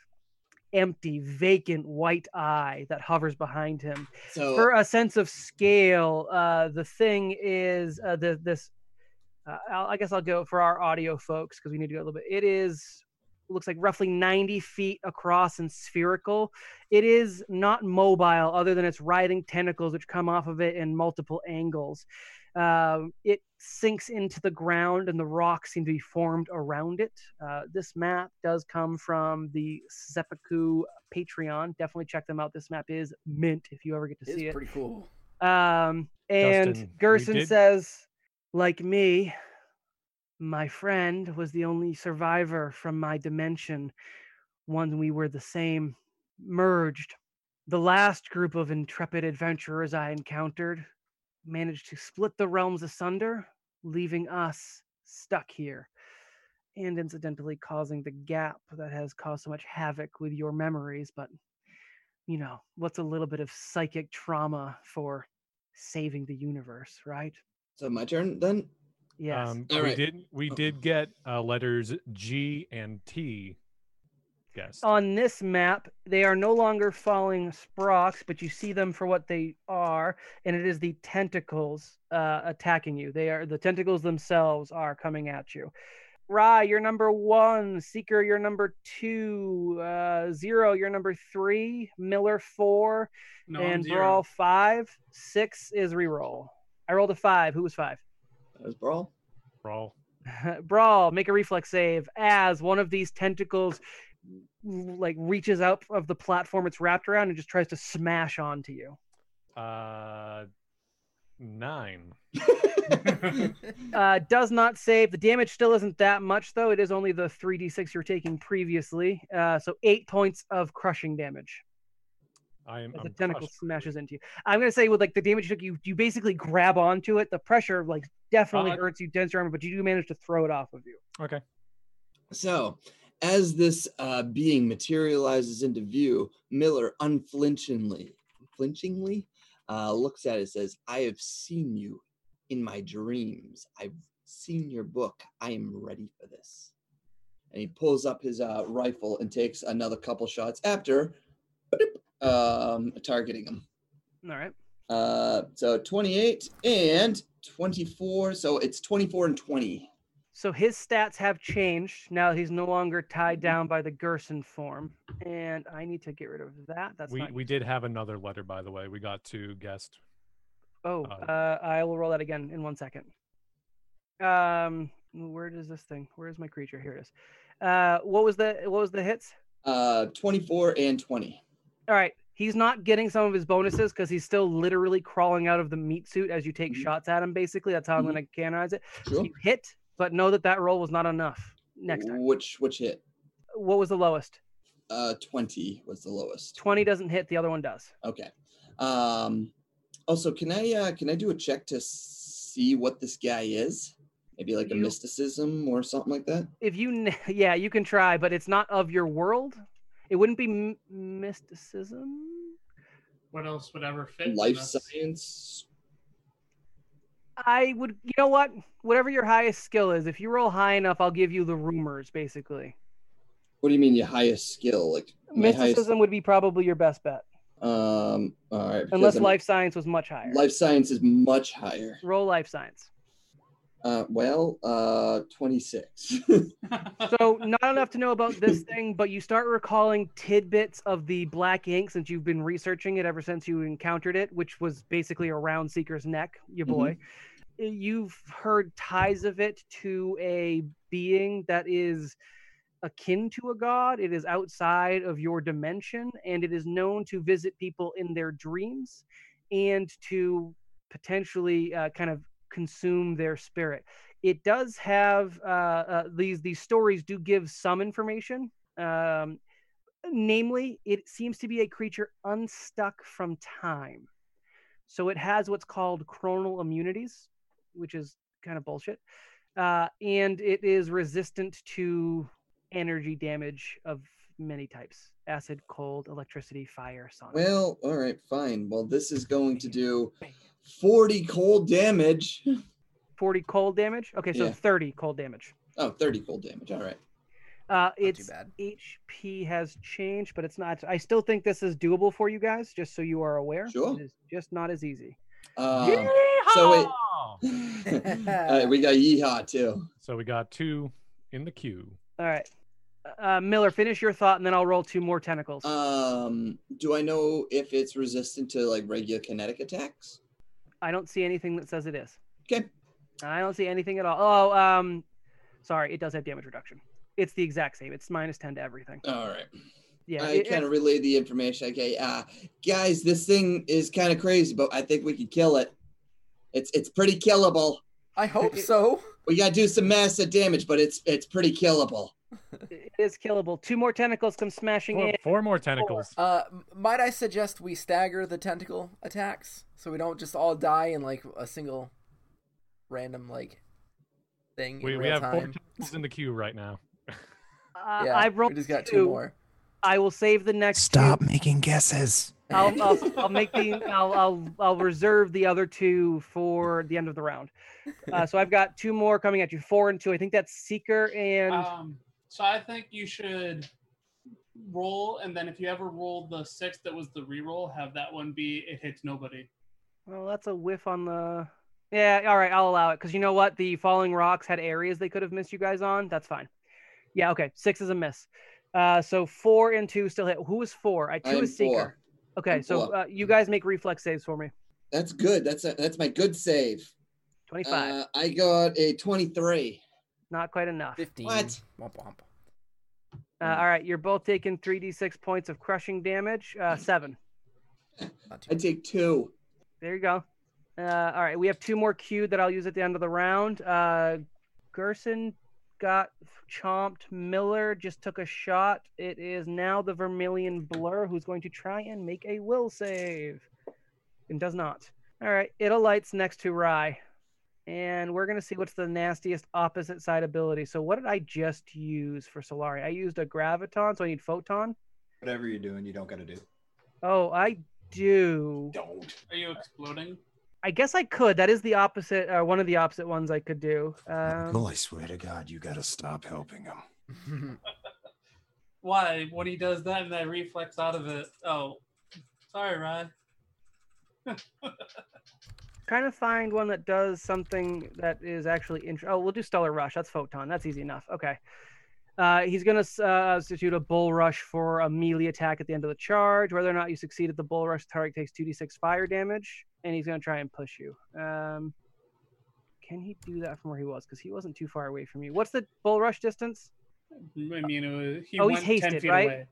S1: empty, vacant white eye that hovers behind him.
S2: so
S1: For a sense of scale, uh, the thing is uh, the, this. Uh, I'll, I guess I'll go for our audio folks because we need to go a little bit. It is looks like roughly 90 feet across and spherical it is not mobile other than it's riding tentacles which come off of it in multiple angles Um it sinks into the ground and the rocks seem to be formed around it uh, this map does come from the seppuku patreon definitely check them out this map is mint if you ever get to see
S7: It's
S1: it
S7: pretty cool.
S1: um, and
S4: Dustin, you
S1: Gerson
S4: did-
S1: says, like me, my friend was the only survivor from my dimension, one we were the same, merged. The last group of intrepid adventurers I encountered managed to split the realms asunder, leaving us stuck here, and incidentally causing the gap that has caused so much havoc with your memories. But, you know, what's a little bit of psychic trauma for saving the universe, right?
S2: so my turn then.
S1: Yes.
S4: Um,
S2: All
S4: we
S2: right.
S4: did. We
S2: Oh.
S4: did get uh, letters G and T. Guess.
S1: on this map, they are no longer following Sprox, but you see them for what they are, and it is the tentacles uh, attacking you. They are the tentacles themselves are coming at you. Rye, you're number one. Seeker, you're number two. Uh, Zero, you're number three. Miller, four.
S5: No, I'm
S1: and
S5: zero.
S1: Brawl, five. Six is reroll. I rolled a five. Who was five?
S2: That was brawl.
S4: Brawl.
S1: Brawl, make a reflex save as one of these tentacles l- like reaches out of the platform it's wrapped around and just tries to smash onto you.
S4: Uh, nine.
S1: Uh, does not save. The damage still isn't that much though. It is only the 3d6 you're taking previously. Uh, so eight points of crushing damage
S4: I am.
S1: as the
S4: I'm
S1: tentacle
S4: crushed.
S1: smashes into you. I'm gonna say with like the damage you took, you you basically grab onto it. The pressure like definitely
S4: Uh,
S1: hurts you, dents your armor, but you do manage to throw it off of you.
S4: Okay.
S2: So, as this uh, being materializes into view, Miller unflinchingly, flinchingly, uh, looks at it. and Says, "I have seen you in my dreams. I've seen your book. I am ready for this." And he pulls up his uh, rifle and takes another couple shots after, um, targeting him.
S1: All right.
S2: Uh, so 28 and 24. So it's 24 and 20.
S1: So his stats have changed. Now he's no longer tied down by the Gerson form. And I need to get rid of that. That's
S4: we
S1: not
S4: we did have another letter, by the way. We got two guessed.
S1: Oh,
S4: Uh,
S1: uh, I will roll that again in one second. Um, where does this thing? Where is my creature? Here it is. Uh, what was the what was the hits?
S2: Uh, 24 and 20.
S1: All right. He's not getting some of his bonuses because he's still literally crawling out of the meat suit as you take
S2: Mhm.
S1: shots at him. Basically, that's how
S2: Mhm.
S1: I'm going to canonize it.
S2: Sure.
S1: You hit, but know that that roll was not enough. Next time,
S2: Which which hit?
S1: what was the lowest?
S2: Uh, 20 was the lowest.
S1: Twenty doesn't hit. The other one does.
S2: Okay. Um, also, can I uh, can I do a check to see what this guy is? Maybe like a
S1: You-
S2: mysticism or something like that.
S1: If you, n- yeah, you can try, but it's not of your world. It wouldn't be m- mysticism.
S5: What else would ever fit? in
S2: Life
S5: this?
S2: science.
S1: I would, you know what? Whatever your highest skill is, if you roll high enough, I'll give you the rumors. Basically,
S2: What do you mean your highest skill? Like my highest.
S1: mysticism would be probably your best bet,
S2: Um. All right. because
S1: unless
S2: I'm-
S1: life science was much higher.
S2: Life science is much higher.
S1: Roll life science.
S2: Uh, well, uh, 26.
S1: So not enough to know about this thing, but you start recalling tidbits of the black ink since you've been researching it ever since you encountered it, which was basically around Seeker's neck, your
S2: Mhm.
S1: boy. Eh, You've heard ties of it to a being that is akin to a god. It is outside of your dimension, and it is known to visit people in their dreams and to potentially uh, kind of consume their spirit it does have uh, uh, these these stories do give some information um, namely it seems to be a creature unstuck from time so it has what's called chronal immunities which is kind of bullshit uh, and it is resistant to energy damage of many types acid cold electricity fire sonic
S2: well, all right, fine. Well, this is going to do 40 cold damage.
S1: 40 cold damage okay so
S2: Yeah.
S1: 30 cold damage
S2: Oh, 30 cold damage. All right.
S1: uh,
S7: Not
S1: it's
S7: too bad.
S1: HP has changed, but it's not. I still think this is doable for you guys, just so you are aware.
S2: Sure.
S1: It is just not as easy. Um,
S2: Uh, so it-
S4: Yeehaw!
S2: all right, we got yeehaw too.
S4: So we got two in the queue.
S1: All right. Uh, Miller, finish your thought, and then I'll roll two more tentacles.
S2: Um, do I know if it's resistant to like regular kinetic attacks?
S1: I don't see anything that says it is.
S2: Okay.
S1: I don't see anything at all. Oh, um, sorry, it does have damage reduction. It's the exact same. It's minus ten to everything.
S2: All right.
S1: Yeah.
S2: I
S1: it-
S2: kind of relayed the information. Okay, uh, guys, this thing is kind of crazy, but I think we can kill it. It's it's pretty killable.
S7: I hope so.
S2: We gotta do some massive damage, but it's it's pretty killable.
S1: it is killable. Two more tentacles come smashing
S4: Four,
S1: in.
S4: four more tentacles.
S7: Uh, m- might I suggest we stagger the tentacle attacks so we don't just all die in like a single random like thing
S4: We,
S7: in
S4: we
S7: real
S4: have four
S7: time?
S4: tentacles in the queue right now.
S1: Uh,
S7: yeah,
S1: I've rolled
S7: we just got two,
S1: two.
S7: more.
S1: I will save the next. two.
S8: Stop making guesses.
S1: I'll, I'll, I'll make the I'll, I'll I'll reserve the other two for the end of the round. Uh, so I've got two more coming at you, four and two. I think that's Seeker and
S5: Um, so I think you should roll, and then if you ever roll the six that was the reroll, have that one be it hits nobody.
S1: well, that's a whiff on the. Yeah, all right, I'll allow it because you know what, the falling rocks had areas they could have missed you guys on. That's fine. Yeah, okay, six is a miss. Uh, so four and two still hit. Who is four? I two
S2: I am
S1: is Seeker.
S2: four.
S1: Okay,
S2: I'm
S1: so
S2: four.
S1: uh, you guys make reflex saves for me.
S2: That's good. That's a, that's my good save.
S1: Twenty-five,
S2: Uh, I got a twenty-three.
S1: not quite enough.
S7: Fifteen.
S2: What?
S7: Womp womp.
S1: Uh, all right, you're both taking three d six points of crushing damage. Uh, seven.
S7: Not too
S2: I take two.
S1: There you go. Uh, all right, we have two more queued that I'll use at the end of the round. Uh, Gerson got chomped. Miller just took a shot. It is now the Vermilion Blur who's going to try and make a will save and does not. All right, it'll lights next to Rye. And we're going to see what's the nastiest opposite side ability. So, what did I just use for Solari? I used a Graviton, so I need Photon.
S3: Whatever you're doing, you don't got to do.
S1: Oh, I do.
S3: Don't.
S5: Are you exploding?
S1: I guess I could. That is the opposite, uh, one of the opposite ones I could do. Um,
S8: I swear to God, you gotta stop helping him.
S7: bad.
S5: Why? When he does that and that reflex out of it. Oh, sorry, Ryan.
S1: trying to find one that does something that is actually int- Oh, we'll do Stellar Rush. That's Photon. That's easy enough. Okay. Uh, he's going to uh, substitute a Bull Rush for a melee attack at the end of the charge. Whether or not you succeed at the Bull Rush, the target takes 2d6 fire damage, and he's going to try and push you. Um, can he do that from where he was? Because he wasn't too far away from you. What's the Bull Rush distance?
S5: I mean, it was, he
S1: Oh, he's
S5: went ten
S1: hasted,
S5: feet
S1: right?
S5: away.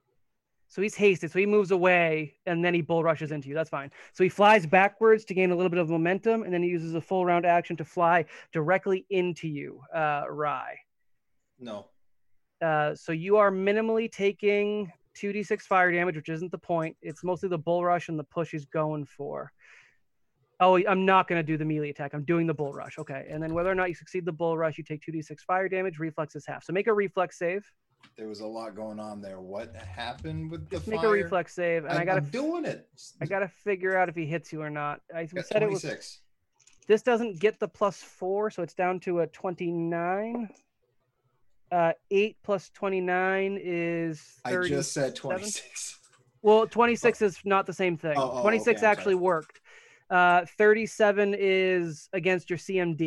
S1: So he's hasted, so he moves away, and then he bull rushes into you. That's fine. So he flies backwards to gain a little bit of momentum, and then he uses a full round action to fly directly into you, uh, Rye.
S3: No.
S1: Uh, so you are minimally taking 2d6 fire damage, which isn't the point. It's mostly the bull rush and the push he's going for. Oh, I'm not going to do the melee attack. I'm doing the bull rush. Okay. And then whether or not you succeed the bull rush, you take 2d6 fire damage. Reflex is half. So make a reflex save.
S3: There was a lot going on there. What happened with
S1: Just
S3: the
S1: make
S3: fire?
S1: a reflex save. And I,
S3: I'm-
S1: got
S3: I'm
S1: to
S3: doing it.
S1: I got to figure out if he hits you or not. I
S3: Got
S1: said it was
S3: 26.
S1: this doesn't get the plus four, so it's down to a 29. Uh, 8 plus 29 is 30.
S3: I just said 26.
S1: Well, 26 is not the same thing.
S3: Oh, oh,
S1: 26
S3: okay, I'm sorry.
S1: actually worked. Uh, 37 is against your CMD.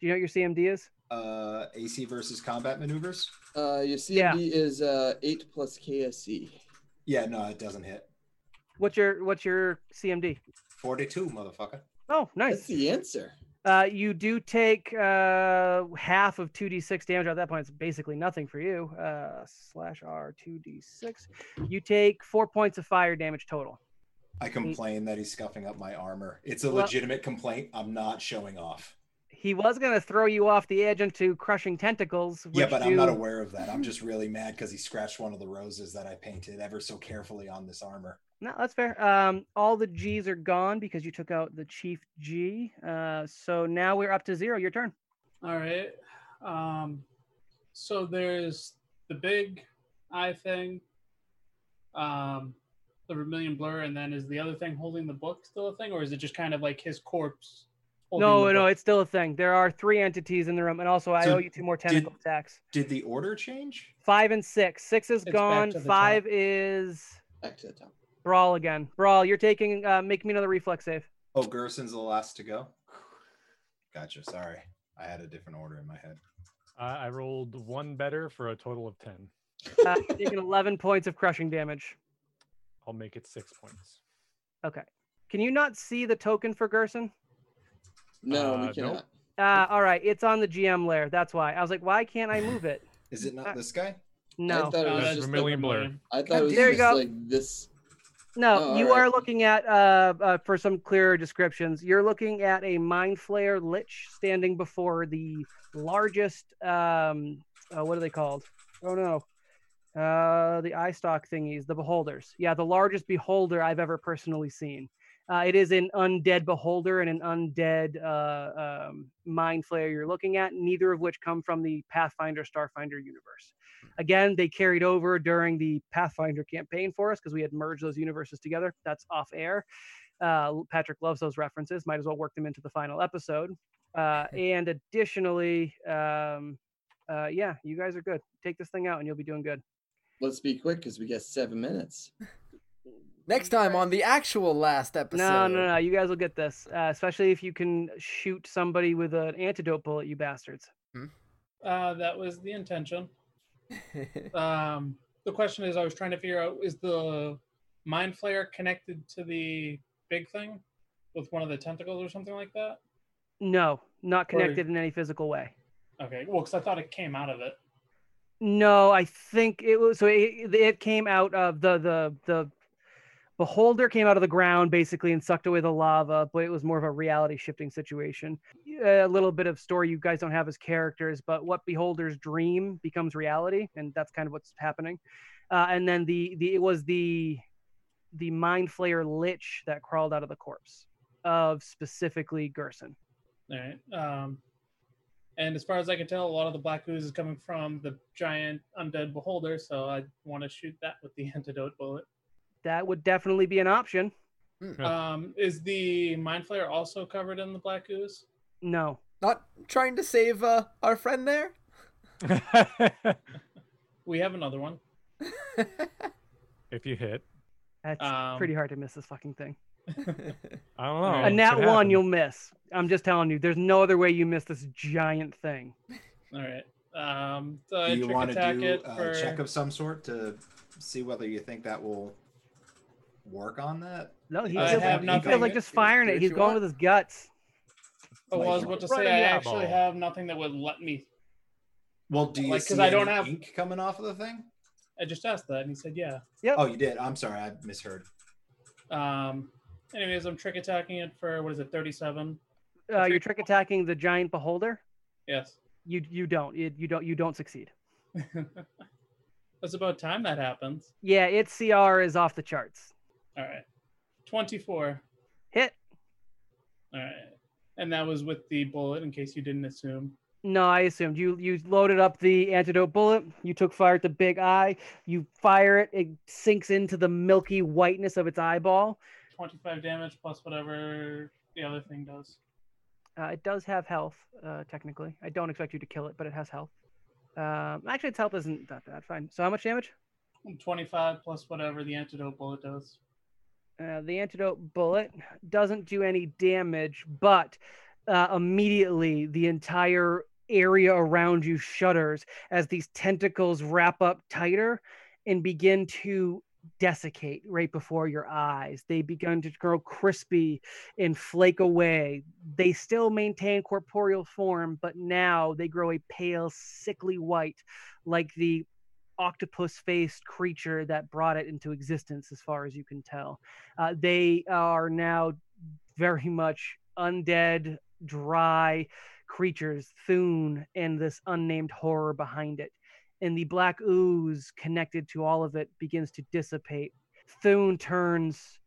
S1: Do you know what your CMD is?
S3: Uh, AC versus combat maneuvers.
S2: Uh, your CMD
S1: Yeah.
S2: is uh, 8 plus KSC.
S3: Yeah, no, it doesn't hit.
S1: What's your what's your CMD?
S3: 42, motherfucker.
S1: Oh,
S2: That's
S1: nice.
S2: the answer.
S1: Uh, you do take uh, half of 2d6 damage at that point. It's basically nothing for you. Uh, slash R 2d6. You take four points of fire damage total.
S3: I complain that he's scuffing up my armor. It's a
S1: Well-
S3: legitimate complaint. I'm not showing off.
S1: He was going to throw you off the edge into crushing tentacles. Which
S3: Yeah, but I'm not
S1: do-
S3: aware of that. I'm just really mad because he scratched one of the roses that I painted ever so carefully on this armor.
S1: No, that's fair. Um, all the G's are gone because you took out the chief G. Uh, so now we're up to zero. Your turn.
S5: All right. Um, so there's the big eye thing, um, the vermilion blur, and then is the other thing holding the book still a thing, or is it just kind of like his corpse? holding
S1: No,
S5: the
S1: no,
S5: book?
S1: it's still a thing. There are three entities in the room, and also I
S3: So
S1: owe you two more tentacle attacks.
S3: Did the order change?
S1: Five and six. Six is
S5: It's back
S1: gone.
S5: to the top.
S1: Five is
S2: Back to the top.
S1: brawl again. Brawl, you're taking. Uh, make me another reflex save.
S3: Oh, Gerson's the last to go. Gotcha. Sorry. I had a different order in my head.
S4: I I rolled one better for a total of 10.
S1: Uh, you're taking eleven points of crushing damage.
S4: I'll make it six points.
S1: Can you not see the token for Gerson?
S2: No,
S4: Uh,
S2: we
S4: nope.
S2: cannot.
S1: Uh, all right, it's on the GM layer. That's why I was like, why can't I move it?
S3: Is it
S1: Uh,
S3: not this guy?
S1: No.
S2: I thought it
S5: No,
S2: was
S5: that's
S4: That's
S2: just
S4: Vermilion
S5: Uh, the
S4: Blur.
S5: vermilion.
S2: I thought
S1: God
S2: it was
S1: damn it.
S2: just
S1: There you go.
S2: like this.
S1: No,
S2: Oh,
S1: you
S2: alright.
S1: are looking at uh, uh for some clearer descriptions. You're looking at a mind flayer lich standing before the largest um uh, what are they called? Oh no. Uh the eye stock thingies, the beholders. Yeah, the largest beholder I've ever personally seen. Uh, it is an undead beholder and an undead uh, um, mind flayer you're looking at, neither of which come from the Pathfinder Starfinder universe again they carried over during the pathfinder campaign for us because we had merged those universes together that's off air uh, patrick loves those references might as well work them into the final episode uh, and additionally um, uh, yeah you guys are good take this thing out and you'll be doing good
S2: Let's be quick because we got seven minutes.
S7: Next time on the actual last episode.
S1: no no no you guys will get this uh, especially if you can shoot somebody with an antidote bullet you bastards
S5: Uh, that was the intention. Um, the question is, I was trying to figure out: is the mind flayer connected to the big thing with one of the tentacles or something like that?
S1: no not
S5: Or-
S1: connected in any physical way
S5: Okay, well, because I thought it came out of it.
S1: No, I think it was so it, it came out of the the the beholder came out of the ground basically and sucked away the lava, but it was more of a reality shifting situation. A little bit of story you guys don't have as characters, but what beholders dream becomes reality, and that's kind of what's happening. Uh, and then the the it was the the mind flayer lich that crawled out of the corpse of specifically Gerson.
S5: All right. Um, and as far as I can tell, a lot of the black ooze is coming from the giant undead beholder, so I want to shoot that with the antidote bullet.
S1: That would definitely be an option.
S5: Um, is the mind flayer also covered in the black ooze?
S1: No.
S7: Not trying to save uh, our friend there?
S5: We have another one.
S4: if you hit,
S1: That's
S5: Um,
S1: pretty hard to miss this fucking thing.
S4: I don't know.
S5: Right.
S1: And
S4: It
S1: that
S4: could
S1: one
S4: happen.
S1: you'll miss. I'm just telling you, there's no other way you miss this giant thing.
S5: All right. Um, so I
S3: Do you
S5: trick
S3: want to
S5: attack
S3: do
S5: it for
S3: a check of some sort to see whether you think that will work on that?
S1: No, he
S5: I
S1: feels,
S5: have
S1: like, he
S5: nothing.
S1: feels like just firing
S7: Do
S1: it.
S7: what
S1: He's
S7: you
S1: going
S7: want.
S1: with his guts.
S5: Oh, well, I was about to
S4: Right
S5: say
S4: in
S5: I
S4: the
S5: actually
S4: eyeball.
S5: have nothing that would let me
S3: Well, do you
S5: Like,
S3: see
S5: 'cause I don't
S3: any
S5: have-
S3: ink coming off of the thing?
S5: I just asked that, and he said, "Yeah."
S3: Oh, you did. I'm sorry, I misheard.
S5: Um. Anyways, I'm trick attacking it for what is it, 37?
S1: Uh, you're trick attacking the giant beholder.
S5: Yes.
S1: You you don't you, you don't you don't succeed.
S5: That's about time that happens.
S1: Yeah, its CR is off the charts.
S5: All right. 24.
S1: Hit.
S5: All right. And that was with the bullet, in case you didn't assume.
S1: No, I assumed you you loaded up the antidote bullet. You took fire at the big eye. You fire it. It sinks into the milky whiteness of its eyeball.
S5: 25 damage plus whatever the other thing does.
S1: Uh, it does have health, uh, technically. I don't expect you to kill it, but it has health. Um, actually, its health isn't that bad. Fine. So how much damage?
S5: 25 plus whatever the antidote bullet does.
S1: Uh, the antidote bullet doesn't do any damage, but uh, immediately the entire area around you shudders as these tentacles wrap up tighter and begin to desiccate right before your eyes. They begin to grow crispy and flake away. They still maintain corporeal form, but now they grow a pale, sickly white, like the octopus faced creature that brought it into existence, as far as you can tell uh, they are now very much undead, dry creatures, Thune and this unnamed horror behind it. And the black ooze connected to all of it begins to dissipate. Thune turns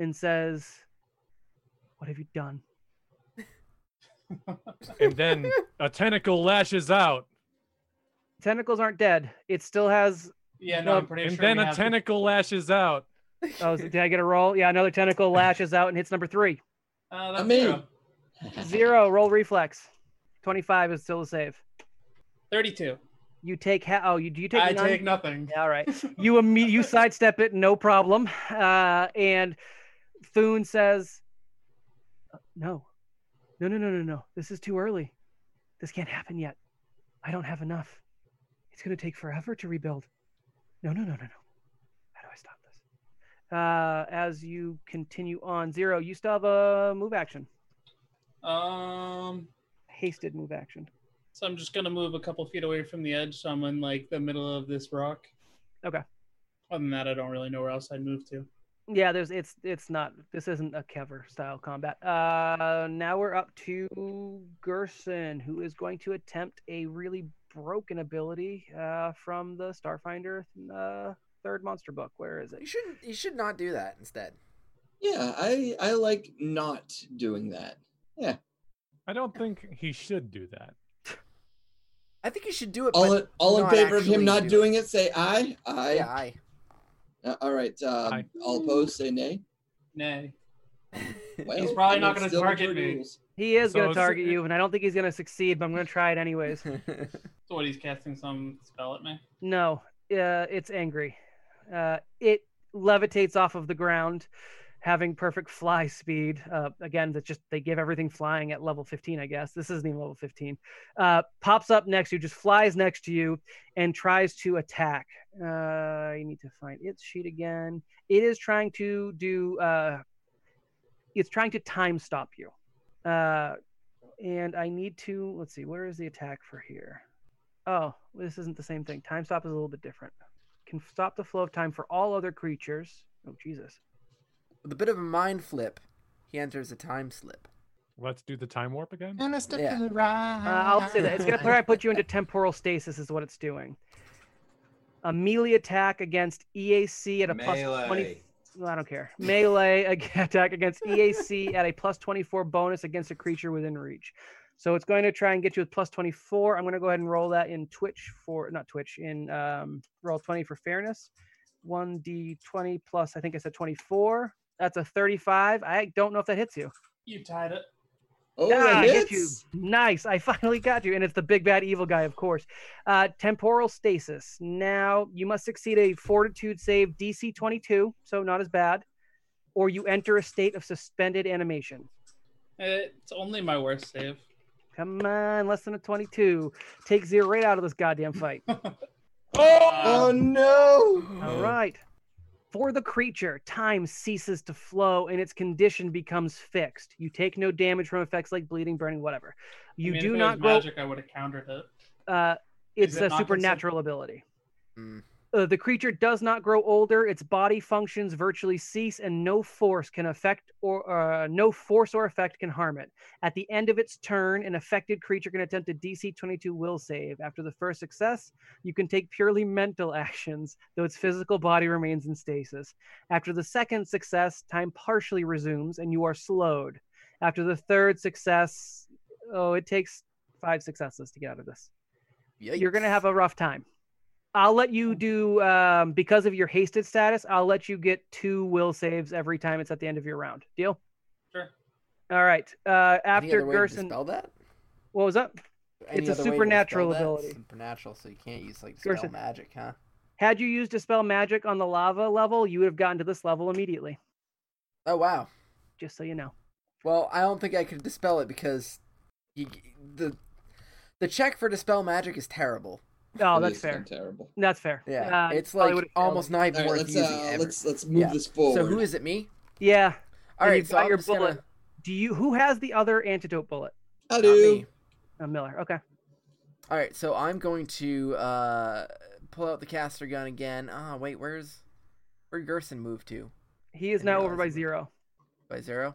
S1: and says, What have you done?
S4: And then a tentacle lashes out.
S1: Tentacles aren't dead. It still has.
S5: Yeah, no, I'm pretty
S4: And
S5: sure.
S4: then
S5: we
S4: a
S5: have-
S4: tentacle lashes out.
S1: Oh, is it- did I get a roll? Yeah, another tentacle lashes out and hits number three.
S5: Uh, that's
S2: I mean-
S5: zero.
S1: Zero, roll reflex. 25 is still a save.
S5: 32.
S1: You take. Ha- oh, you, do you take
S5: I
S1: nine
S5: take nothing.
S1: Yeah, all right. You imme- you sidestep it, no problem. Uh, and Thune says, "No, no, no, no, no, no. This is too early. This can't happen yet. I don't have enough. It's going to take forever to rebuild. No, no, no, no, no. How do I stop this?" Uh, as you continue on, zero. You still have a move action,
S5: Um,
S1: hasted move action.
S5: so I'm just gonna move a couple feet away from the edge, so I'm in like the middle of this rock.
S1: Okay.
S5: Other than that, I don't really know where else I'd move to.
S1: Yeah, there's it's it's not this isn't a cover style combat. Uh now we're up to Gerson, who is going to attempt a really broken ability uh from the Starfinder uh third monster book. Where is
S7: You
S1: it?
S7: shouldn't. You should not do that instead.
S2: Yeah, I I like not doing that.
S4: I don't think he should do that.
S7: I think you should do it.
S2: All
S7: but
S2: in- all in
S7: not
S2: favor of
S7: actually
S2: him not
S7: do
S2: doing it, say aye.
S7: it. Yeah,
S2: Aye.
S7: I.
S2: Uh, all right. Um,
S4: Aye.
S2: All opposed, say nay.
S5: Nay.
S2: Well,
S5: He's probably not
S2: it's
S5: gonna
S2: still
S5: target
S2: majority
S5: me.
S2: rules.
S1: He is
S4: So
S1: gonna
S4: it's-
S1: target you, and I don't think he's gonna succeed, but I'm gonna try it anyways.
S5: So what? He's casting some spell at me.
S1: No, uh, it's angry. Uh, it levitates off of the ground, having perfect fly speed. Uh, again, that's just they give everything flying at level 15, I guess. This isn't even level 15. Uh, pops up next to you, just flies next to you, and tries to attack. Uh, I need to find its sheet again. It is trying to do. Uh, it's trying to time stop you. Uh, and I need to let's see. Where is the attack for here? Oh, this isn't the same thing. Time stop is a little bit different. Can stop the flow of time for all other creatures. Oh, Jesus.
S7: With a bit of a mind flip, he enters a time slip.
S4: Let's do the time warp again.
S8: And it's
S7: Yeah.
S8: the
S1: Uh, I'll say that. It's going to try to put you into temporal stasis, is what it's doing. A melee attack against EAC at a plus
S3: Melee.
S1: 20. Well, I don't care. Melee ag- attack against EAC at a plus 24 bonus against a creature within reach. So it's going to try and get you with plus 24. I'm going to go ahead and roll that in Twitch for, not Twitch, in um, roll 20 for fairness. 1d20 plus, I think I said 24. That's a 35. I don't know if that hits you.
S5: You tied it.
S2: Oh,
S1: Ah, I
S2: it
S1: get you.
S2: hits.
S1: Nice. I finally got you. And it's the big bad evil guy, of course. Uh, temporal stasis. Now you must succeed a fortitude save DC 22, so not as bad, or you enter a state of suspended animation.
S5: It's only my worst save.
S1: Come on, less than a 22. Take zero right out of this goddamn fight.
S2: Oh
S5: Oh,
S2: no!
S1: All right. For the creature, time ceases to flow and its condition becomes fixed. You take no damage from effects like bleeding, burning, whatever. You do not grow
S5: magic. I would have countered it.
S1: uh, It's
S5: it
S1: a
S5: not considered-
S1: supernatural ability.
S7: Mm.
S1: Uh, the creature does not grow older. Its body functions virtually cease, and no force can affect or uh, no force or effect can harm it. At the end of its turn, an affected creature can attempt a DC 22 will save. After the first success, you can take purely mental actions, though its physical body remains in stasis. After the second success, time partially resumes, and you are slowed. After the third success, oh, it takes five successes to get out of this you're gonna have a rough time. I'll let you do um, because of your hasted status. I'll let you get two will saves every time it's at the end of your round. Deal?
S5: Sure.
S1: All right. Uh,
S7: Any
S1: after
S7: other way to
S1: Gerson,
S7: dispel that?
S1: what was up?
S7: Any
S1: It's a
S7: other way to
S1: supernatural
S7: dispel that?
S1: ability.
S7: Supernatural, so you can't use like spell
S1: Gerson.
S7: magic, huh?
S1: Had you used dispel magic on the lava level, you would have gotten to this level immediately.
S7: Oh wow.
S1: Just so you know.
S7: Well, I don't think I could dispel it because you, the the check for dispel magic is terrible.
S1: Oh,
S2: It
S1: that's
S2: is kinda
S1: fair.
S2: Terrible.
S1: That's fair.
S7: Yeah,
S1: Uh, you
S7: it's
S1: probably
S7: like
S1: would've failed
S7: almost not
S2: All
S7: even
S2: right,
S7: worth
S2: let's
S7: using
S2: uh,
S7: ever.
S2: let's let's move
S7: Yeah.
S2: this forward.
S7: So who is it? Me.
S1: it. Yeah.
S7: All
S1: And
S7: right,
S1: you've
S7: so
S1: got
S7: I'm
S1: your
S7: just gonna-
S1: bullet. Do you? Who has the other antidote bullet?
S2: I
S7: not
S2: do.
S7: me.
S1: Uh, Miller. Okay.
S7: All right, so I'm going to uh, pull out the caster gun again. Ah, wait, where's where Gerson moved to?
S1: He is
S7: Didn't
S1: now over
S7: realize
S1: by
S7: he was-
S1: zero.
S7: By zero.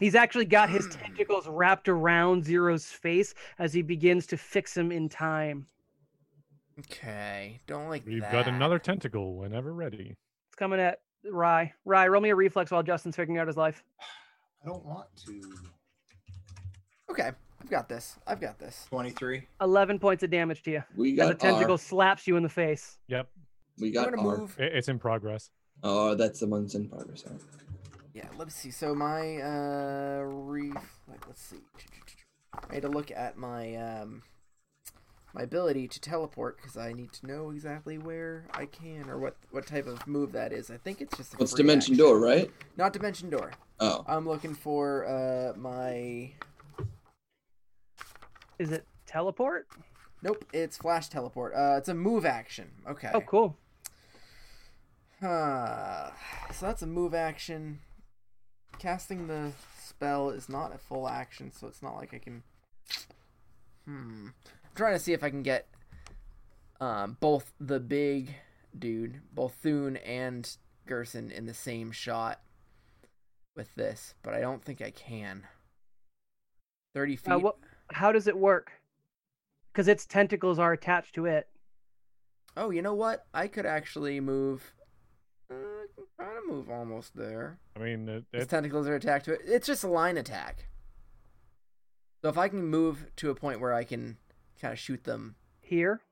S1: He's actually got his tentacles wrapped around Zero's face as he begins to fix him in time.
S7: Okay, don't like
S4: We've
S7: that.
S4: got another tentacle whenever ready.
S1: It's coming at Rye. Rye, roll me a reflex while Justin's figuring out his life.
S3: I don't want to.
S7: Okay, I've got this. I've got this.
S3: 23.
S1: 11 points of damage to you.
S2: We
S1: As a
S2: got
S1: tentacle
S2: R.
S1: slaps you in the face.
S4: Yep,
S2: We
S7: I'm
S2: got
S7: gonna
S2: R.
S7: move.
S4: i- it's in progress.
S2: Oh, that's the ones in progress. All right.
S7: Yeah, let's see. So my uh, ref, like, let's see. I had to look at my um, my ability to teleport because I need to know exactly where I can or what what type of move that is. I think it's just. A
S2: What's
S7: free
S2: dimension
S7: action.
S2: door, right?
S7: Not dimension door.
S2: Oh,
S7: I'm looking for uh my
S1: Is it teleport?
S7: nope, it's flash teleport. Uh it's a move action. Okay.
S1: Oh, cool.
S7: Huh. So that's a move action. Casting the spell is not a full action, so it's not like I can Hmm. I'm trying to see if I can get um both the big dude, both Thune and Gerson in the same shot with this, but I don't think I can. 30 feet.
S1: Uh, what, how does it work? Because its tentacles are attached to it.
S7: Oh, you know what? I could actually move. Uh, I can kind of move almost there.
S4: I mean, it,
S7: Its
S4: it,
S7: tentacles are attacked to it. It's just a line attack. So if I can move to a point where I can kind of shoot them,
S1: Here?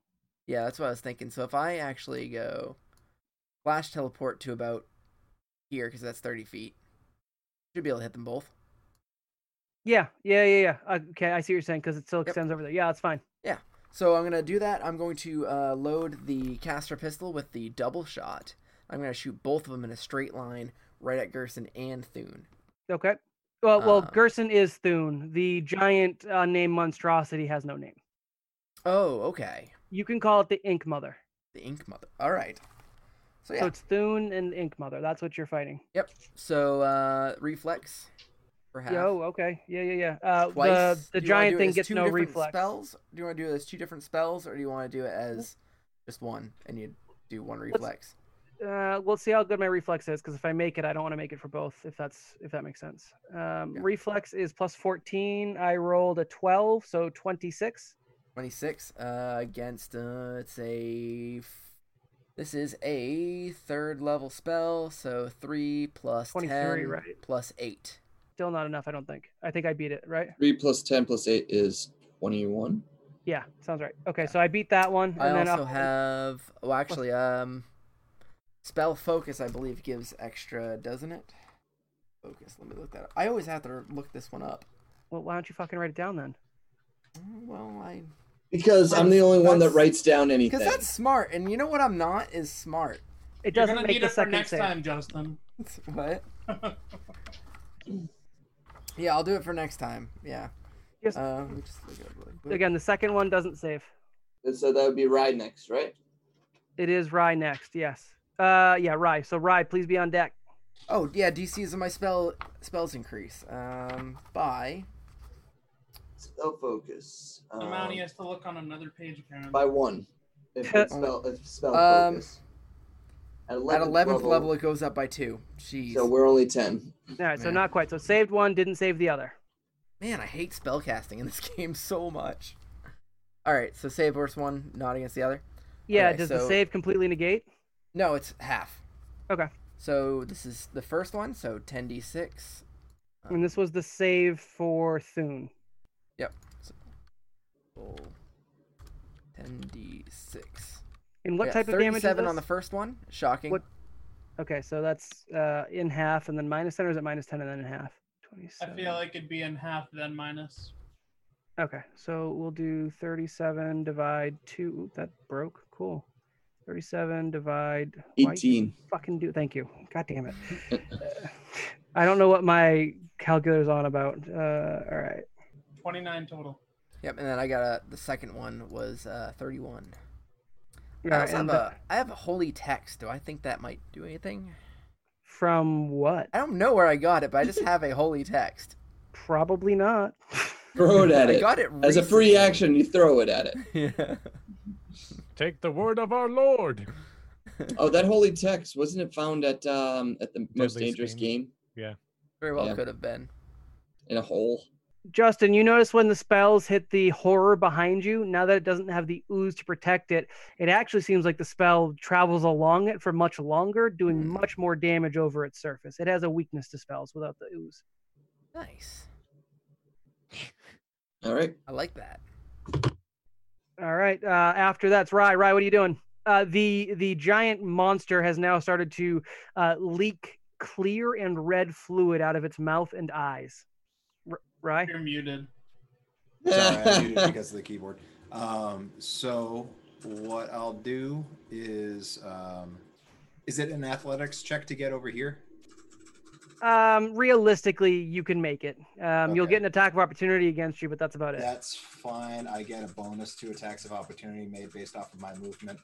S7: yeah, that's what I was thinking. So if I actually go flash teleport to about here, because that's thirty feet, should be able to hit them both.
S1: Yeah, yeah, yeah, yeah. Okay, I see what you're saying because it still extends over there. Yeah, it's fine.
S7: So I'm gonna do that. I'm going to uh, load the caster pistol with the double shot. I'm gonna shoot both of them in a straight line, right at Gerson and Thune.
S1: Okay. Well, well,
S7: Uh,
S1: Gerson is Thune. The giant uh, named monstrosity has no name.
S7: Oh, okay.
S1: You can call it the Ink Mother.
S7: The Ink Mother. All right.
S1: So
S7: So yeah.
S1: it's Thune and Ink Mother. That's what you're fighting.
S7: Yep. So uh reflex for half.
S1: Yo, okay. Yeah, yeah, yeah. Uh, the
S7: Twice.
S1: the
S7: Do you wanna do
S1: giant
S7: it
S1: thing
S7: as
S1: gets
S7: two
S1: no
S7: different
S1: reflex.
S7: Spells? Do you want to do it as two different spells, or do you want to do it as just one and you do one reflex?
S1: Uh, we'll see how good my reflex is because if I make it, I don't want to make it for both. If that's if that makes sense. Um,
S7: Yeah.
S1: Reflex is plus 14. I rolled a 12, so 26.
S7: Twenty six uh, against uh, it's a f- this is a third level spell, so three plus
S1: 23,
S7: 10
S1: right?
S7: plus eight.
S1: Still not enough, I don't think. I think I beat it, right?
S2: three plus ten plus eight is twenty-one.
S1: Yeah, sounds right. Okay, so I beat that one. And
S7: I
S1: then uh,
S7: also
S1: I'll-
S7: have well actually um spell focus I believe gives extra, doesn't it? Focus. Let me look that up. I always have to look this one up.
S1: Well, why don't you fucking write it down then?
S7: Mm, Well, I
S2: Because I'm the only one that
S7: That's-
S2: writes down anything.
S7: because that's smart, and you know what I'm not is smart.
S1: It
S5: You're
S1: doesn't
S5: gonna
S1: make
S5: need
S1: the
S5: it for
S1: second
S5: next
S1: save.
S5: time, Justin.
S7: what? Yeah, I'll do it for next time. Yeah.
S1: Just-
S7: Uh, let me just look it up really quick.
S1: Again, the second one doesn't save.
S2: And so that would be Ride next, right?
S1: It is Rye next. Yes. Uh, yeah, Rye. So Rye, please be on deck.
S7: Oh yeah, DCs of my spell spells increase um by
S2: Spell focus.
S1: Oh.
S2: Um,
S5: Amount he has to look on another page apparently.
S2: by one. If it's spell, if it's spell
S7: Um,
S2: focus. At
S7: At
S2: 11th,
S7: eleventh level, it goes up by two. Jeez,
S2: So we're only 10.
S1: All right, so
S7: Man.
S1: not quite. So saved one, didn't save the other.
S7: man, I hate spellcasting in this game so much. All right, so save versus one, not against the other.
S1: Yeah,
S7: Okay,
S1: does the
S7: so-
S1: save completely negate?
S7: No, it's half.
S1: Okay.
S7: So this is the first one. So ten d six. Uh.
S1: And this was the save for Thune.
S7: Yep. So, ten d six.
S1: And what type of damage is
S7: Thirty-seven on the
S1: this?
S7: first one. Shocking.
S1: What- Okay, so that's uh, in half, and then minus 10, or is it minus 10 and then in half?
S5: I
S1: 27.
S5: feel like it'd be in half then minus.
S1: Okay, so we'll do 37 divide 2. Ooh, that broke. Cool. 37 divide. why you
S2: 18.
S1: Fucking do. Thank you. God damn it. Uh, I don't know what my calculator's on about. Uh, all right.
S5: Twenty nine total.
S7: Yep. And then I got a. The second one was uh, thirty-one.
S1: All
S7: I,
S1: right,
S7: also have
S1: and
S7: a,
S1: the-
S7: I have a holy text. Do I think that might do anything?
S1: from what?
S7: I don't know where I got it, but I just have a holy text.
S1: Probably not.
S2: Throw it at
S7: I
S2: it.
S7: got it
S2: As a
S7: recent-
S2: free action, you throw it at it.
S7: Yeah.
S4: Take the word of our Lord.
S2: Oh, that holy text wasn't it found at um at the most
S4: Deadliest
S2: dangerous game.
S4: Game.
S7: Very well
S2: Yeah.
S7: could have been.
S2: in a hole?
S1: Justin, you notice when the spells hit the horror behind you, now that it doesn't have the ooze to protect it, it actually seems like the spell travels along it for much longer, doing
S7: Hmm.
S1: much more damage over its surface. It has a weakness to spells without the ooze.
S7: Nice.
S2: All right.
S7: I like that.
S1: All right. Uh, after that's Rye. Rye, what are you doing? Uh, the the giant monster has now started to uh, leak clear and red fluid out of its mouth and eyes. R- Rye,
S5: You're muted.
S3: Sorry, I muted because of the keyboard. Um, so what I'll do is, um, is it an athletics check to get over here?
S1: um, realistically, you can make it. Um, You'll
S3: Okay.
S1: get an attack of opportunity against you, but that's about it.
S3: That's fine. I get a bonus to attacks of opportunity made based off of my movement.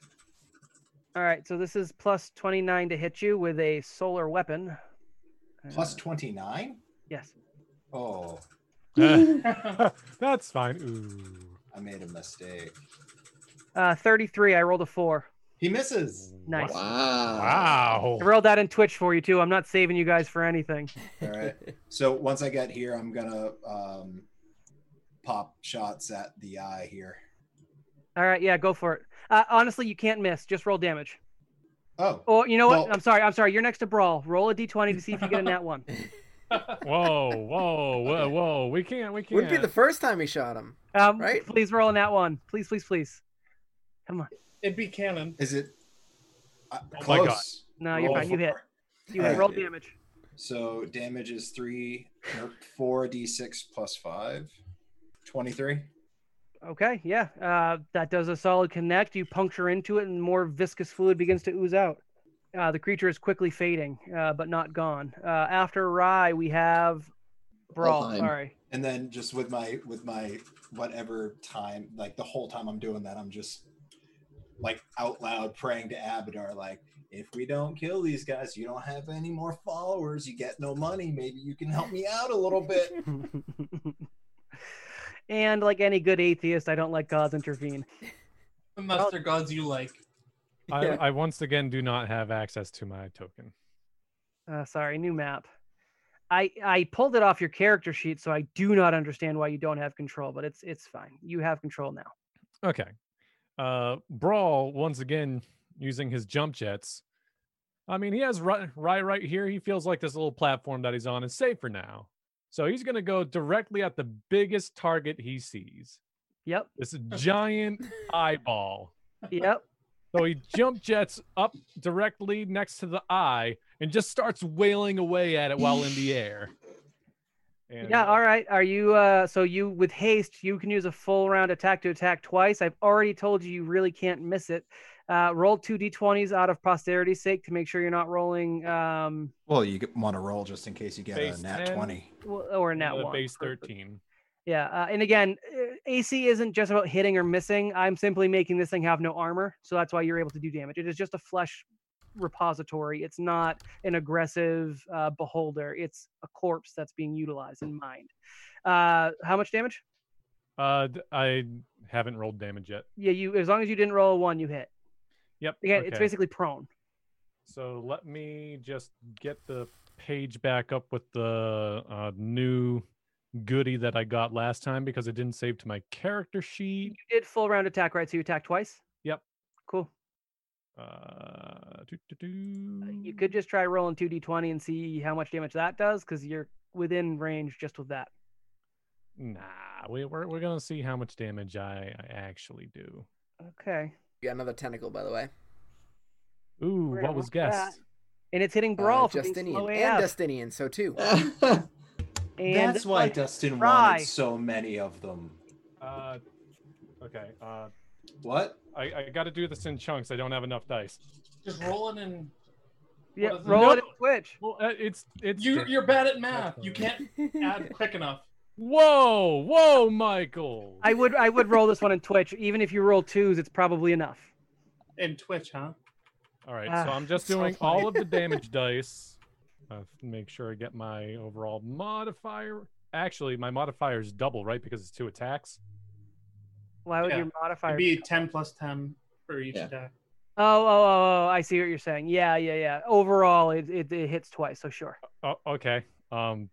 S1: All right, so this is plus 29 to hit you with a solar weapon.
S3: Plus
S1: Uh,
S3: twenty nine.
S1: yes.
S3: Oh,
S4: That's fine. Ooh.
S3: I made a mistake.
S1: Uh, 33, I rolled a 4.
S3: He misses.
S1: Nice.
S2: Wow.
S4: Wow.
S3: Oh.
S1: I rolled that in Twitch for you too. I'm not saving you guys for anything.
S3: All right. So once I get here, I'm gonna um, pop shots at the eye here.
S1: All right, yeah, go for it. Uh, honestly, you can't miss. Just roll damage.
S3: Oh,
S1: Oh, you know what?
S3: Well-
S1: I'm sorry. I'm sorry. You're next to Brawl. Roll a d20 to see if you get a nat one.
S4: Whoa, whoa, whoa, whoa. We can't, we can't.
S7: Wouldn't be the first time he shot him.
S1: Um,
S7: Right.
S1: Please roll a nat one. Please, please, please. Come on.
S5: It'd be canon.
S3: is it? Uh,
S4: my God.
S3: close.
S1: Oh
S3: Oh,
S1: No, you're
S3: Roll
S1: fine. You
S3: for
S1: hit.
S3: it.
S1: You
S3: All
S1: hit.
S3: right.
S1: Roll damage.
S3: So damage is three, nope, four d6 plus five. 23.
S1: Okay, yeah. Uh, that does a solid connect. You puncture into it, and more viscous fluid begins to ooze out. Uh, the creature is quickly fading, uh, but not gone. Uh, after Rye, we have Brawl.
S2: Alheim.
S1: Sorry.
S3: And then just with my with my whatever time, like the whole time I'm doing that, I'm just like out loud praying to Abadar, like, if we don't kill these guys, you don't have any more followers, you get no money. Maybe you can help me out a little bit.
S1: and like any good atheist, I don't let gods intervene.
S5: Unless they're gods you like.
S4: I,
S7: Yeah.
S4: I once again do not have access to my token.
S1: Uh, sorry, new map. I I pulled it off your character sheet, so I do not understand why you don't have control, but it's it's fine. You have control now.
S4: Okay. Uh, Brawl once again using his jump jets. I mean, he has right, right, right here. He feels like this little platform that he's on is safe for now. So he's gonna go directly at the biggest target he sees.
S1: Yep,
S4: This giant eyeball.
S1: yep.
S4: So he jump jets up directly next to the eye and just starts wailing away at it while in the air. And,
S1: Yeah,
S4: uh,
S1: all right. Are you uh so you with haste, you can use a full round attack to attack twice. I've already told you you really can't miss it. Uh roll two D20s out of posterity's sake to make sure you're not rolling um
S3: Well, you want to roll just in case you get
S4: Base
S3: a nat
S4: 10.
S3: 20.
S1: w- or
S4: and
S1: not
S4: the
S1: one.
S4: base
S1: Perfect.
S4: 13.
S1: Yeah, uh, and again, uh, AC isn't just about hitting or missing. I'm simply making this thing have no armor, so that's why you're able to do damage. It is just a flesh repository. It's not an aggressive uh, beholder. It's a corpse that's being utilized in mind. Uh how much damage?
S4: Uh, d- I haven't rolled damage yet.
S1: Yeah, you as long as you didn't roll a one, you hit.
S4: Yep.
S1: Again, it's
S4: okay.
S1: basically prone.
S4: So let me just get the page back up with the uh, new goodie that I got last time because it didn't save to my character sheet.
S1: You did full round attack, right? So you attack twice.
S4: Yep.
S1: Cool.
S4: Uh,
S1: Uh, You
S4: doo-doo-doo.
S1: could just try rolling two d20 and see how much damage that does, because you're within range just with that.
S4: Nah, we, we're we're gonna see how much damage I, I actually do.
S1: Okay.
S7: You got another tentacle, by the way.
S4: Ooh,
S1: We're gonna
S4: what was
S1: look that
S4: guessed?
S1: And it's hitting
S7: Uh,
S1: brawl for being
S7: Justinian
S1: slow AF,
S7: and Dustinian, so too.
S1: and
S3: That's
S1: this
S3: why
S1: one-
S3: Dustin
S1: Fry.
S3: wanted so many of them.
S4: Uh, okay. Uh,
S3: What?
S4: I I got to do this in chunks. I don't have enough dice.
S5: Just rolling and
S1: yeah,
S5: what is it?
S1: roll it
S5: No.
S1: and switch.
S4: Well, uh, it's it's.
S5: you
S4: di-
S5: you're bad at math.
S4: That's
S5: You
S4: fine.
S5: can't add quick enough.
S4: Whoa, whoa, Michael!
S1: I would I would roll this one in Twitch. Even if you roll twos, it's probably enough.
S5: In Twitch, huh?
S4: All right, so
S1: Ah,
S4: I'm just
S1: so
S4: doing
S1: funny.
S4: all of the damage dice. Uh, make sure I get my overall modifier. Actually, my modifier is double, right? Because it's two attacks.
S1: Why would
S5: Yeah,
S1: your modifier
S5: It'd be ten plus ten for each
S2: Yeah.
S5: attack.
S1: Oh, oh, oh, oh, I see what you're saying. Yeah, yeah, yeah. Overall, it, it, it hits twice, so sure.
S4: Oh, okay. Um,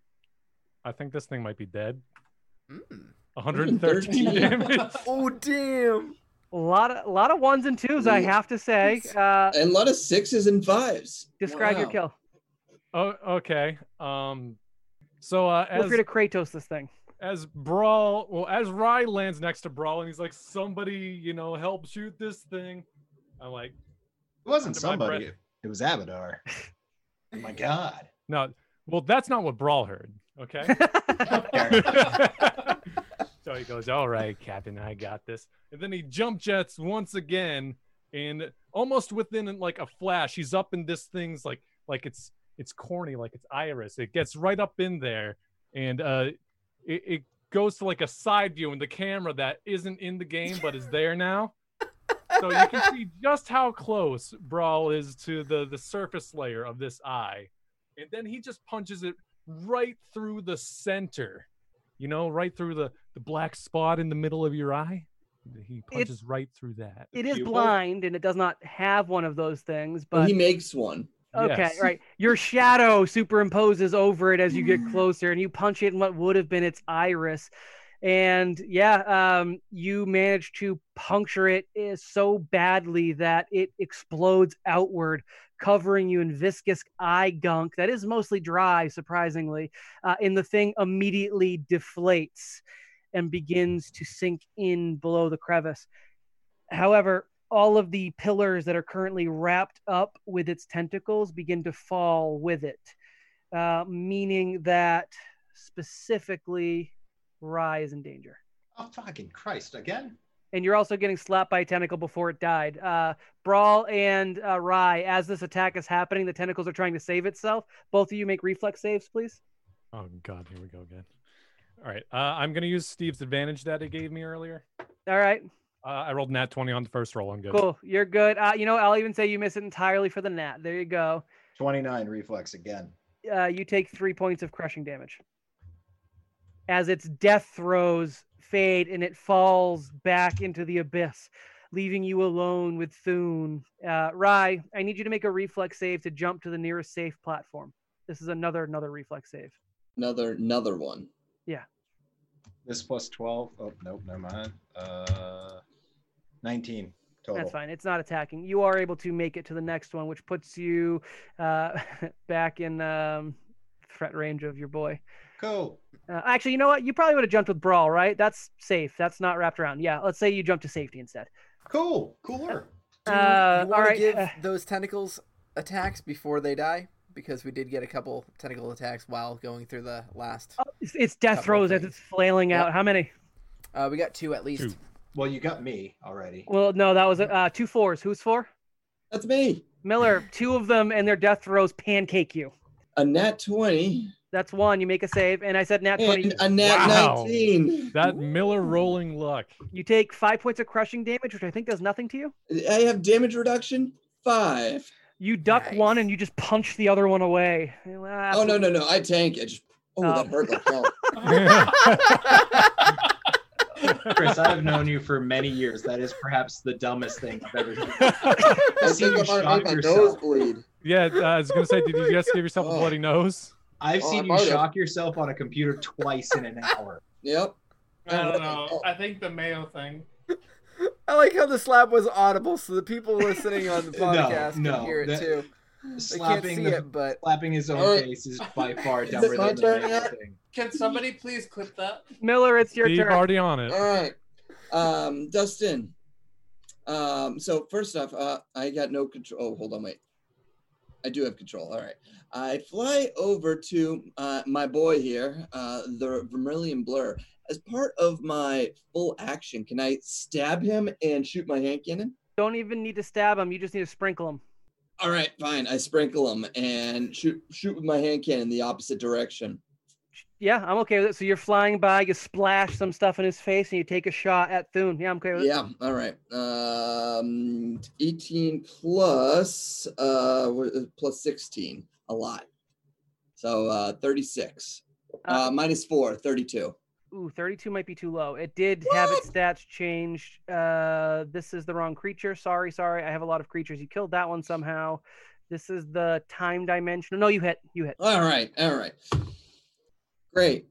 S4: I think this thing might be dead.
S7: Mm.
S4: 113
S1: Hmm.
S4: damage.
S7: Oh damn!
S1: A lot of, lot of ones and twos, I
S2: Yeah.
S1: have to say. Uh,
S2: and a lot of sixes and fives.
S1: describe your
S2: Wow.
S1: kill.
S4: Oh, okay. Um, so uh,
S1: Feel
S4: as
S1: free to Kratos this thing.
S4: as Brawl, well, as Rye lands next to Brawl, and he's like, "Somebody, you know, help shoot this thing." I'm like,
S9: It wasn't
S4: Under my
S9: somebody. It was Abadar.
S3: Oh my god.
S4: "No, well, that's not what Brawl heard." Okay. so he goes, All right, Captain, I got this. And then he jump jets once again, and almost within like a flash, he's up in this thing's like like it's it's corny, like it's iris. It gets right up in there and uh it, it goes to like a side view in the camera that isn't in the game but is there now. So you can see just how close Brawl is to the the surface layer of this eye. And then he just punches it right through the center you know, right through the the black spot in the middle of your eye. He punches right through that.
S1: It is
S3: pupil?
S1: blind and it does not have one of those things,
S2: But
S1: but
S2: he makes one.
S1: okay,
S4: Yes.
S1: right. Your shadow superimposes over it as you get closer, and you punch it in what would have been its iris. And yeah, um, you manage to puncture it eh, so badly that it explodes outward, covering you in viscous eye gunk that is mostly dry, surprisingly. Uh, and the thing immediately deflates and begins to sink in below the crevice. However, all of the pillars that are currently wrapped up with its tentacles begin to fall with it, uh, meaning that specifically Rye is in danger.
S9: Oh fucking Christ! Again?
S1: And you're also getting slapped by a tentacle before it died. Uh, Brawl and uh, Rye, as this attack is happening, the tentacles are trying to save itself. Both of you make reflex saves, please.
S4: Oh God, here we go again. All right, uh, I'm gonna use Steve's advantage that he gave me earlier.
S1: All right,
S4: Uh, I rolled nat 20 on the first roll. I'm good.
S1: cool. You're good. Uh, you know, I'll even say you miss it entirely for the nat. There you go.
S9: Twenty-nine reflex again.
S1: uh, you take three points of crushing damage. As its death throes fade and it falls back into the abyss, leaving you alone with Thune. Uh, Rye, I need you to make a reflex save to jump to the nearest safe platform. This is another another reflex save.
S2: Another another one.
S9: This plus twelve. Oh nope, never mind. Uh, nineteen total.
S3: Oh.
S1: That's fine. It's not attacking. You are able to make it to the next one, which puts you uh, back in um, threat range of your boy.
S9: Cool.
S1: Uh, actually, you know what? You probably would have jumped with Brawl, right? That's safe. That's not wrapped around. Yeah, let's say you jump to safety instead.
S9: Cool. Cooler.
S7: Do
S1: Uh,
S7: you
S1: all
S7: want
S1: right.
S7: to give
S1: uh,
S7: those tentacles attacks before they die? Because we did get a couple tentacle attacks while going through the last.
S1: it's, it's death
S7: couple
S1: throes as
S7: things.
S1: it's flailing
S7: Yep.
S1: out. How many?
S7: Uh, we got two at least.
S4: Two.
S9: Well, you got me already.
S1: Well, no, that was uh, two fours. Who's four?
S2: That's me.
S1: Miller. two of them and their death throes pancake you.
S2: A nat 20
S1: That's one. You make a save, and I said nat twenty.
S2: and uh, a nat
S4: Wow.
S2: 19.
S4: That Miller rolling luck.
S1: You take five points of crushing damage, which I think does nothing to you.
S2: I have damage reduction five.
S1: You duck one
S7: Nice.
S1: and you just punch the other one away. Ah,
S2: Oh no no no! I tank. I just oh
S1: Oh.
S2: that hurt like hell.
S3: Chris, I've known you for many years. That is perhaps the dumbest thing I've ever seen.
S2: I
S3: See
S2: think
S3: you
S2: I might
S3: shock
S2: have made my
S3: yourself.
S2: nose bleed.
S4: Yeah, uh, I was gonna say, did you just give yourself a
S2: Oh.
S4: bloody nose?
S3: I've
S2: Oh, I
S3: seen
S2: might
S3: you
S2: have.
S3: shock yourself on a computer twice in an hour.
S2: Yep.
S5: I don't know. I think the Mayo thing.
S7: I like how the slap was audible, so the people listening on the
S3: No,
S7: podcast
S3: no,
S7: can hear it
S3: that-
S7: too. They can't see
S3: Slapping the
S7: it, but
S3: slapping his own
S2: Alright.
S3: face is by far
S2: Is
S3: dumber
S2: it my
S3: than the
S2: turn
S3: main
S2: yet?
S3: thing.
S5: Can somebody please clip that?
S1: Miller, it's your
S4: Steve
S1: turn. Uh,
S4: already on it.
S2: All right. Um, Dustin. Um, so first off, uh, I got no control. Oh, hold on, wait. I do have control. All right. I fly over to uh, my boy here, uh, the Vermilion Blur. As part of my full action, can I stab him and shoot my hand cannon?
S1: Don't even need to stab him. You just need to sprinkle him.
S2: All right, fine. I sprinkle him and shoot shoot with my hand cannon the opposite direction.
S1: Yeah, I'm okay with it. So you're flying by, you splash some stuff in his face, and you take a shot at Thune. Yeah, I'm okay with it.
S2: Yeah. All right. Um, eighteen plus uh what is it? plus sixteen, a lot. So uh, thirty-six. Uh,
S1: Uh,
S2: minus four, 32.
S1: Ooh, 32 might be too low. It did have its stats changed. Uh, this is the wrong creature. Sorry, sorry. I have a lot of creatures. You killed that one somehow. This is the time dimension. No, you hit. You hit.
S2: All right, all right. Great.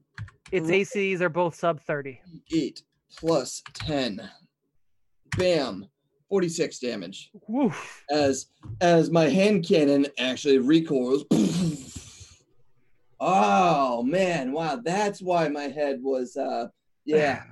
S1: Its ACs are both sub 30.
S2: Eight plus ten. Bam. Forty-six damage.
S1: Woof.
S2: as as my hand cannon actually recoils. oh man, wow, that's why my head was uh yeah.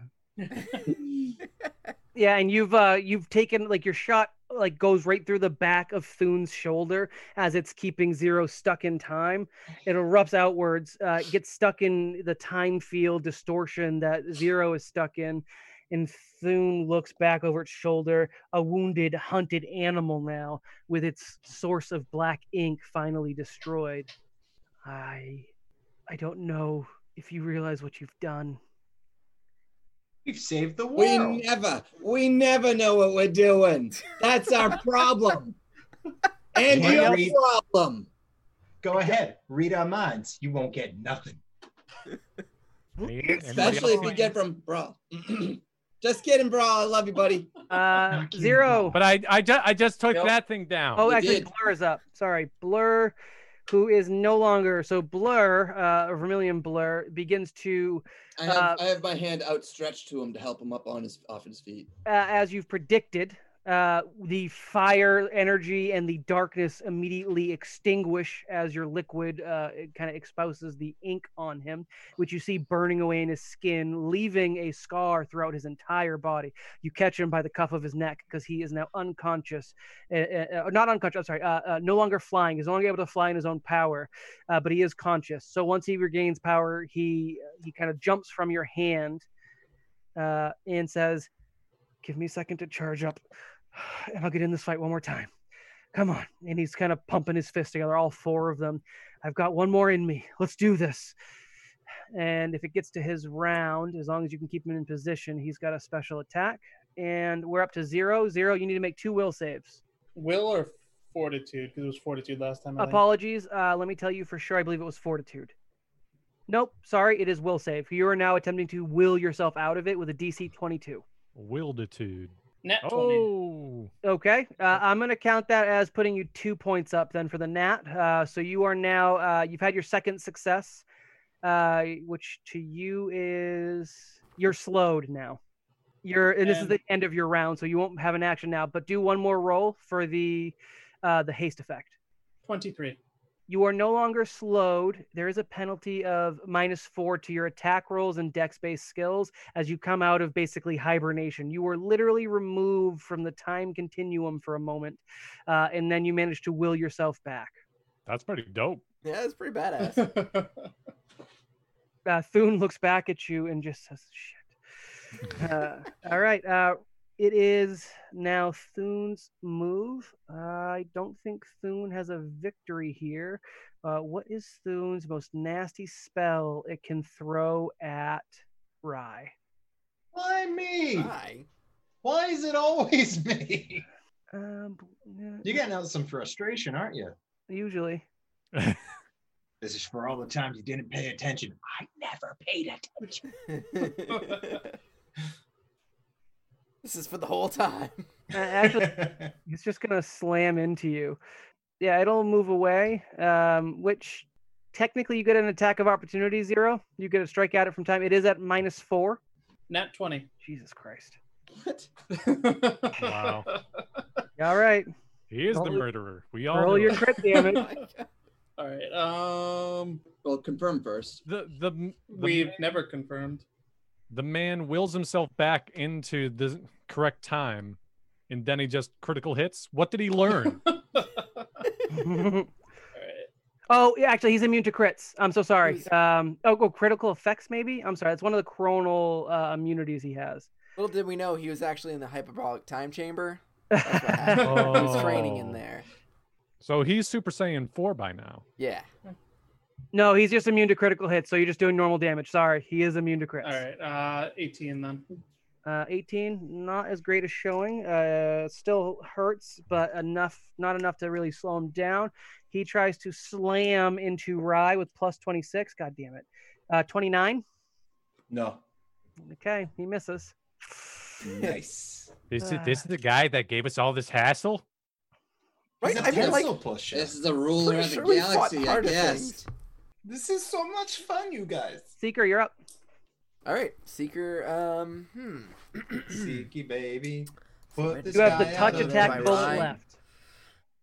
S1: Yeah, and you've uh you've taken like your shot like goes right through the back of Thune's shoulder as it's keeping zero stuck in time. It erupts outwards, uh, it gets stuck in the time field distortion that zero is stuck in, and Thune looks back over its shoulder, a wounded, hunted animal now, with its source of black ink finally destroyed. I I don't know if you realize what you've done.
S3: We've saved the
S2: We
S3: world.
S2: never we never know what we're doing. That's our problem. And
S3: Yeah,
S2: your
S3: we-
S2: problem.
S3: Go ahead, read our minds. You won't get nothing.
S4: Any- anybody
S2: Especially if
S4: else?
S2: you get from bro. Just kidding, bro. I love you, buddy.
S1: Uh
S3: Knock you
S1: zero.
S4: But I, I, ju- I just took
S2: Nope.
S4: that thing down.
S1: Oh,
S2: You
S1: actually,
S2: did.
S1: Blur is up. Sorry, Blur, who is no longer so Blur, uh, Vermilion Blur begins to,
S2: I have,
S1: Uh,
S2: I have my hand outstretched to him to help him up on his off his feet.
S1: uh, as you've predicted, uh, the fire energy and the darkness immediately extinguish as your liquid uh, kind of espouses the ink on him, which you see burning away in his skin, leaving a scar throughout his entire body. You catch him by the cuff of his neck because he is now unconscious, uh, uh, uh, not unconscious. I'm sorry, uh, uh, no longer flying. He's no longer able to fly in his own power, uh, but he is conscious. So once he regains power, he he kind of jumps from your hand uh, and says, "Give me a second to charge up, and I'll get in this fight one more time." Come on. And he's kind of pumping his fist together, all four of them. I've got one more in me. Let's do this. And if it gets to his round, as long as you can keep him in position, he's got a special attack. And we're up to zero. Zero, you need to make two will saves.
S5: Will or fortitude? Because it was fortitude last time. I think.
S1: Apologies. Uh, let me tell you for sure. I believe it was fortitude. Nope. Sorry. It is will save. You are now attempting to will yourself out of it with a DC 22.
S4: Wilditude.
S5: Net 20.
S4: Oh,
S1: Okay. Uh, I'm going to count that as putting you two points up then for the nat. Uh, so you are now, uh, you've had your second success, uh, which to you is, you're slowed now. You're, and this is
S5: And-
S1: the end of your round, so you won't have an action now, but do one more roll for the, uh, the haste effect.
S5: 23.
S1: You are no longer slowed. There is a penalty of minus four to your attack rolls and dex based skills as you come out of basically hibernation. You were literally removed from the time continuum for a moment, uh, and then you managed to will yourself back.
S4: that's pretty dope.
S7: yeah, it's pretty badass.
S1: Uh, Thune looks back at you and just says, shit. Uh, all right. Uh, it is now Thune's move. I don't think Thune has a victory here. Uh, what is Thune's most nasty spell it can throw at Rye?
S3: Why me?
S7: Hi.
S3: Why is it always me?
S1: Um, b- yeah,
S3: You're getting out some frustration, aren't you?
S1: usually.
S3: This is for all the times you didn't pay attention. I never paid attention.
S7: This is for the whole time.
S1: Uh, Actually, it's just gonna slam into you. Yeah, it'll move away. Um, which technically you get an attack of opportunity zero. You get a strike at it from time. It is at minus four.
S5: Nat 20.
S1: Jesus Christ.
S2: What?
S4: Wow.
S1: All right,
S4: He is the
S1: Roll-
S4: murderer. We
S5: Oh,
S4: all know
S1: roll your
S4: it.
S1: crit damage.
S5: All right. Um,
S2: Well, confirm first.
S4: the the the,
S5: we've never confirmed.
S4: the man wills himself back into the correct time, and then he just critical hits. What did he learn?
S1: oh, yeah, actually, he's immune to crits. I'm so sorry.
S7: He's-
S1: Um, oh, oh, critical effects maybe. I'm sorry. That's one of the coronal uh, immunities he has.
S7: Little did we know he was actually in the hyperbolic time chamber. That's what happened. He was training in
S4: Oh.
S7: there.
S4: So he's Super Saiyan four by now.
S7: Yeah.
S1: no, he's just immune to critical hits. So you're just doing normal damage. Sorry, he is immune to crits.
S5: All right. Uh, 18 then.
S1: Uh, 18, not as great as showing. Uh, still hurts, but enough, not enough to really slow him down. He tries to slam into Rye with plus 26. God damn it. Uh, 29.
S9: No.
S1: Okay, he misses.
S9: Nice.
S4: This is
S1: Ah.
S4: this is the guy that gave us all this hassle.
S7: Right?
S9: He's a
S7: I mean, like,
S9: pencil pusher.
S2: This is the ruler
S7: pretty
S2: of the
S7: sure we fought
S2: galaxy, I
S7: harder
S2: guess.
S7: things.
S9: This is so much fun, you guys.
S1: Seeker, you're up.
S7: All right, Seeker. Um, hmm.
S9: Seeky baby.
S7: Over
S9: Put this
S1: You have the
S9: guy
S1: touch
S9: out of
S1: attack
S7: my
S9: business.
S1: bullet
S7: mind.
S1: left.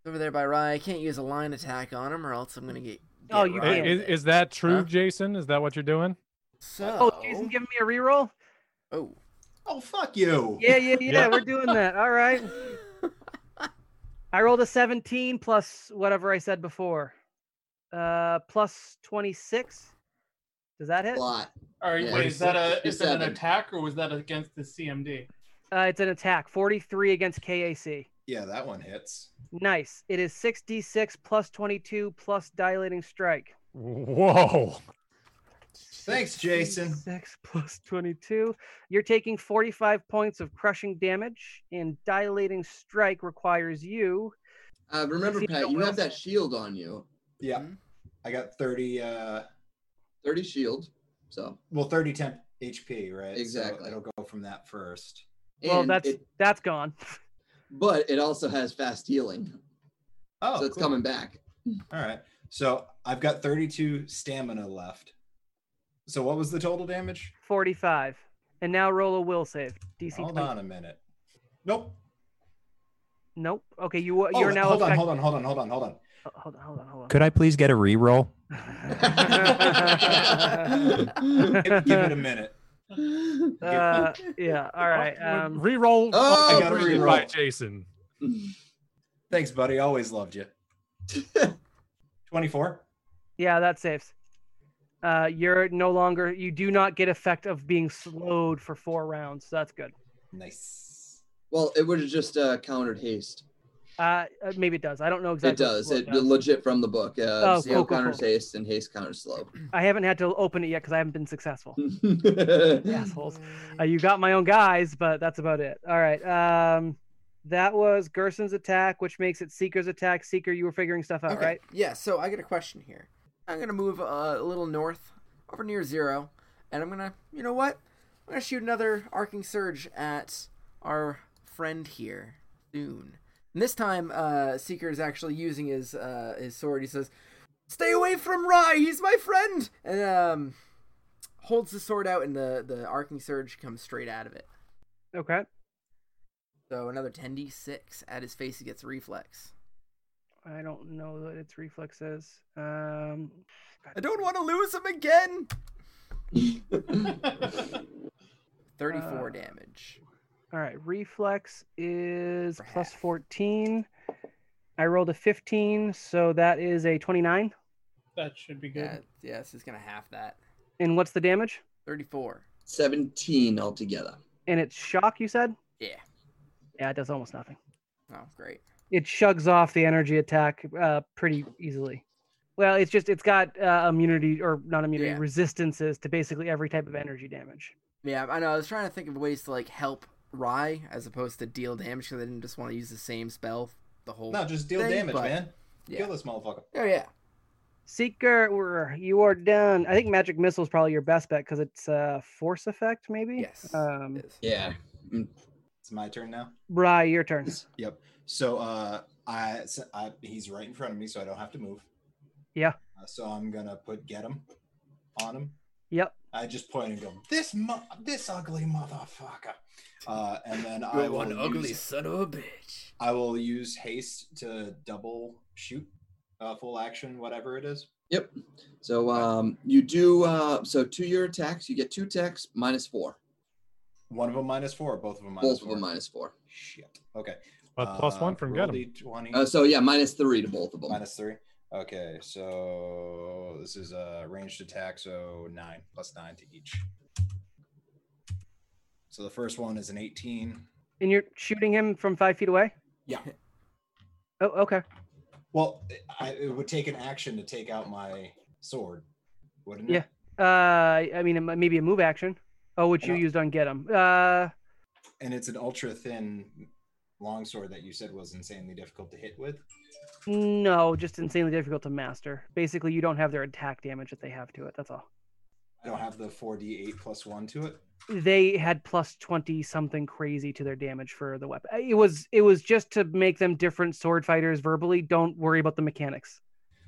S7: Over there by Rye. I can't use a line attack on him, or else I'm gonna get. get
S1: Oh, you
S7: Rye
S1: can't.
S4: I- Is,
S7: with it.
S4: is that true,
S7: Huh?
S4: Jason? Is that what you're doing?
S7: so?
S1: Oh, Jason giving me a reroll?
S7: oh.
S9: Oh fuck you.
S1: Yeah, yeah, yeah, We're doing that. All right. I rolled a 17 plus whatever I said before. Uh, plus 26. Does that hit?
S2: Lot.
S5: All right.
S2: Yeah,
S5: wait, is that a is that an
S2: 57.
S5: attack or was that against the CMD?
S1: Uh, it's an attack. 43 against KAC.
S9: Yeah, that one hits.
S1: Nice. It is 6d6 plus 22 plus dilating strike.
S4: Whoa!
S9: Thanks, Jason.
S1: 6 plus 22. You're taking 45 points of crushing damage, and dilating strike requires you.
S2: Uh, remember,
S1: See,
S2: Pat,
S1: no
S2: you
S1: will
S2: have that
S1: save.
S2: shield on you.
S9: Yeah.
S2: Mm-hmm.
S7: Mhm.
S9: I got 30 uh
S2: 30 shield. So,
S9: well 30 temp HP, right? So
S2: Exactly.
S9: it'll go from that first.
S1: Well,
S2: and
S1: that's
S2: it,
S1: that's gone.
S2: but it also has fast healing,
S9: Oh,
S2: so it's
S9: cool.
S2: coming back.
S9: All right. So I've got 32 stamina left. So what was the total damage?
S1: 45. And now roll a will save. DC
S9: Hold
S1: 20.
S9: on a minute. Nope.
S1: Nope. Okay, you
S9: Oh,
S1: you're now
S9: hold on,
S1: affect-
S9: hold on, hold on, hold on, hold on.
S1: Oh, hold on, hold on, hold on.
S8: Could I please get a reroll?
S9: give, give it a minute.
S1: uh, yeah. All right. Um,
S4: reroll.
S2: Oh,
S4: I
S2: I
S4: got
S2: gotta
S4: by
S9: reroll.
S4: Jason.
S9: Thanks, buddy. Always loved you. 24.
S1: Yeah, that saves. Uh, you're no longer. You do not get effect of being slowed for four rounds. So that's good.
S9: Nice.
S2: well, it would have just uh, countered haste.
S1: Uh, uh, maybe it does. I don't know
S2: It
S1: exactly. what
S2: does.
S1: slow
S2: It, legit from the book. Uh,
S1: Oh,
S2: CO
S1: cool, cool,
S2: counters
S1: cool.
S2: haste and haste counters slow.
S1: I haven't had to open it yet because I haven't been successful.
S2: Mm.
S1: Assholes. Uh,
S7: Are
S1: you got my own guys, but that's about it. All right. Um, that was Gerson's attack, which makes it Seeker's attack. Seeker, you were figuring stuff out,
S7: okay.
S1: right?
S7: Yeah. So I got a question here. I'm gonna move uh, a little north, over near zero, and I'm gonna. You know what? I'm gonna shoot another arcing surge at our friend here soon. And this time, uh, Seeker is actually using his uh, his sword. He says, "Stay away from Rye. He's my friend." And um, holds the sword out, and the the arcing surge comes straight out of it.
S1: Okay.
S7: So another 10d6 at his face. He gets reflex.
S1: I don't know that its reflexes. Um,
S7: I don't want to lose him again. 34
S1: Uh,
S7: damage.
S1: all right. Reflex is
S7: For
S1: plus
S7: half.
S1: 14. I rolled a 15, so that is a 29.
S5: That should be good.
S7: Yeah, yeah, this is gonna half that.
S1: And what's the damage?
S7: 34.
S2: 17 altogether.
S1: And it's shock, you said?
S7: Yeah.
S1: Yeah, it does almost nothing.
S7: Oh, great.
S1: It shugs off the energy attack uh, pretty easily. Well, it's just, it's got uh, immunity or not immunity,
S7: Yeah.
S1: resistances to basically every type of energy damage.
S7: Yeah, I know. I was trying to think of ways to like help Rye as opposed to deal damage because I didn't just want to use the same spell the whole.
S9: No, just deal
S7: Thanks,
S9: damage,
S7: bud.
S9: man.
S7: Yeah.
S9: Kill this motherfucker.
S7: Oh yeah.
S1: Seeker, we're- you are done. I think magic missile is probably your best bet because it's uh, force effect, maybe.
S7: Yes.
S1: Um,
S2: Mm.
S7: it is.
S2: Yeah.
S3: It's my turn now.
S1: Bry, your turn.
S3: So uh, I, so I he's right in front of me, so I don't have to move.
S1: Yeah.
S3: Uh, so I'm gonna put get him on him.
S1: Yep.
S3: I just point and go this mo- this ugly motherfucker, uh, and then I will use,
S7: son of a bitch.
S3: I will use haste to double shoot, uh, full action, whatever it is.
S2: Yep. So um, you do uh, so two your attacks. You get two attacks minus four.
S3: One of them minus four, both of them minus
S2: Both of
S3: four.
S2: them minus four.
S3: Shit. Okay.
S4: But plus
S3: Uh,
S4: one from
S3: roll
S4: get him.
S3: D20.
S2: Uh, so yeah, minus three to both of them.
S3: minus three. Okay, so this is a ranged attack, so nine plus nine to each. So the first one is an 18.
S1: And you're shooting him from five feet away?
S3: Yeah.
S1: Oh, okay.
S3: Well, I, it would take an action to take out my sword, wouldn't it?
S1: Yeah. Uh, I mean, it might- maybe a move action. Oh, which you
S3: Yeah.
S1: used on get him. Uh,
S3: And it's an ultra thin longsword that you said was insanely difficult to hit with.
S1: no, just insanely difficult to master. Basically, you don't have their attack damage that they have to it. That's all.
S3: I don't have the 4d8 plus one to it.
S1: They had plus twenty something crazy to their damage for the weapon. It was it was just to make them different sword fighters verbally. Don't worry about the mechanics.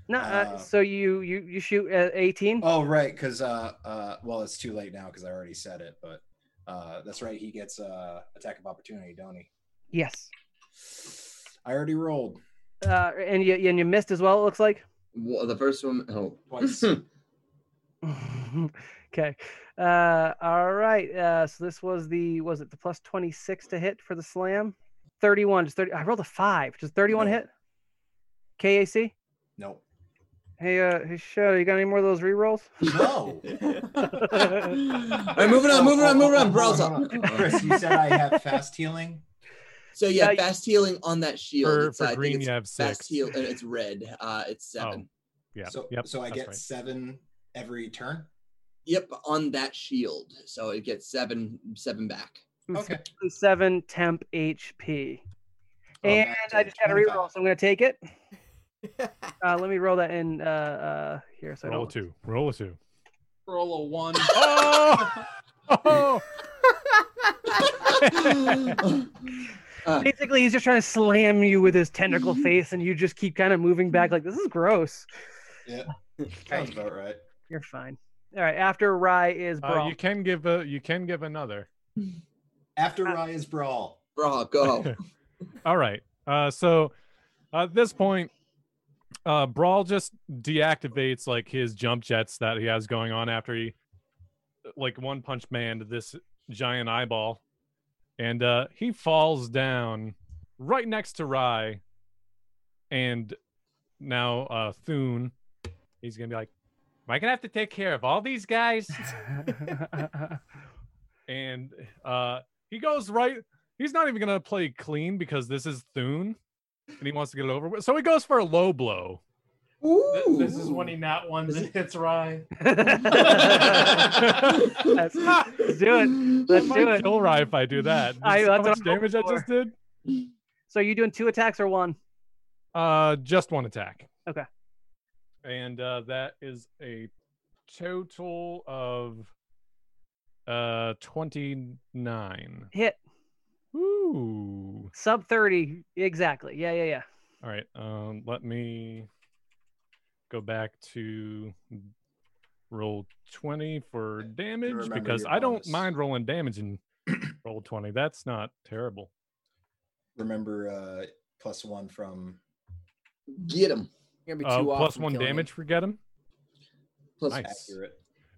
S1: No,
S3: Uh,
S1: uh, so you you you shoot at eighteen.
S3: Oh, right, because, uh, uh, well, it's too late now because I already said it, but uh, that's right. He gets uh, attack of opportunity, don't he?
S1: Yes.
S3: I already rolled
S1: Uh, and you and you missed as well. It looks like.
S2: Well, the first one. Oh,
S3: twice.
S1: Hmm. okay. Uh, all right. Uh, so this was the was it the plus twenty six to hit for the slam? Thirty one. Just thirty. I rolled a five. Does thirty one
S3: No.
S1: hit? KAC.
S3: nope.
S1: Hey, uh, hey, show. You got any more of those rerolls?
S3: No.
S2: All right, moving on, moving on, moving on. Browse up.
S3: Chris, you said I have fast healing.
S2: So yeah,
S1: Yeah,
S2: fast healing on that shield.
S4: For,
S2: it's, I
S4: for
S2: think
S4: green,
S2: it's
S4: you have
S2: fast
S4: six.
S2: heal, and it's red. Uh, it's seven.
S4: Yeah.
S3: So,
S4: yep,
S3: so I
S4: that's
S3: get
S4: right.
S3: seven every turn.
S2: Yep, on that shield. So it gets seven, seven back.
S3: Okay.
S1: Seven temp HP.
S3: Oh,
S1: And
S3: back to
S1: I just got a reroll,
S3: 25.
S1: so I'm gonna take it. Uh, let me roll that in uh, uh, here. So I
S4: Roll a
S1: don't-
S4: two. Roll a two.
S5: Roll a one.
S4: Oh! oh!
S2: Uh,
S1: Basically, he's just trying to slam you with his tentacle face, and you just keep kind of moving back. Like this is gross.
S3: Sounds about right.
S1: You're fine. All right. After Rye is
S4: Uh,
S1: Brawl.
S4: you can give a. You can give another.
S3: After
S1: Uh,
S3: Raya's brawl.
S2: bro, go.
S4: All right. Uh, so at this point, uh, Brawl just deactivates like his jump jets that he has going on after he, like, one punch man this giant eyeball, and uh, he falls down right next to Rye, and now uh, Thune, he's gonna be like, "Am I gonna have to take care of all these guys?" and uh, he goes right he's not even gonna play clean because this is Thune, and he wants to get it over with. So he goes for a low blow.
S5: Th- This is when he nat ones and hits Rye.
S1: Let's do it. Let's
S4: I
S1: do
S4: might
S1: it.
S4: kill Rye if I do that.
S1: I-
S4: I,
S1: that's
S4: how
S1: what
S4: much
S1: I'm
S4: damage I
S1: hoping
S4: just did?
S1: So are you doing two attacks or one?
S4: Uh, just one attack.
S1: Okay.
S4: And uh, that is a total of uh 29.
S1: Hit
S4: Ooh.
S1: sub thirty exactly. Yeah, yeah, yeah.
S4: All right. Um, let me go back to roll 20 for damage
S3: remember
S4: because
S3: your
S4: I don't
S3: bonus.
S4: mind rolling damage in roll 20. That's not terrible.
S3: Remember uh, plus one from.
S2: Get him.
S7: You're gonna be
S4: Uh,
S7: two off
S4: plus
S7: from
S4: one
S7: killing him.
S4: damage for get him.
S2: Plus
S4: Nice.
S3: Accurate.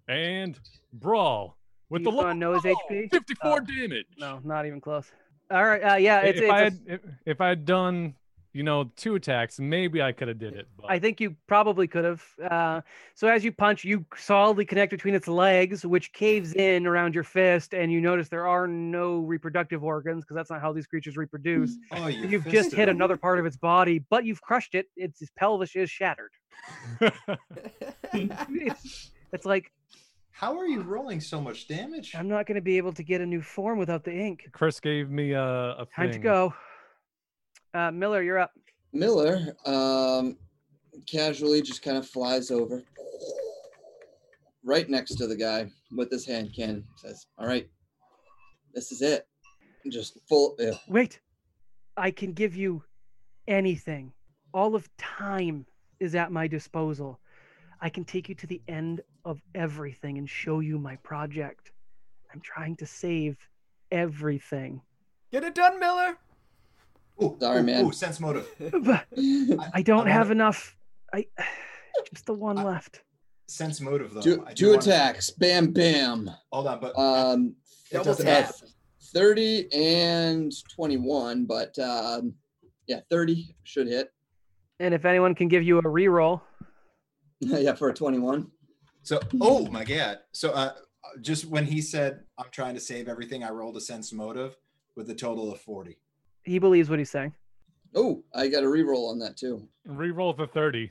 S4: And brawl with
S1: You
S4: the low
S1: wanna know his
S4: blow,
S1: HP?
S4: 54
S1: Oh,
S4: damage.
S1: No, not even close. All right. Uh, yeah,
S4: I-
S1: it's.
S4: if
S1: it's
S4: I
S1: a-
S4: had if, if I had done you know two attacks, maybe I could have did it. But
S1: I think you probably could have. Uh, so as you punch, you solidly connect between its legs, which caves in around your fist, and you notice there are no reproductive organs because that's not how these creatures reproduce.
S3: Oh, you
S1: You've just
S3: fisted
S1: hit
S3: him.
S1: another part of its body, but you've crushed it. Its, its pelvis is shattered. It's, it's like
S3: How are you rolling so much damage?
S1: I'm not going to be able to get a new form without the ink.
S4: Chris gave me a, a
S1: Time to
S4: thing.
S1: go. Uh, Miller, you're up.
S2: Miller um, casually just kind of flies over right next to the guy with his hand cannon. Says, All right, this is it. Just full. Ugh.
S1: Wait, I can give you anything. All of time is at my disposal. I can take you to the end of everything and show you my project. I'm trying to save everything.
S7: Get it done, Miller.
S3: Ooh,
S2: Sorry,
S3: ooh,
S2: man.
S3: ooh, sense motive.
S1: But I don't
S3: I
S1: have
S3: wanna-
S1: enough. I just the one
S3: I-
S1: left.
S3: Sense motive though.
S2: two
S3: I do
S2: two
S3: wanna-
S2: attacks. Bam, bam.
S3: Hold on, but
S2: Um,
S7: Double
S2: doesn't
S7: tap.
S2: matter. 30 and 21, but um, yeah, 30 should hit.
S1: And if anyone can give you a reroll,
S2: yeah, for a 21.
S3: so oh my god. So uh, just when he said I'm trying to save everything, I rolled a sense motive with a total of forty.
S1: he believes what he's saying.
S2: Oh, I got a reroll on that too.
S4: Reroll the 30.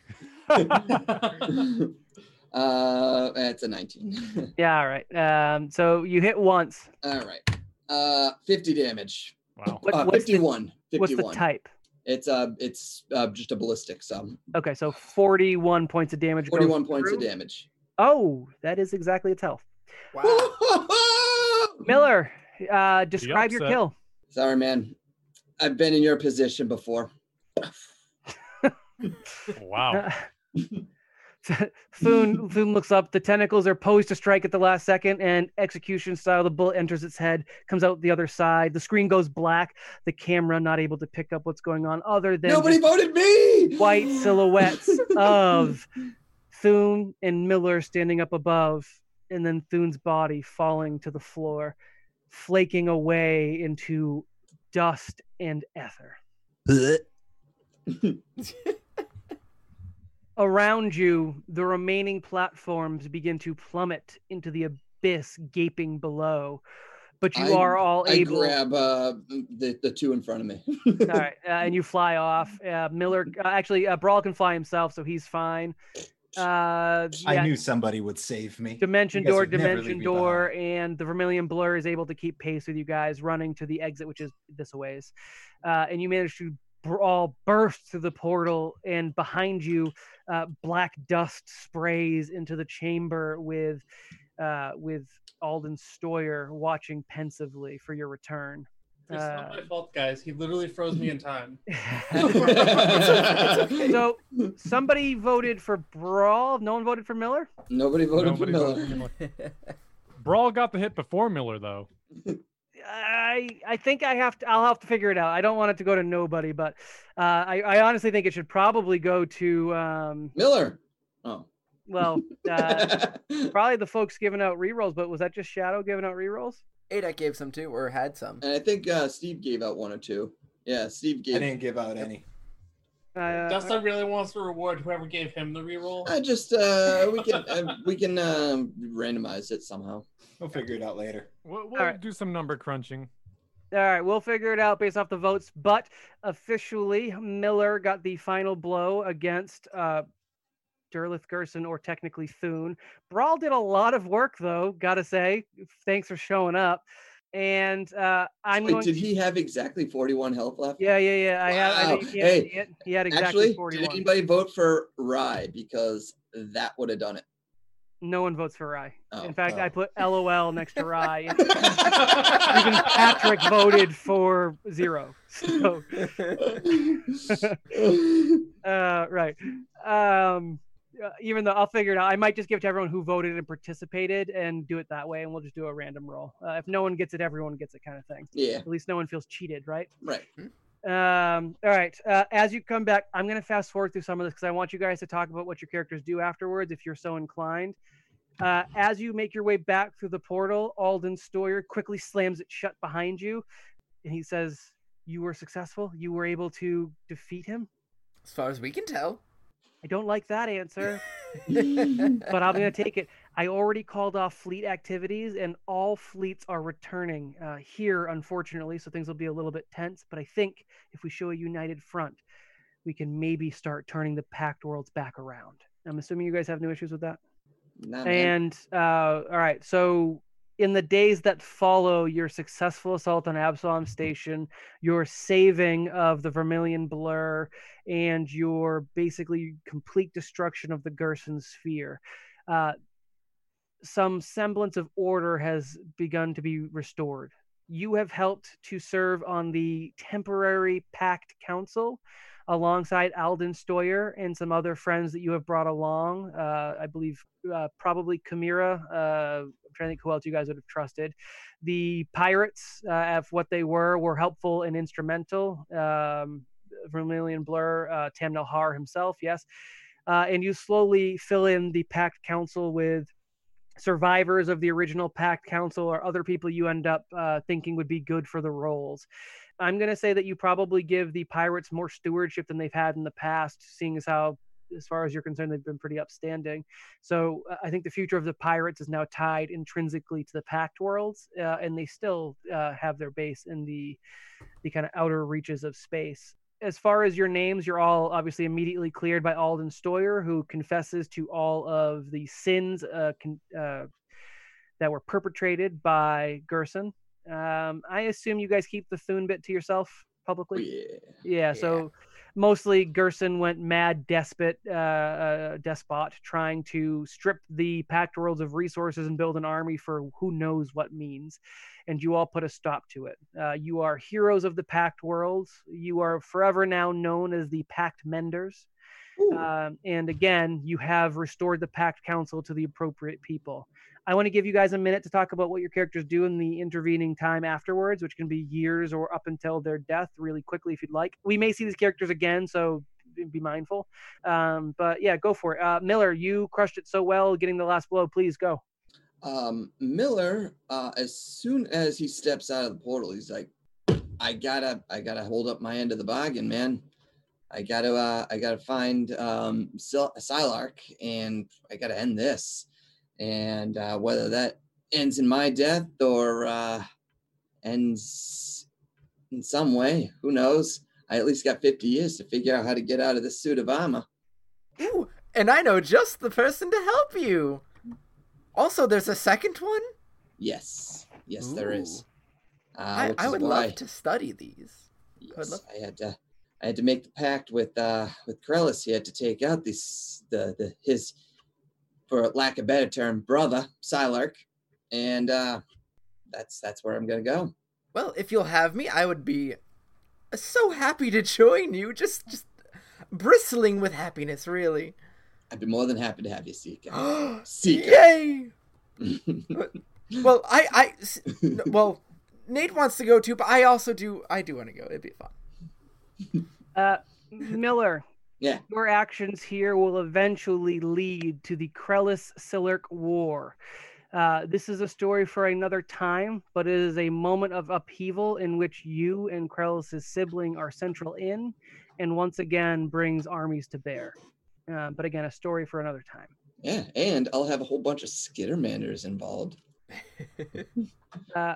S2: uh, that's a 19.
S1: Yeah, all right. Um, so you hit once.
S2: All right. Uh, 50 damage.
S4: Wow.
S1: What,
S2: uh,
S1: what's, the,
S2: 51. 51.
S1: what's the type?
S2: It's uh, it's uh, just a ballistic. So
S1: Okay, so 41 points of damage. goes
S2: 41 points
S1: through.
S2: of damage.
S1: Oh, that is exactly its health.
S7: Wow.
S1: Miller, uh, describe your
S4: upset.
S1: kill.
S2: Sorry, man. I've been in your position before.
S4: Wow.
S1: Foon, Foon looks up. The tentacles are poised to strike at the last second, and execution style, the bullet enters its head, comes out the other side. The screen goes black. The camera not able to pick up what's going on other than
S2: Nobody
S1: just
S2: voted me.
S1: white silhouettes of Thune and Miller standing up above, and then Thune's body falling to the floor, flaking away into dust and ether. Around you, the remaining platforms begin to plummet into the abyss gaping below, but you
S2: I-
S1: are all
S2: I
S1: able.
S2: grab uh, the the two in front of me.
S1: All right, uh, and you fly off. Uh, Miller, uh, actually, uh, Brawl can fly himself, so he's fine. Uh,
S3: I
S1: yeah,
S3: knew somebody would save me.
S1: Dimension
S3: You guys
S1: door,
S3: would never leave
S1: dimension
S3: me
S1: door, and the Vermilion Blur is able to keep pace with you guys, running to the exit, which is this a ways. Uh, and you manage to br- all burst through the portal, and behind you, uh, black dust sprays into the chamber with, uh, with Alden Stoyer watching pensively for your return.
S5: It's
S1: Uh,
S5: not my fault, guys. He literally froze me in time.
S1: so somebody voted for Brawl. No one voted for Miller.
S2: Nobody voted
S4: Nobody
S2: for Miller.
S4: voted for Miller. Brawl got the hit before Miller, though.
S1: I I think I have to. I'll have to figure it out. I don't want it to go to nobody, but uh, I I honestly think it should probably go to um
S2: Miller. Oh.
S1: well uh, probably the folks giving out rerolls. But was that just Shadow giving out rerolls?
S7: Adek gave some too, or had some.
S2: and I think uh, Steve gave out one or two. Yeah, Steve
S3: I
S2: gave.
S3: didn't give out any.
S1: Uh,
S5: Dustin really wants to reward whoever gave him the reroll.
S2: I just uh, we can uh, we can um randomize it somehow.
S3: We'll figure it out later.
S4: We'll, we'll
S1: right.
S4: do some number crunching.
S1: All right, we'll figure it out based off the votes. But officially, Miller got the final blow against uh, Derlith Gerson, or technically Thune. Brawl did a lot of work, though. Gotta say, thanks for showing up. And uh, I'm
S2: Wait,
S1: going.
S2: did he have exactly forty-one health left?
S1: Yeah, yeah, yeah. I have. I know
S2: Wow.
S1: you can't
S2: Hey,
S1: see it. He had exactly
S2: Actually,
S1: 41.
S2: did anybody vote for Rye because that would have done it?
S1: No one votes for Rye.
S2: Oh,
S1: In fact, I
S3: oh.
S1: put LOL next to Rye. and even Patrick voted for zero. So. Uh, right. Um, uh, even though I'll figure it out, I might just give it to everyone who voted and participated and do it that way, and we'll just do a random roll. Uh, if no one gets it, everyone gets it, kind of thing.
S2: yeah,
S1: At least no one feels cheated, right?
S2: right.
S1: Um, all right. Uh, as you come back, I'm going to fast forward through some of this because I want you guys to talk about what your characters do afterwards if you're so inclined. Uh, as you make your way back through the portal, Alden Stoyer quickly slams it shut behind you and he says, You were successful. You were able to defeat him.
S7: As far as we can tell.
S1: I don't like that answer, but I'm going to take it. I already called off fleet activities, and all fleets are returning uh, here, unfortunately. So things will be a little bit tense. But I think if we show a united front, we can maybe start turning the packed worlds back around. I'm assuming you guys have no issues with that.
S2: Nah, man.
S1: And uh, all right, so in the days that follow your successful assault on Absalom Station, your saving of the Vermilion Blur, and your basically complete destruction of the Gerson Sphere, uh, some semblance of order has begun to be restored. you have helped to serve on the temporary pact council alongside Alden Stoyer and some other friends that you have brought along. Uh, I believe uh, probably Kamira. Uh, I'm trying to think who else you guys would have trusted. The pirates, uh, of what they were, were helpful and instrumental. Um, Vermilion Blur, uh, Tamnil Har himself, yes. Uh, and you slowly fill in the Pact Council with survivors of the original Pact Council or other people you end up uh, thinking would be good for the roles. I'm going to say that you probably give the Pirates more stewardship than they've had in the past, seeing as how, as far as you're concerned, they've been pretty upstanding. So uh, I think the future of the Pirates is now tied intrinsically to the Pact worlds, uh, and they still uh, have their base in the the kind of outer reaches of space. As far as your names, you're all obviously immediately cleared by Alden Stoyer, who confesses to all of the sins uh, con- uh, that were perpetrated by Gerson. Um, I assume you guys keep the Thune bit to yourself
S2: Oh,
S1: publicly.
S2: yeah.
S1: Yeah, so mostly Gerson went mad despot, uh, uh, despot, trying to strip the Pact Worlds of resources and build an army for who knows what means. And you all put a stop to it. Uh, you are heroes of the Pact Worlds. You are forever now known as the Pact Menders.
S2: Ooh.
S1: Um, and again, you have restored the Pact Council to the appropriate people. I want to give you guys a minute to talk about what your characters do in the intervening time afterwards, which can be years or up until their death, really quickly if you'd like. We may see these characters again, so be- be mindful. Um, but yeah, go for it. Uh, Miller, you crushed it so well getting the last blow. Please go.
S2: um, Miller, uh, as soon as he steps out of the portal, he's like, "I gotta, I gotta hold up my end of the bargain, man. I gotta, uh, I gotta find um, Sil- Psylark, and I gotta end this. And uh, whether that ends in my death or uh, ends in some way, who knows? I at least got 50 years to figure out how to get out of this suit of armor.
S6: Ooh, and I know just the person to help you. Also, there's a second one.
S2: Yes, yes, there is. Uh,
S6: I,
S7: Ah,
S2: which
S6: I
S2: is
S6: would
S2: why-
S6: love to study these. I would
S2: Yes,
S6: love-
S2: I had to. I had to make the pact with uh, with Krellis here to take out this the the his, for lack of better term, brother Psylark, and uh, that's that's where I'm gonna go.
S6: Well, if you'll have me, I would be so happy to join you. Just, just bristling with happiness, really.
S2: I'd be more than happy to have you, Seeker. Seeker.
S6: Yay! Well, I, I, s- no, well, Nate wants to go too, but I also do. I do want to go. It'd be fun.
S1: Uh, Miller.
S2: Yeah.
S1: Your actions here will eventually lead to the Krellis Silurk War. Uh, this is a story for another time, but it is a moment of upheaval in which you and Krellis' sibling are central in, and once again brings armies to bear. Uh, but again, a story for another time.
S2: yeah, and I'll have a whole bunch of Skittermanders involved.
S1: Uh,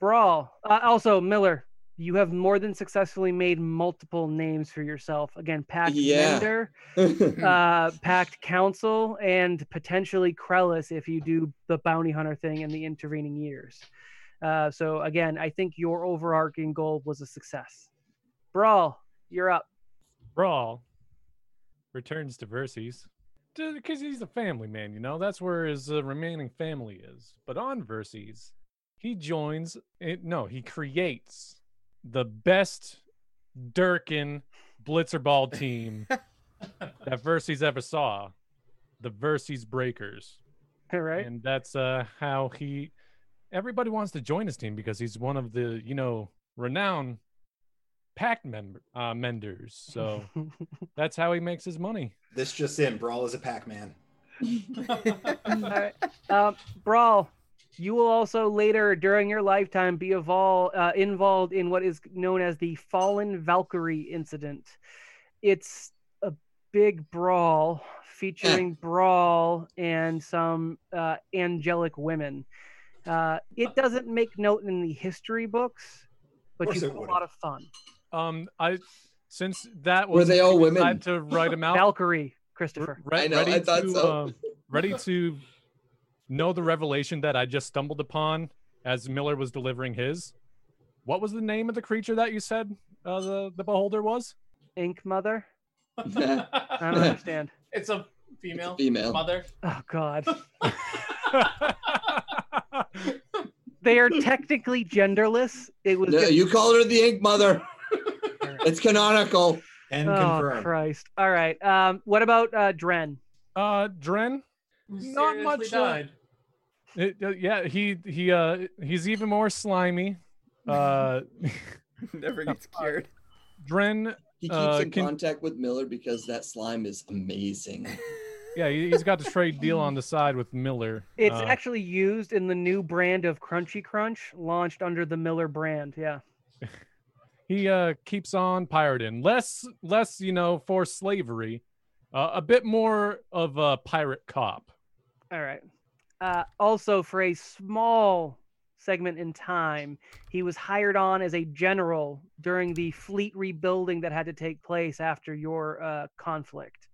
S1: Brawl. Uh, also, Miller, you have more than successfully made multiple names for yourself. Again, Pact
S2: Yeah.
S1: Mender,
S4: Mm.
S2: Ooh,
S1: uh, Pact Council and potentially Krellis if you do the bounty hunter thing in the intervening years. Uh, so again, I think your overarching goal was a success. Brawl, you're up.
S4: Brawl returns to Verses because he's a family man, you know. That's where his uh, remaining family is. But on Verses, he joins it. No, he creates the best Durkin Blitzerball team that Verses ever saw, the Verses Breakers,
S1: All right.
S4: and that's uh, how he. Everybody wants to join his team because he's one of the you know renowned pack member uh, menders. So. That's how he makes his money.
S3: This just in, Brawl is a Pac-Man.
S1: All right. Um, Brawl, you will also later during your lifetime be evol- uh, involved in what is known as the Fallen Valkyrie incident. It's a big brawl featuring Brawl and some uh, angelic women. Uh, it doesn't make note in the history books, but
S3: course
S1: you
S3: it
S1: have a
S3: wouldn't.
S1: lot of fun.
S4: Um, I since that
S2: Were
S4: was
S2: they all women?
S4: I had to write him out.
S1: Valkyrie, Christopher.
S4: re-
S2: I know, I thought
S4: to,
S2: so.
S4: uh, ready to know the revelation that I just stumbled upon as Miller was delivering his. What was the name of the creature that you said uh, the the beholder was?
S1: Ink Mother. I don't
S2: know.
S1: understand.
S5: it's a female
S2: female.
S5: mother.
S1: Oh, God. They are technically genderless. It was
S2: No,
S1: just-
S2: you called her the Ink Mother. it's canonical.
S3: And
S1: oh
S3: confirm.
S1: Christ. All right. Um, what about uh, Dren?
S4: Uh, Dren. Not much
S5: Seriously
S4: left.
S5: died.
S4: It- uh, yeah, he he uh he's even more slimy. Uh,
S7: Never gets cured.
S4: Dren.
S2: He keeps
S4: Uh,
S2: in
S4: can-
S2: contact with Miller because that slime is amazing.
S4: Yeah, he, he's got the trade deal on the side with Miller.
S1: It's
S4: Uh,
S1: actually used in the new brand of Crunchy Crunch, launched under the Miller brand. Yeah.
S4: he uh keeps on pirating less less you know for slavery uh, a bit more of a pirate cop
S1: All right. Uh, also, for a small segment in time, he was hired on as a general during the fleet rebuilding that had to take place after your uh, conflict.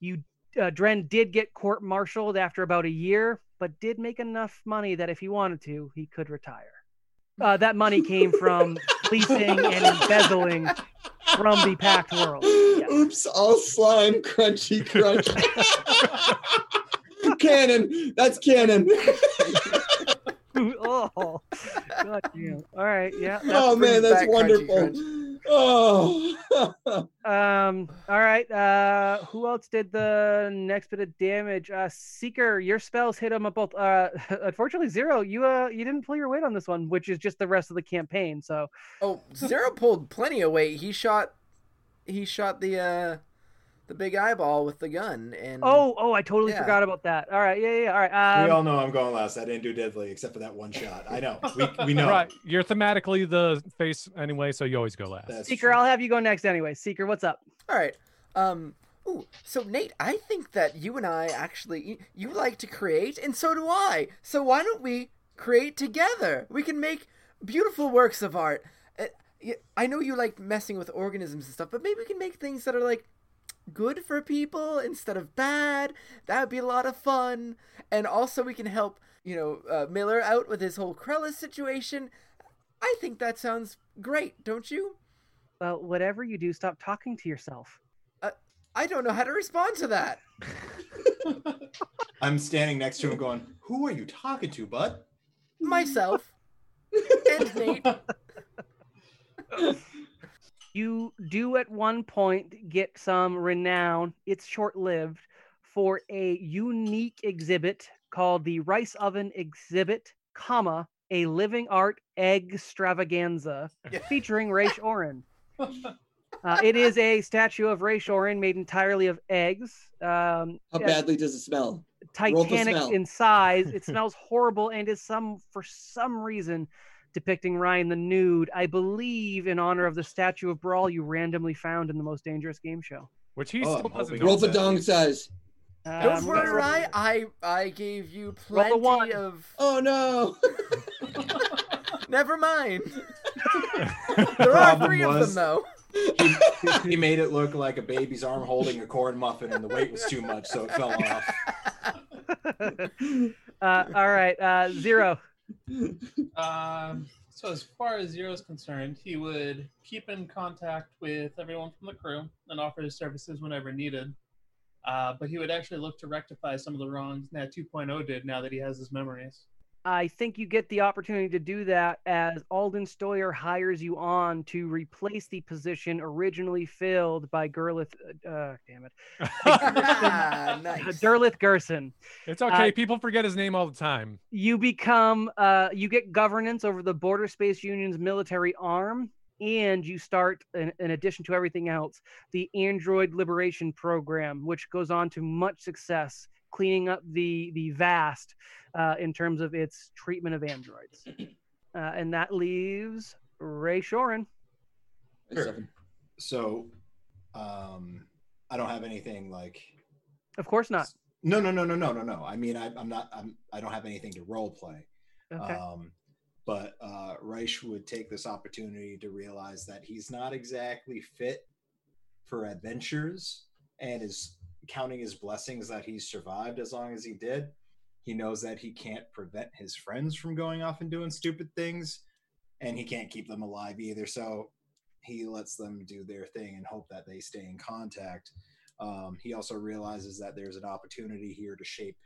S1: You, uh, Dren, did get court-martialed after about a year, but did make enough money that if he wanted to, he could retire. Uh, that money came from leasing and embezzling from the packed world. Yeah.
S2: Oops, all slime, crunchy, crunch. canon. That's canon.
S1: oh, God damn. All right, yeah.
S2: oh man,
S7: brings
S2: that's
S7: back crunchy,
S2: wonderful. Oh,
S1: Um. All right. Uh. Who else did the next bit of damage? Uh. Seeker, your spells hit him up both. Uh. Unfortunately, zero. You uh. You didn't pull your weight on this one, which is just the rest of the campaign. So
S7: Oh, Zero pulled plenty of weight. He shot, he shot the uh, the big eyeball with the gun, and
S1: oh oh, I totally
S7: Yeah.
S1: forgot about that. All right. Yeah. Yeah. yeah, All right. Um,
S3: Hmm. we all know I'm going last. I didn't do deadly except for that one shot. I know. We, we know.
S4: right you're thematically the face anyway so you always go last
S3: That's
S1: Seeker,
S3: true.
S1: I'll have you go next anyway. Seeker, what's up?
S7: all right. Um, ooh, so Nate, I think that you and I actually you, you like to create, and so do I. So why don't we create together? We can make beautiful works of art. Uh, y- I know you like messing with organisms and stuff, but maybe we can make things that are like good for people instead of bad. That would be a lot of fun. And also, we can help, you know, uh, Miller out with his whole Krella situation. I think that sounds great, don't you?
S1: Well, whatever you do, stop talking to yourself.
S7: I don't know how to respond to that.
S3: I'm standing next to him going, Who are you talking to, bud?
S7: Myself and Nate.
S1: You do at one point get some renown. It's short lived for a unique exhibit called the Rice Oven Exhibit, comma, a living art egg extravaganza featuring Raish Orin. Uh, it is a statue of Raish Orin made entirely of eggs. Um,
S2: how
S1: yeah,
S2: badly does it smell? Roll the
S1: titanic
S2: smell.
S1: in size. It smells horrible and is some for some reason depicting Ryan the nude. I believe in honor of the statue of Brawl you randomly found in the most dangerous game show.
S4: which he
S3: Oh, I'm
S4: still doesn't
S3: hoping
S4: know
S2: Roll the
S3: that.
S2: dong size.
S1: Uh,
S7: Don't
S1: I'm gonna
S7: worry,
S1: roll-
S7: Rye. I I gave you
S1: Roll a one.
S7: plenty of.
S2: Oh no.
S7: Never mind.
S4: about.
S7: There are
S3: problem
S7: three of them
S3: was-
S7: though.
S3: He made it look like a baby's arm holding a corn muffin, and the weight was too much, so it fell off.
S1: uh, all right, uh, zero.
S5: Um, so as far as Zero's concerned, he would keep in contact with everyone from the crew and offer his services whenever needed. Uh, but he would actually look to rectify some of the wrongs that 2.0 did now that he has his memories.
S1: I think you get the opportunity to do that as Alden Stoyer hires you on to replace the position originally filled by Gerlith. Uh, uh, damn it,
S4: Ah,
S7: nice.
S1: Derlith Gerson.
S4: it's okay
S1: Uh,
S4: people forget his name all the time
S1: you become uh, you get governance over the border space union's military arm and you start in, in addition to everything else the android liberation program which goes on to much success cleaning up the the vast uh, in terms of its treatment of androids uh, and that leaves ray shoren
S3: Sure. So, um, I don't have anything like.
S1: of course not
S3: No, no, no, no, no, no, no. I mean, I, I'm not. I'm. I don't have anything to role play.
S1: okay
S3: Um, but uh, Reich would take this opportunity to realize that he's not exactly fit for adventures and is counting his blessings that he survived as long as he did. He knows that he can't prevent his friends from going off and doing stupid things, and he can't keep them alive either. So he lets them do their thing and hope that they stay in contact. Um, he also realizes that there's an opportunity here to shape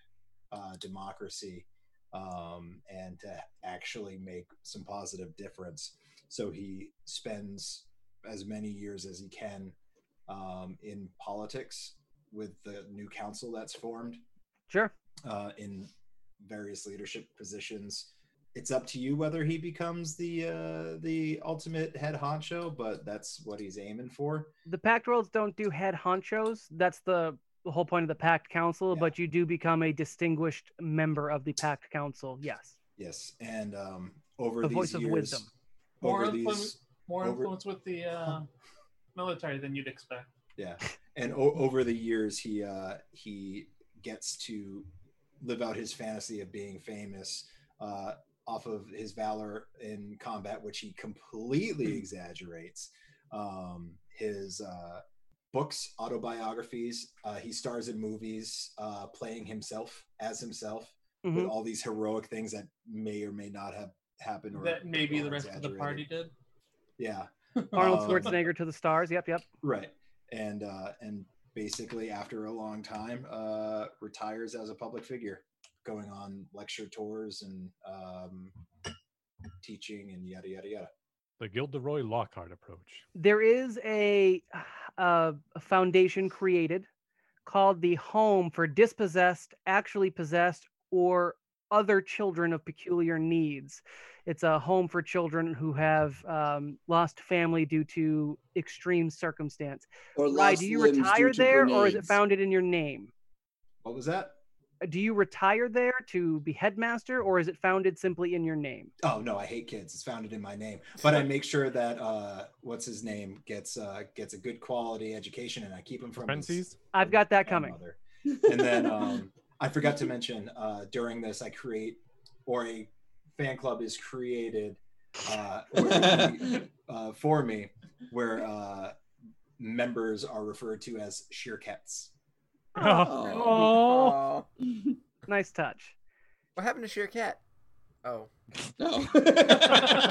S3: uh, democracy um, and to actually make some positive difference. So he spends as many years as he can um, in politics with the new council that's formed
S1: Sure.
S3: uh, in various leadership positions. It's up to you whether he becomes the uh, the ultimate head honcho, but that's what he's aiming for.
S1: The pact worlds don't do head honchos. That's the the whole point of the pact council,
S3: Yeah.
S1: but you do become a distinguished member of the pact council. Yes.
S3: Yes, and um, over
S1: The
S3: these
S1: voice of
S3: years,
S1: wisdom.
S5: More
S3: over
S5: of them-
S3: these,
S5: More
S3: Over-
S5: influence with the uh, military than you'd expect.
S3: yeah, and o- over the years, he uh, he gets to live out his fantasy of being famous uh, off of his valor in combat, which he
S5: Mm-hmm.
S3: completely exaggerates. Um, his uh, books, autobiographies, uh, he stars in movies, uh, playing himself as himself. With
S5: Mm-hmm.
S1: Mhm.
S3: all these heroic things that may or may not have happened, or
S5: That maybe
S3: or
S5: the rest of the
S3: exaggerated.
S5: party did.
S3: Yeah,
S1: Arnold
S3: Um,
S1: Schwarzenegger to the stars. Yep, yep.
S3: right and uh and basically after a long time uh retires as a public figure going on lecture tours and um teaching and yada yada yada
S4: The Gilderoy Lockhart approach.
S1: There is a, uh, a foundation created called the Home for Dispossessed, Actually Possessed, or Other Children of Peculiar Needs. It's a home for children who have um, lost family due to extreme circumstance.
S2: Or
S1: Rye,
S2: lost
S1: do you
S2: limbs due
S1: retire
S2: to
S1: there, or is it
S2: grenades.
S1: founded in your name?
S3: what was that
S1: Uh, Do you retire there to be headmaster, or is it founded simply in your name?
S3: oh no i hate kids it's founded in my name but i make sure that uh what's his name gets uh gets a good quality education and i keep him from his
S4: Frenzies?
S1: I've got that coming.
S3: grandmother. and then um, I forgot to mention uh, during this, I create or a fan club is created uh, where we- uh, for me, where uh, members are referred to as sheer cats.
S1: Oh,
S7: Aw.
S1: nice touch.
S7: What happened to Sheer Cat? Oh.
S2: No.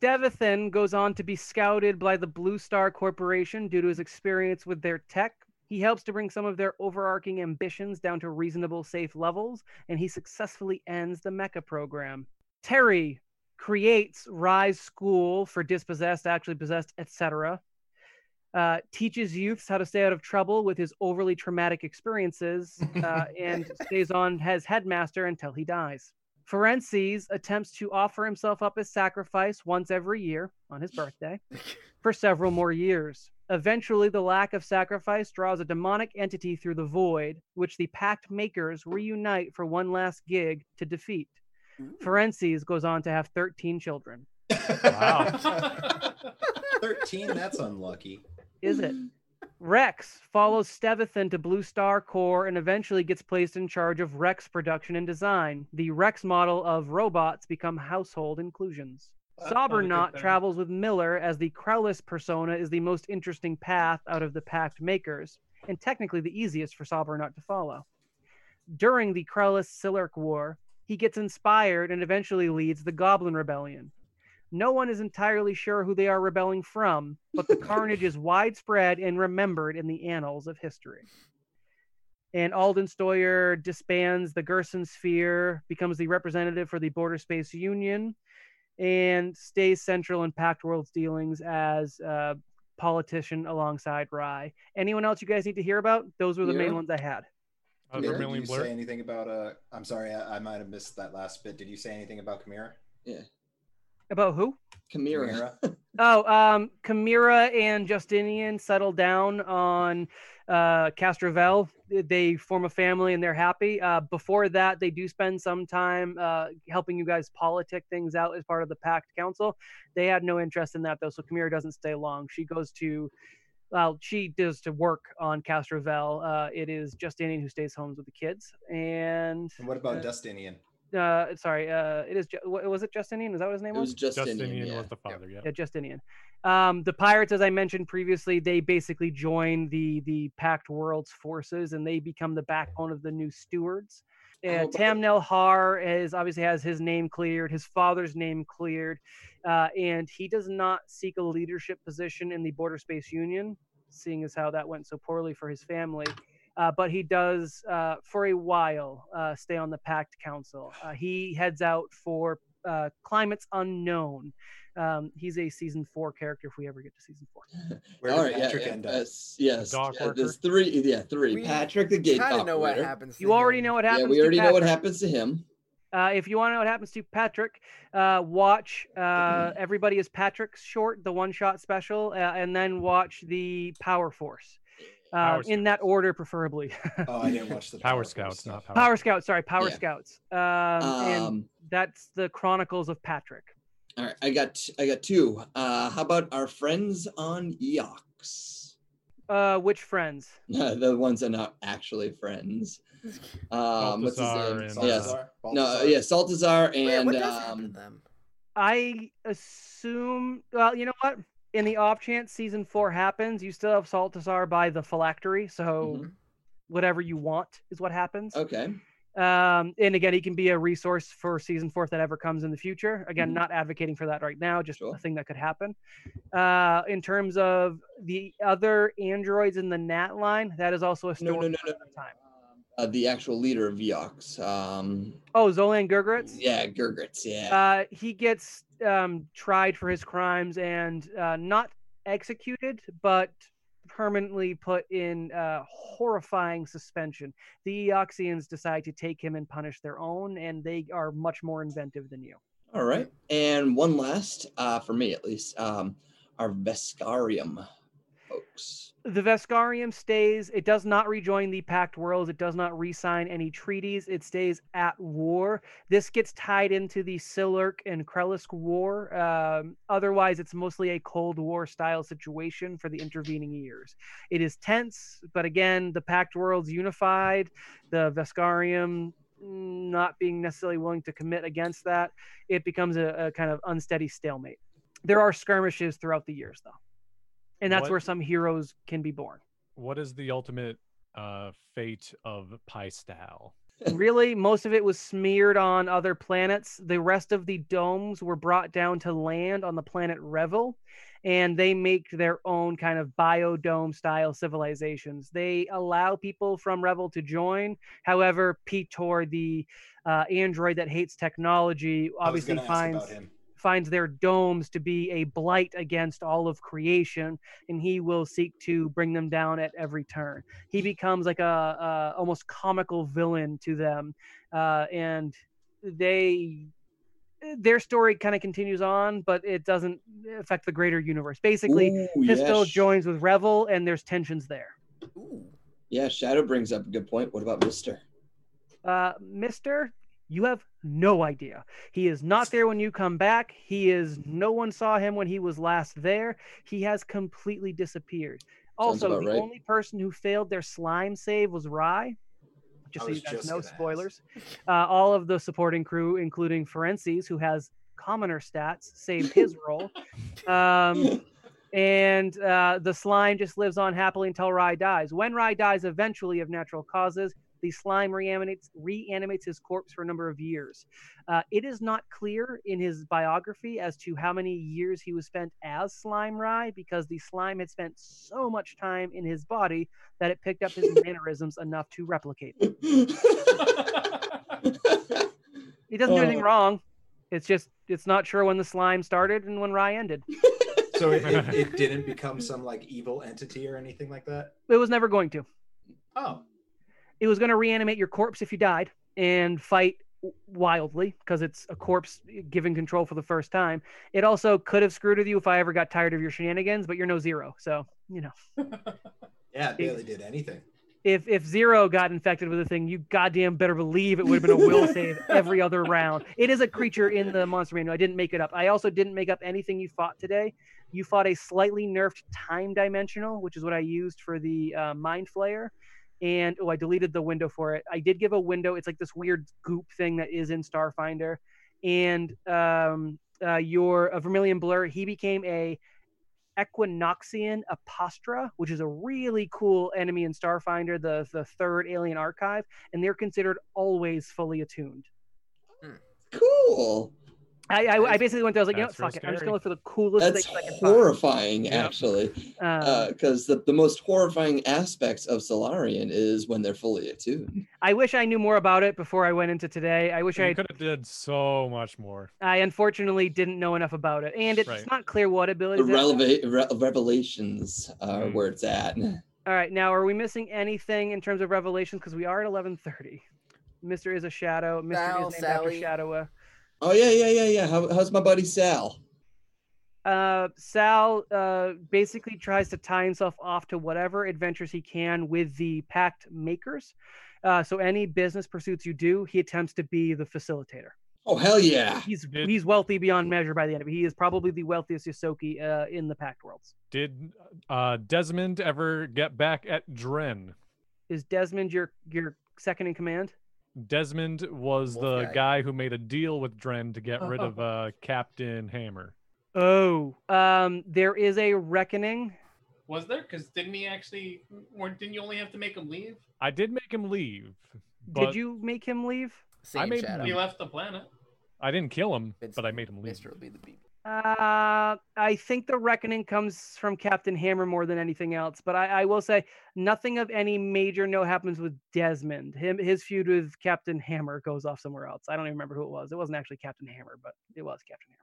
S1: Devithan goes on to be scouted by the Blue Star Corporation due to his experience with their tech. He helps to bring some of their overarching ambitions down to reasonable, safe levels, and he successfully ends the mecha program. Terry creates Rise School for dispossessed, actually possessed, etc. Uh, teaches youths how to stay out of trouble with his overly traumatic experiences, uh, and stays on as headmaster until he dies. Ferences attempts to offer himself up as sacrifice once every year on his birthday for several more years. Eventually, the lack of sacrifice draws a demonic entity through the void, which the Pact Makers reunite for one last gig to defeat. Ferences goes on to have 13 children.
S3: Wow. 13, that's unlucky.
S1: Is it? Rex follows Stevathan to Blue Star Corps and eventually gets placed in charge of Rex production and design. The Rex model of robots become household inclusions.
S5: That's not a good
S1: Sobernaut
S5: thing.
S1: travels with Miller as the Crowless persona is the most interesting path out of the Pact Makers, and technically the easiest for Sobernaut to follow. During the Crowless Silurk War, he gets inspired and eventually leads the Goblin Rebellion. No one is entirely sure who they are rebelling from, but the carnage is widespread and remembered in the annals of history. And Alden Stoyer disbands the Gerson Sphere, becomes the representative for the Border Space Union, and stays central in Pact World's dealings as a politician alongside Rye. Anyone else you guys need to hear about? Those were the
S2: Yeah.
S1: main ones I had.
S4: Uh,
S2: Yeah,
S3: Did
S4: Vermilion
S3: you
S4: Blur.
S3: say anything about, uh, I'm sorry, I, I might have missed that last bit. Did you say anything about Chimera?
S1: About who?
S2: Chimera.
S1: Oh, um, Chimera and Justinian settle down on uh, Castrovel. They form a family and they're happy. Uh, before that, they do spend some time uh, helping you guys politic things out as part of the Pact Council. They had no interest in that though, so Chimera doesn't stay long. She goes to, well, she does to work on Castrovel. Uh, it is Justinian who stays home with the kids. And
S3: And what
S1: Uh,
S3: about Dustinian?
S1: uh, sorry, uh, it is Ju- wa- was it Justinian? Is that what his name
S2: It
S1: was?
S2: was Justinian.
S4: Justinian
S2: yeah.
S4: was the father, yeah.
S1: yeah, Justinian. Um, the pirates, as I mentioned previously, they basically join the the Pact World's forces, and they become the backbone of the new stewards. Uh,
S2: Oh, but-
S1: Tamnel Har is obviously has his name cleared, his father's name cleared, uh, and he does not seek a leadership position in the Border Space Union, seeing as how that went so poorly for his family. uh, but he does uh, for a while uh, stay on the Pact Council. Uh, he heads out for uh, climates unknown. Um, he's a season four character if we ever get to season four.
S3: Where
S2: All
S3: did
S2: right, yeah,
S3: Patrick
S2: yeah,
S3: end up?
S2: yes, yes.
S4: Dog
S2: yeah, there's
S4: worker.
S2: three. Yeah, three.
S7: We
S2: Patrick the gate
S7: Kind of know what
S2: operator.
S7: happens. to
S1: You already
S7: him.
S1: know what happens.
S2: Yeah, we
S1: to
S2: already know what
S1: Patrick.
S2: happens to him.
S1: Uh, if you want to know what happens to Patrick, uh, watch uh, Everybody is Patrick's short, the one shot special, uh, and then watch the Power Force. Uh,
S4: Power
S1: in that order, preferably.
S3: Oh, I didn't watch the
S4: Power
S3: Force
S4: Scouts,
S3: stuff.
S4: not Power.
S1: Power Scouts, sorry, Power
S2: Yeah.
S1: Scouts. Um, and
S2: Um,
S1: that's the Chronicles of Patrick.
S2: all right, I got I got two. Uh, how about our friends on Eox?
S1: Uh, which friends?
S2: the ones that are not actually friends. Um, what's his
S4: Balthazar
S2: name?
S4: and, uh,
S2: yes.
S3: Balthazar?
S2: No,
S3: Balthazar?
S2: yeah, Saltazar
S7: Wait,
S2: and
S7: what does happen to
S2: um,
S7: them?
S1: I assume. Well, you know what? In the off chance season four happens, you still have Saltazar by the phylactery, so
S2: Mhm.
S1: whatever you want is what happens.
S2: okay.
S1: Um, and again, he can be a resource for season four if that ever comes in the future. Again,
S2: Mhm.
S1: not advocating for that right now, just
S2: Sure.
S1: a thing that could happen. Uh, in terms of the other androids in the Nat line, that is also a
S2: No,
S1: story
S2: no, no,
S1: for
S2: no.
S1: another time.
S2: Uh, the actual leader of Eox. Um,
S1: Oh, Zolan Gergeritz.
S2: yeah, Gurgritz. Yeah.
S1: Uh, he gets um, tried for his crimes and uh, not executed, but permanently put in uh, horrifying suspension. The Eoxians decide to take him and punish their own, and they are much more inventive than you.
S2: All right. And one last, uh, for me at least, um, our Vescarium folks.
S1: The Vescarium stays. It does not rejoin the Pact Worlds. It does not re-sign any treaties. It stays at war. This gets tied into the Silurk and Krellisk War. Um, otherwise, it's mostly a Cold War style situation for the intervening years. It is tense, but again, the Pact Worlds unified. The Vescarium mm, not being necessarily willing to commit against that, it becomes a, a kind of unsteady stalemate. There are skirmishes throughout the years, though and that's
S4: What-
S1: where some heroes can be born.
S4: What is the ultimate uh, fate of Pistal?
S1: really, most of it was smeared on other planets. The rest of the domes were brought down to land on the planet Revel, and they make their own kind of biodome style civilizations. They allow people from Revel to join. However, Petor, the uh, android that hates technology,
S3: I was
S1: obviously
S3: gonna ask
S1: finds
S3: about him.
S1: finds their domes to be a blight against all of creation, and he will seek to bring them down at every turn. He becomes like a, a almost comical villain to them, uh, and they their story kind of continues on, but it doesn't affect the greater universe. Basically,
S2: Ooh, yeah,
S1: Pistol
S2: sh-
S1: joins with Revel, and there's tensions there.
S7: Ooh.
S2: Yeah, Shadow brings up a good point. What about Mister?
S1: uh, Mister, you have no idea. He is not there when you come back. He is no one saw him when he was last there. He has completely disappeared.
S2: Sounds
S1: Also,
S2: about
S1: the
S2: right.
S1: only person who failed their slime save was Rye. Just
S3: I
S1: so you
S3: was
S1: guys
S3: just
S1: know,
S3: gonna ask.
S1: spoilers. Uh, all of the supporting crew, including Forenses, who has commoner stats, saved his role. Um, and uh, the slime just lives on happily until Rye dies. When Rye dies, eventually of natural causes, the slime reanimates reanimates his corpse for a number of years. Uh, it is not clear in his biography as to how many years he was spent as slime Rye because the slime had spent so much time in his body that it picked up his mannerisms enough to replicate. It, it doesn't do anything
S2: Oh.
S1: wrong. It's just it's not sure when the slime started and when Rye ended.
S3: So it, it, it didn't become some like evil entity or anything like that.
S1: It was never going to.
S3: Oh,
S1: it was going to reanimate your corpse if you died and fight w- wildly because it's a corpse given control for the first time. It also could have screwed with you if I ever got tired of your shenanigans, but you're no zero. So, you know,
S3: yeah, it barely did anything.
S1: if if zero got infected with a thing, you goddamn better believe it would have been a will save every other round. It is a creature in the monster manual. I didn't make it up. I also didn't make up anything you fought today. You fought a slightly nerfed time dimensional, which is what I used for the uh, mind flayer. And oh, I deleted the window for it. I did give a window. It's like this weird goop thing that is in Starfinder. And um, uh, your uh, Vermilion Blur, he became a Equinoxian Apostra, which is a really cool enemy in Starfinder, the, the third alien archive, and they're considered always fully attuned.
S2: cool.
S1: I, I, I basically went there. I was like, you know, what,
S4: That's
S1: fuck
S4: real
S1: it. I'm just
S4: scary.
S1: going for the coolest
S2: That's
S1: things I can
S2: horrifying,
S4: Yeah.
S2: actually,
S1: find. Um,
S2: because the, the most horrifying aspects of Solarian is when they're fully attuned.
S1: I wish I knew more about it before I went into today. I wish I
S4: You could have did so much more.
S1: I unfortunately didn't know enough about it, and it's
S4: Right.
S1: not clear what
S2: The
S1: abilities. it-
S2: releva- re- revelations are
S4: Mm.
S2: where it's at.
S1: All right, now are we missing anything in terms of revelations? Because we are at eleven thirty. Mister is a shadow. Mister
S7: Sal,
S1: is named
S7: Sally.
S1: after Shadowa.
S2: Oh yeah, yeah, yeah, yeah. How, how's my buddy Sal?
S1: Uh, Sal uh, basically tries to tie himself off to whatever adventures he can with the Pact Makers. Uh, so any business pursuits you do, he attempts to be the facilitator.
S2: Oh hell yeah!
S1: He's
S4: Did-
S1: he's wealthy beyond measure by the end of it. He is probably the wealthiest Yosoki uh, in the Pact worlds.
S4: Did uh, Desmond ever get back at Dren?
S1: Is Desmond your your second in command?
S4: Desmond was the
S7: Wolfgang.
S4: guy who made a deal with Dren to get rid of uh, Captain Hammer.
S1: Oh, um, there is a reckoning.
S5: Was there? Because didn't he actually? Or didn't you only have to make him leave?
S4: I did make him leave, but
S1: Did you make him leave?
S7: Same
S4: made
S7: shadow.
S5: He
S4: Yeah.
S5: left the planet.
S4: I didn't kill him,
S7: It's-
S4: but I made him leave.
S7: Mister will be the beat.
S1: Uh, I think the reckoning comes from Captain Hammer more than anything else. But I, I will say nothing of any major no happens with Desmond. Him his feud with Captain Hammer goes off somewhere else. I don't even remember who it was. It wasn't actually Captain Hammer, but it was Captain Hammer.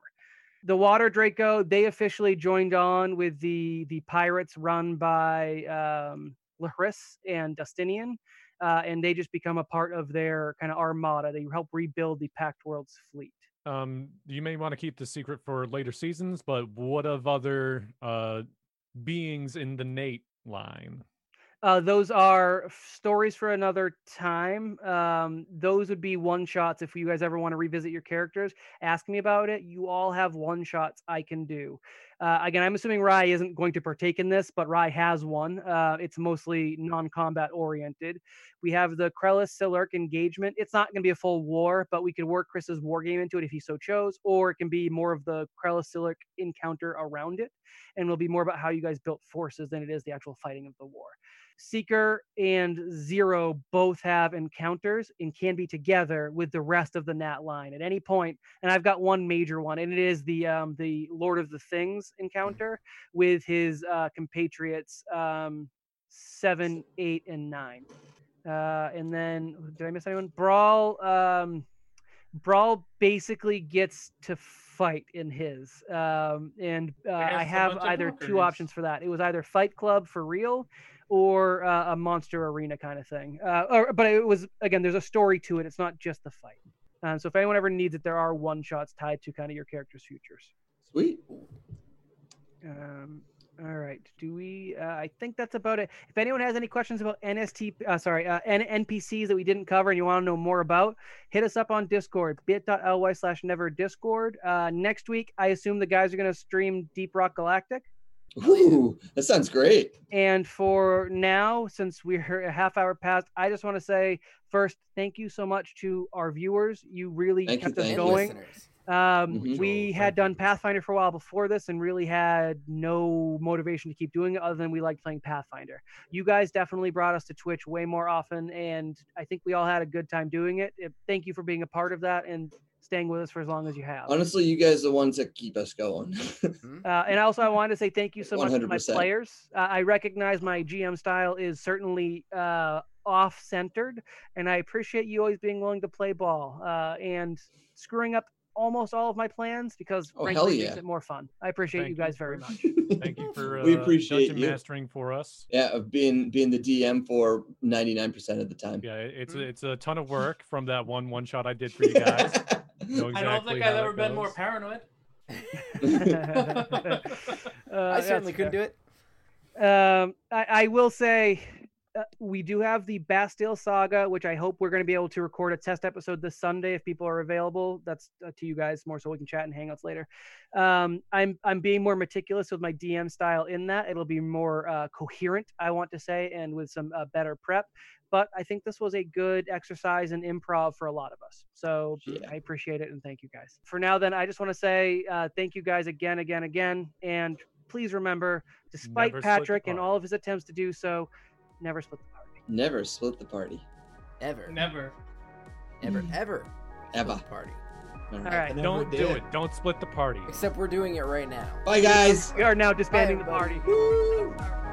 S1: The Water Draco they officially joined on with the the pirates run by um, Laris and Dustinian. Uh, and they just become a part of their kind of armada. They help rebuild the Pact World's fleet.
S4: um you may want to keep the secret for later seasons but what of other uh beings in the nate line
S1: Uh, those are f- stories for another time. Um, those would be one shots if you guys ever want to revisit your characters. Ask me about it. You all have one shots I can do. Uh, again, I'm assuming Rye isn't going to partake in this, but Rye has one. Uh, it's mostly non combat oriented. We have the Krellis Silurk engagement. It's not going to be a full war, but we could work Chris's war game into it if he so chose, or it can be more of the Krellis Silurk encounter around it. And it'll be more about how you guys built forces than it is the actual fighting of the war. Seeker and Zero both have encounters and can be together with the rest of the Nat line at any point. And I've got one major one, and it is the um, the Lord of the Things encounter with his uh, compatriots um, seven, eight, and nine. Uh, and then did I miss anyone? Brawl. Um, Brawl basically gets to fight in his, um, and uh, I
S5: Against a
S1: have
S5: bunch of
S1: either two
S5: walkers.
S1: options for that. It was either Fight Club for real, or uh, a monster arena kind of thing. Uh, or, but it was again, there's a story to it. It's not just the fight. Um, so if anyone ever needs it, there are one shots tied to kind of your character's futures.
S2: Sweet.
S1: Um, all right. Do we? Uh, I think that's about it. If anyone has any questions about NST, uh, sorry, uh, N- NPCs that we didn't cover and you want to know more about, hit us up on Discord, bit.ly slash never discord. Uh, next week, I assume the guys are going to stream Deep Rock Galactic.
S2: Ooh, that sounds great.
S1: And for now, since we're a half hour past, I just want to say first, thank you so much to our viewers. You really
S2: Thank you,
S1: kept us
S2: thank you.
S1: going.
S7: listeners.
S1: Um,
S2: Mhm.
S1: We
S4: Joel,
S1: had
S4: thank
S1: done
S4: you.
S1: Pathfinder for a while before this and really had no motivation to keep doing it other than we liked playing Pathfinder. You guys definitely brought us to Twitch way more often, and I think we all had a good time doing it. It- Thank you for being a part of that and staying with us for as long as you have.
S2: Honestly, you guys are the ones that keep us going.
S1: Uh, and also, I wanted to say thank you so much to my
S2: 100%.
S1: players. Uh, I recognize my GM style is certainly uh, off centered, and I appreciate you always being willing to play ball uh, and screwing up almost all of my plans because
S2: Oh, hell
S1: frankly, it makes
S2: yeah.
S1: it more fun. I appreciate
S4: Thank
S1: you
S4: you
S1: guys very
S4: for-
S1: much.
S4: thank you for uh,
S2: We appreciate
S4: dungeon
S2: you.
S4: mastering for us
S2: yeah, of being being the DM for 99% of the time.
S4: yeah it- it's a,
S1: Mm.
S4: it's a ton of work from that one one shot i did for you guys know
S5: I don't think
S4: exactly how that
S5: I've ever been more
S4: goes.
S5: paranoid.
S1: Uh,
S7: I
S1: that's
S7: certainly couldn't
S1: fair.
S7: do it.
S1: Um, I, I will say uh, we do have the Bastille Saga, which I hope we're going to be able to record a test episode this Sunday if people are available. That's uh, to you guys more so we can chat and hangouts later. Um, I'm I'm being more meticulous with my DM style in that it'll be more uh, coherent, I want to say, and with some uh, better prep. But I think this was a good exercise in improv for a lot of us. So
S2: Yeah.
S1: I appreciate it and thank you guys. For now, then, I just want to say uh, thank you guys again, again, again. And please remember, despite
S4: Never split the
S1: Patrick and
S4: party.
S1: all of his attempts to do so, never split the party.
S2: Never split the party.
S7: Ever,
S5: Never.
S7: ever, ever.
S2: Ever.
S7: Party.
S2: All
S1: All right.
S2: I never
S4: Don't do
S2: did.
S4: it. Don't split the party.
S7: Except we're doing it right now.
S2: Bye, guys.
S1: We are now disbanding
S7: Bye,
S1: the party.
S2: Woo!
S1: Our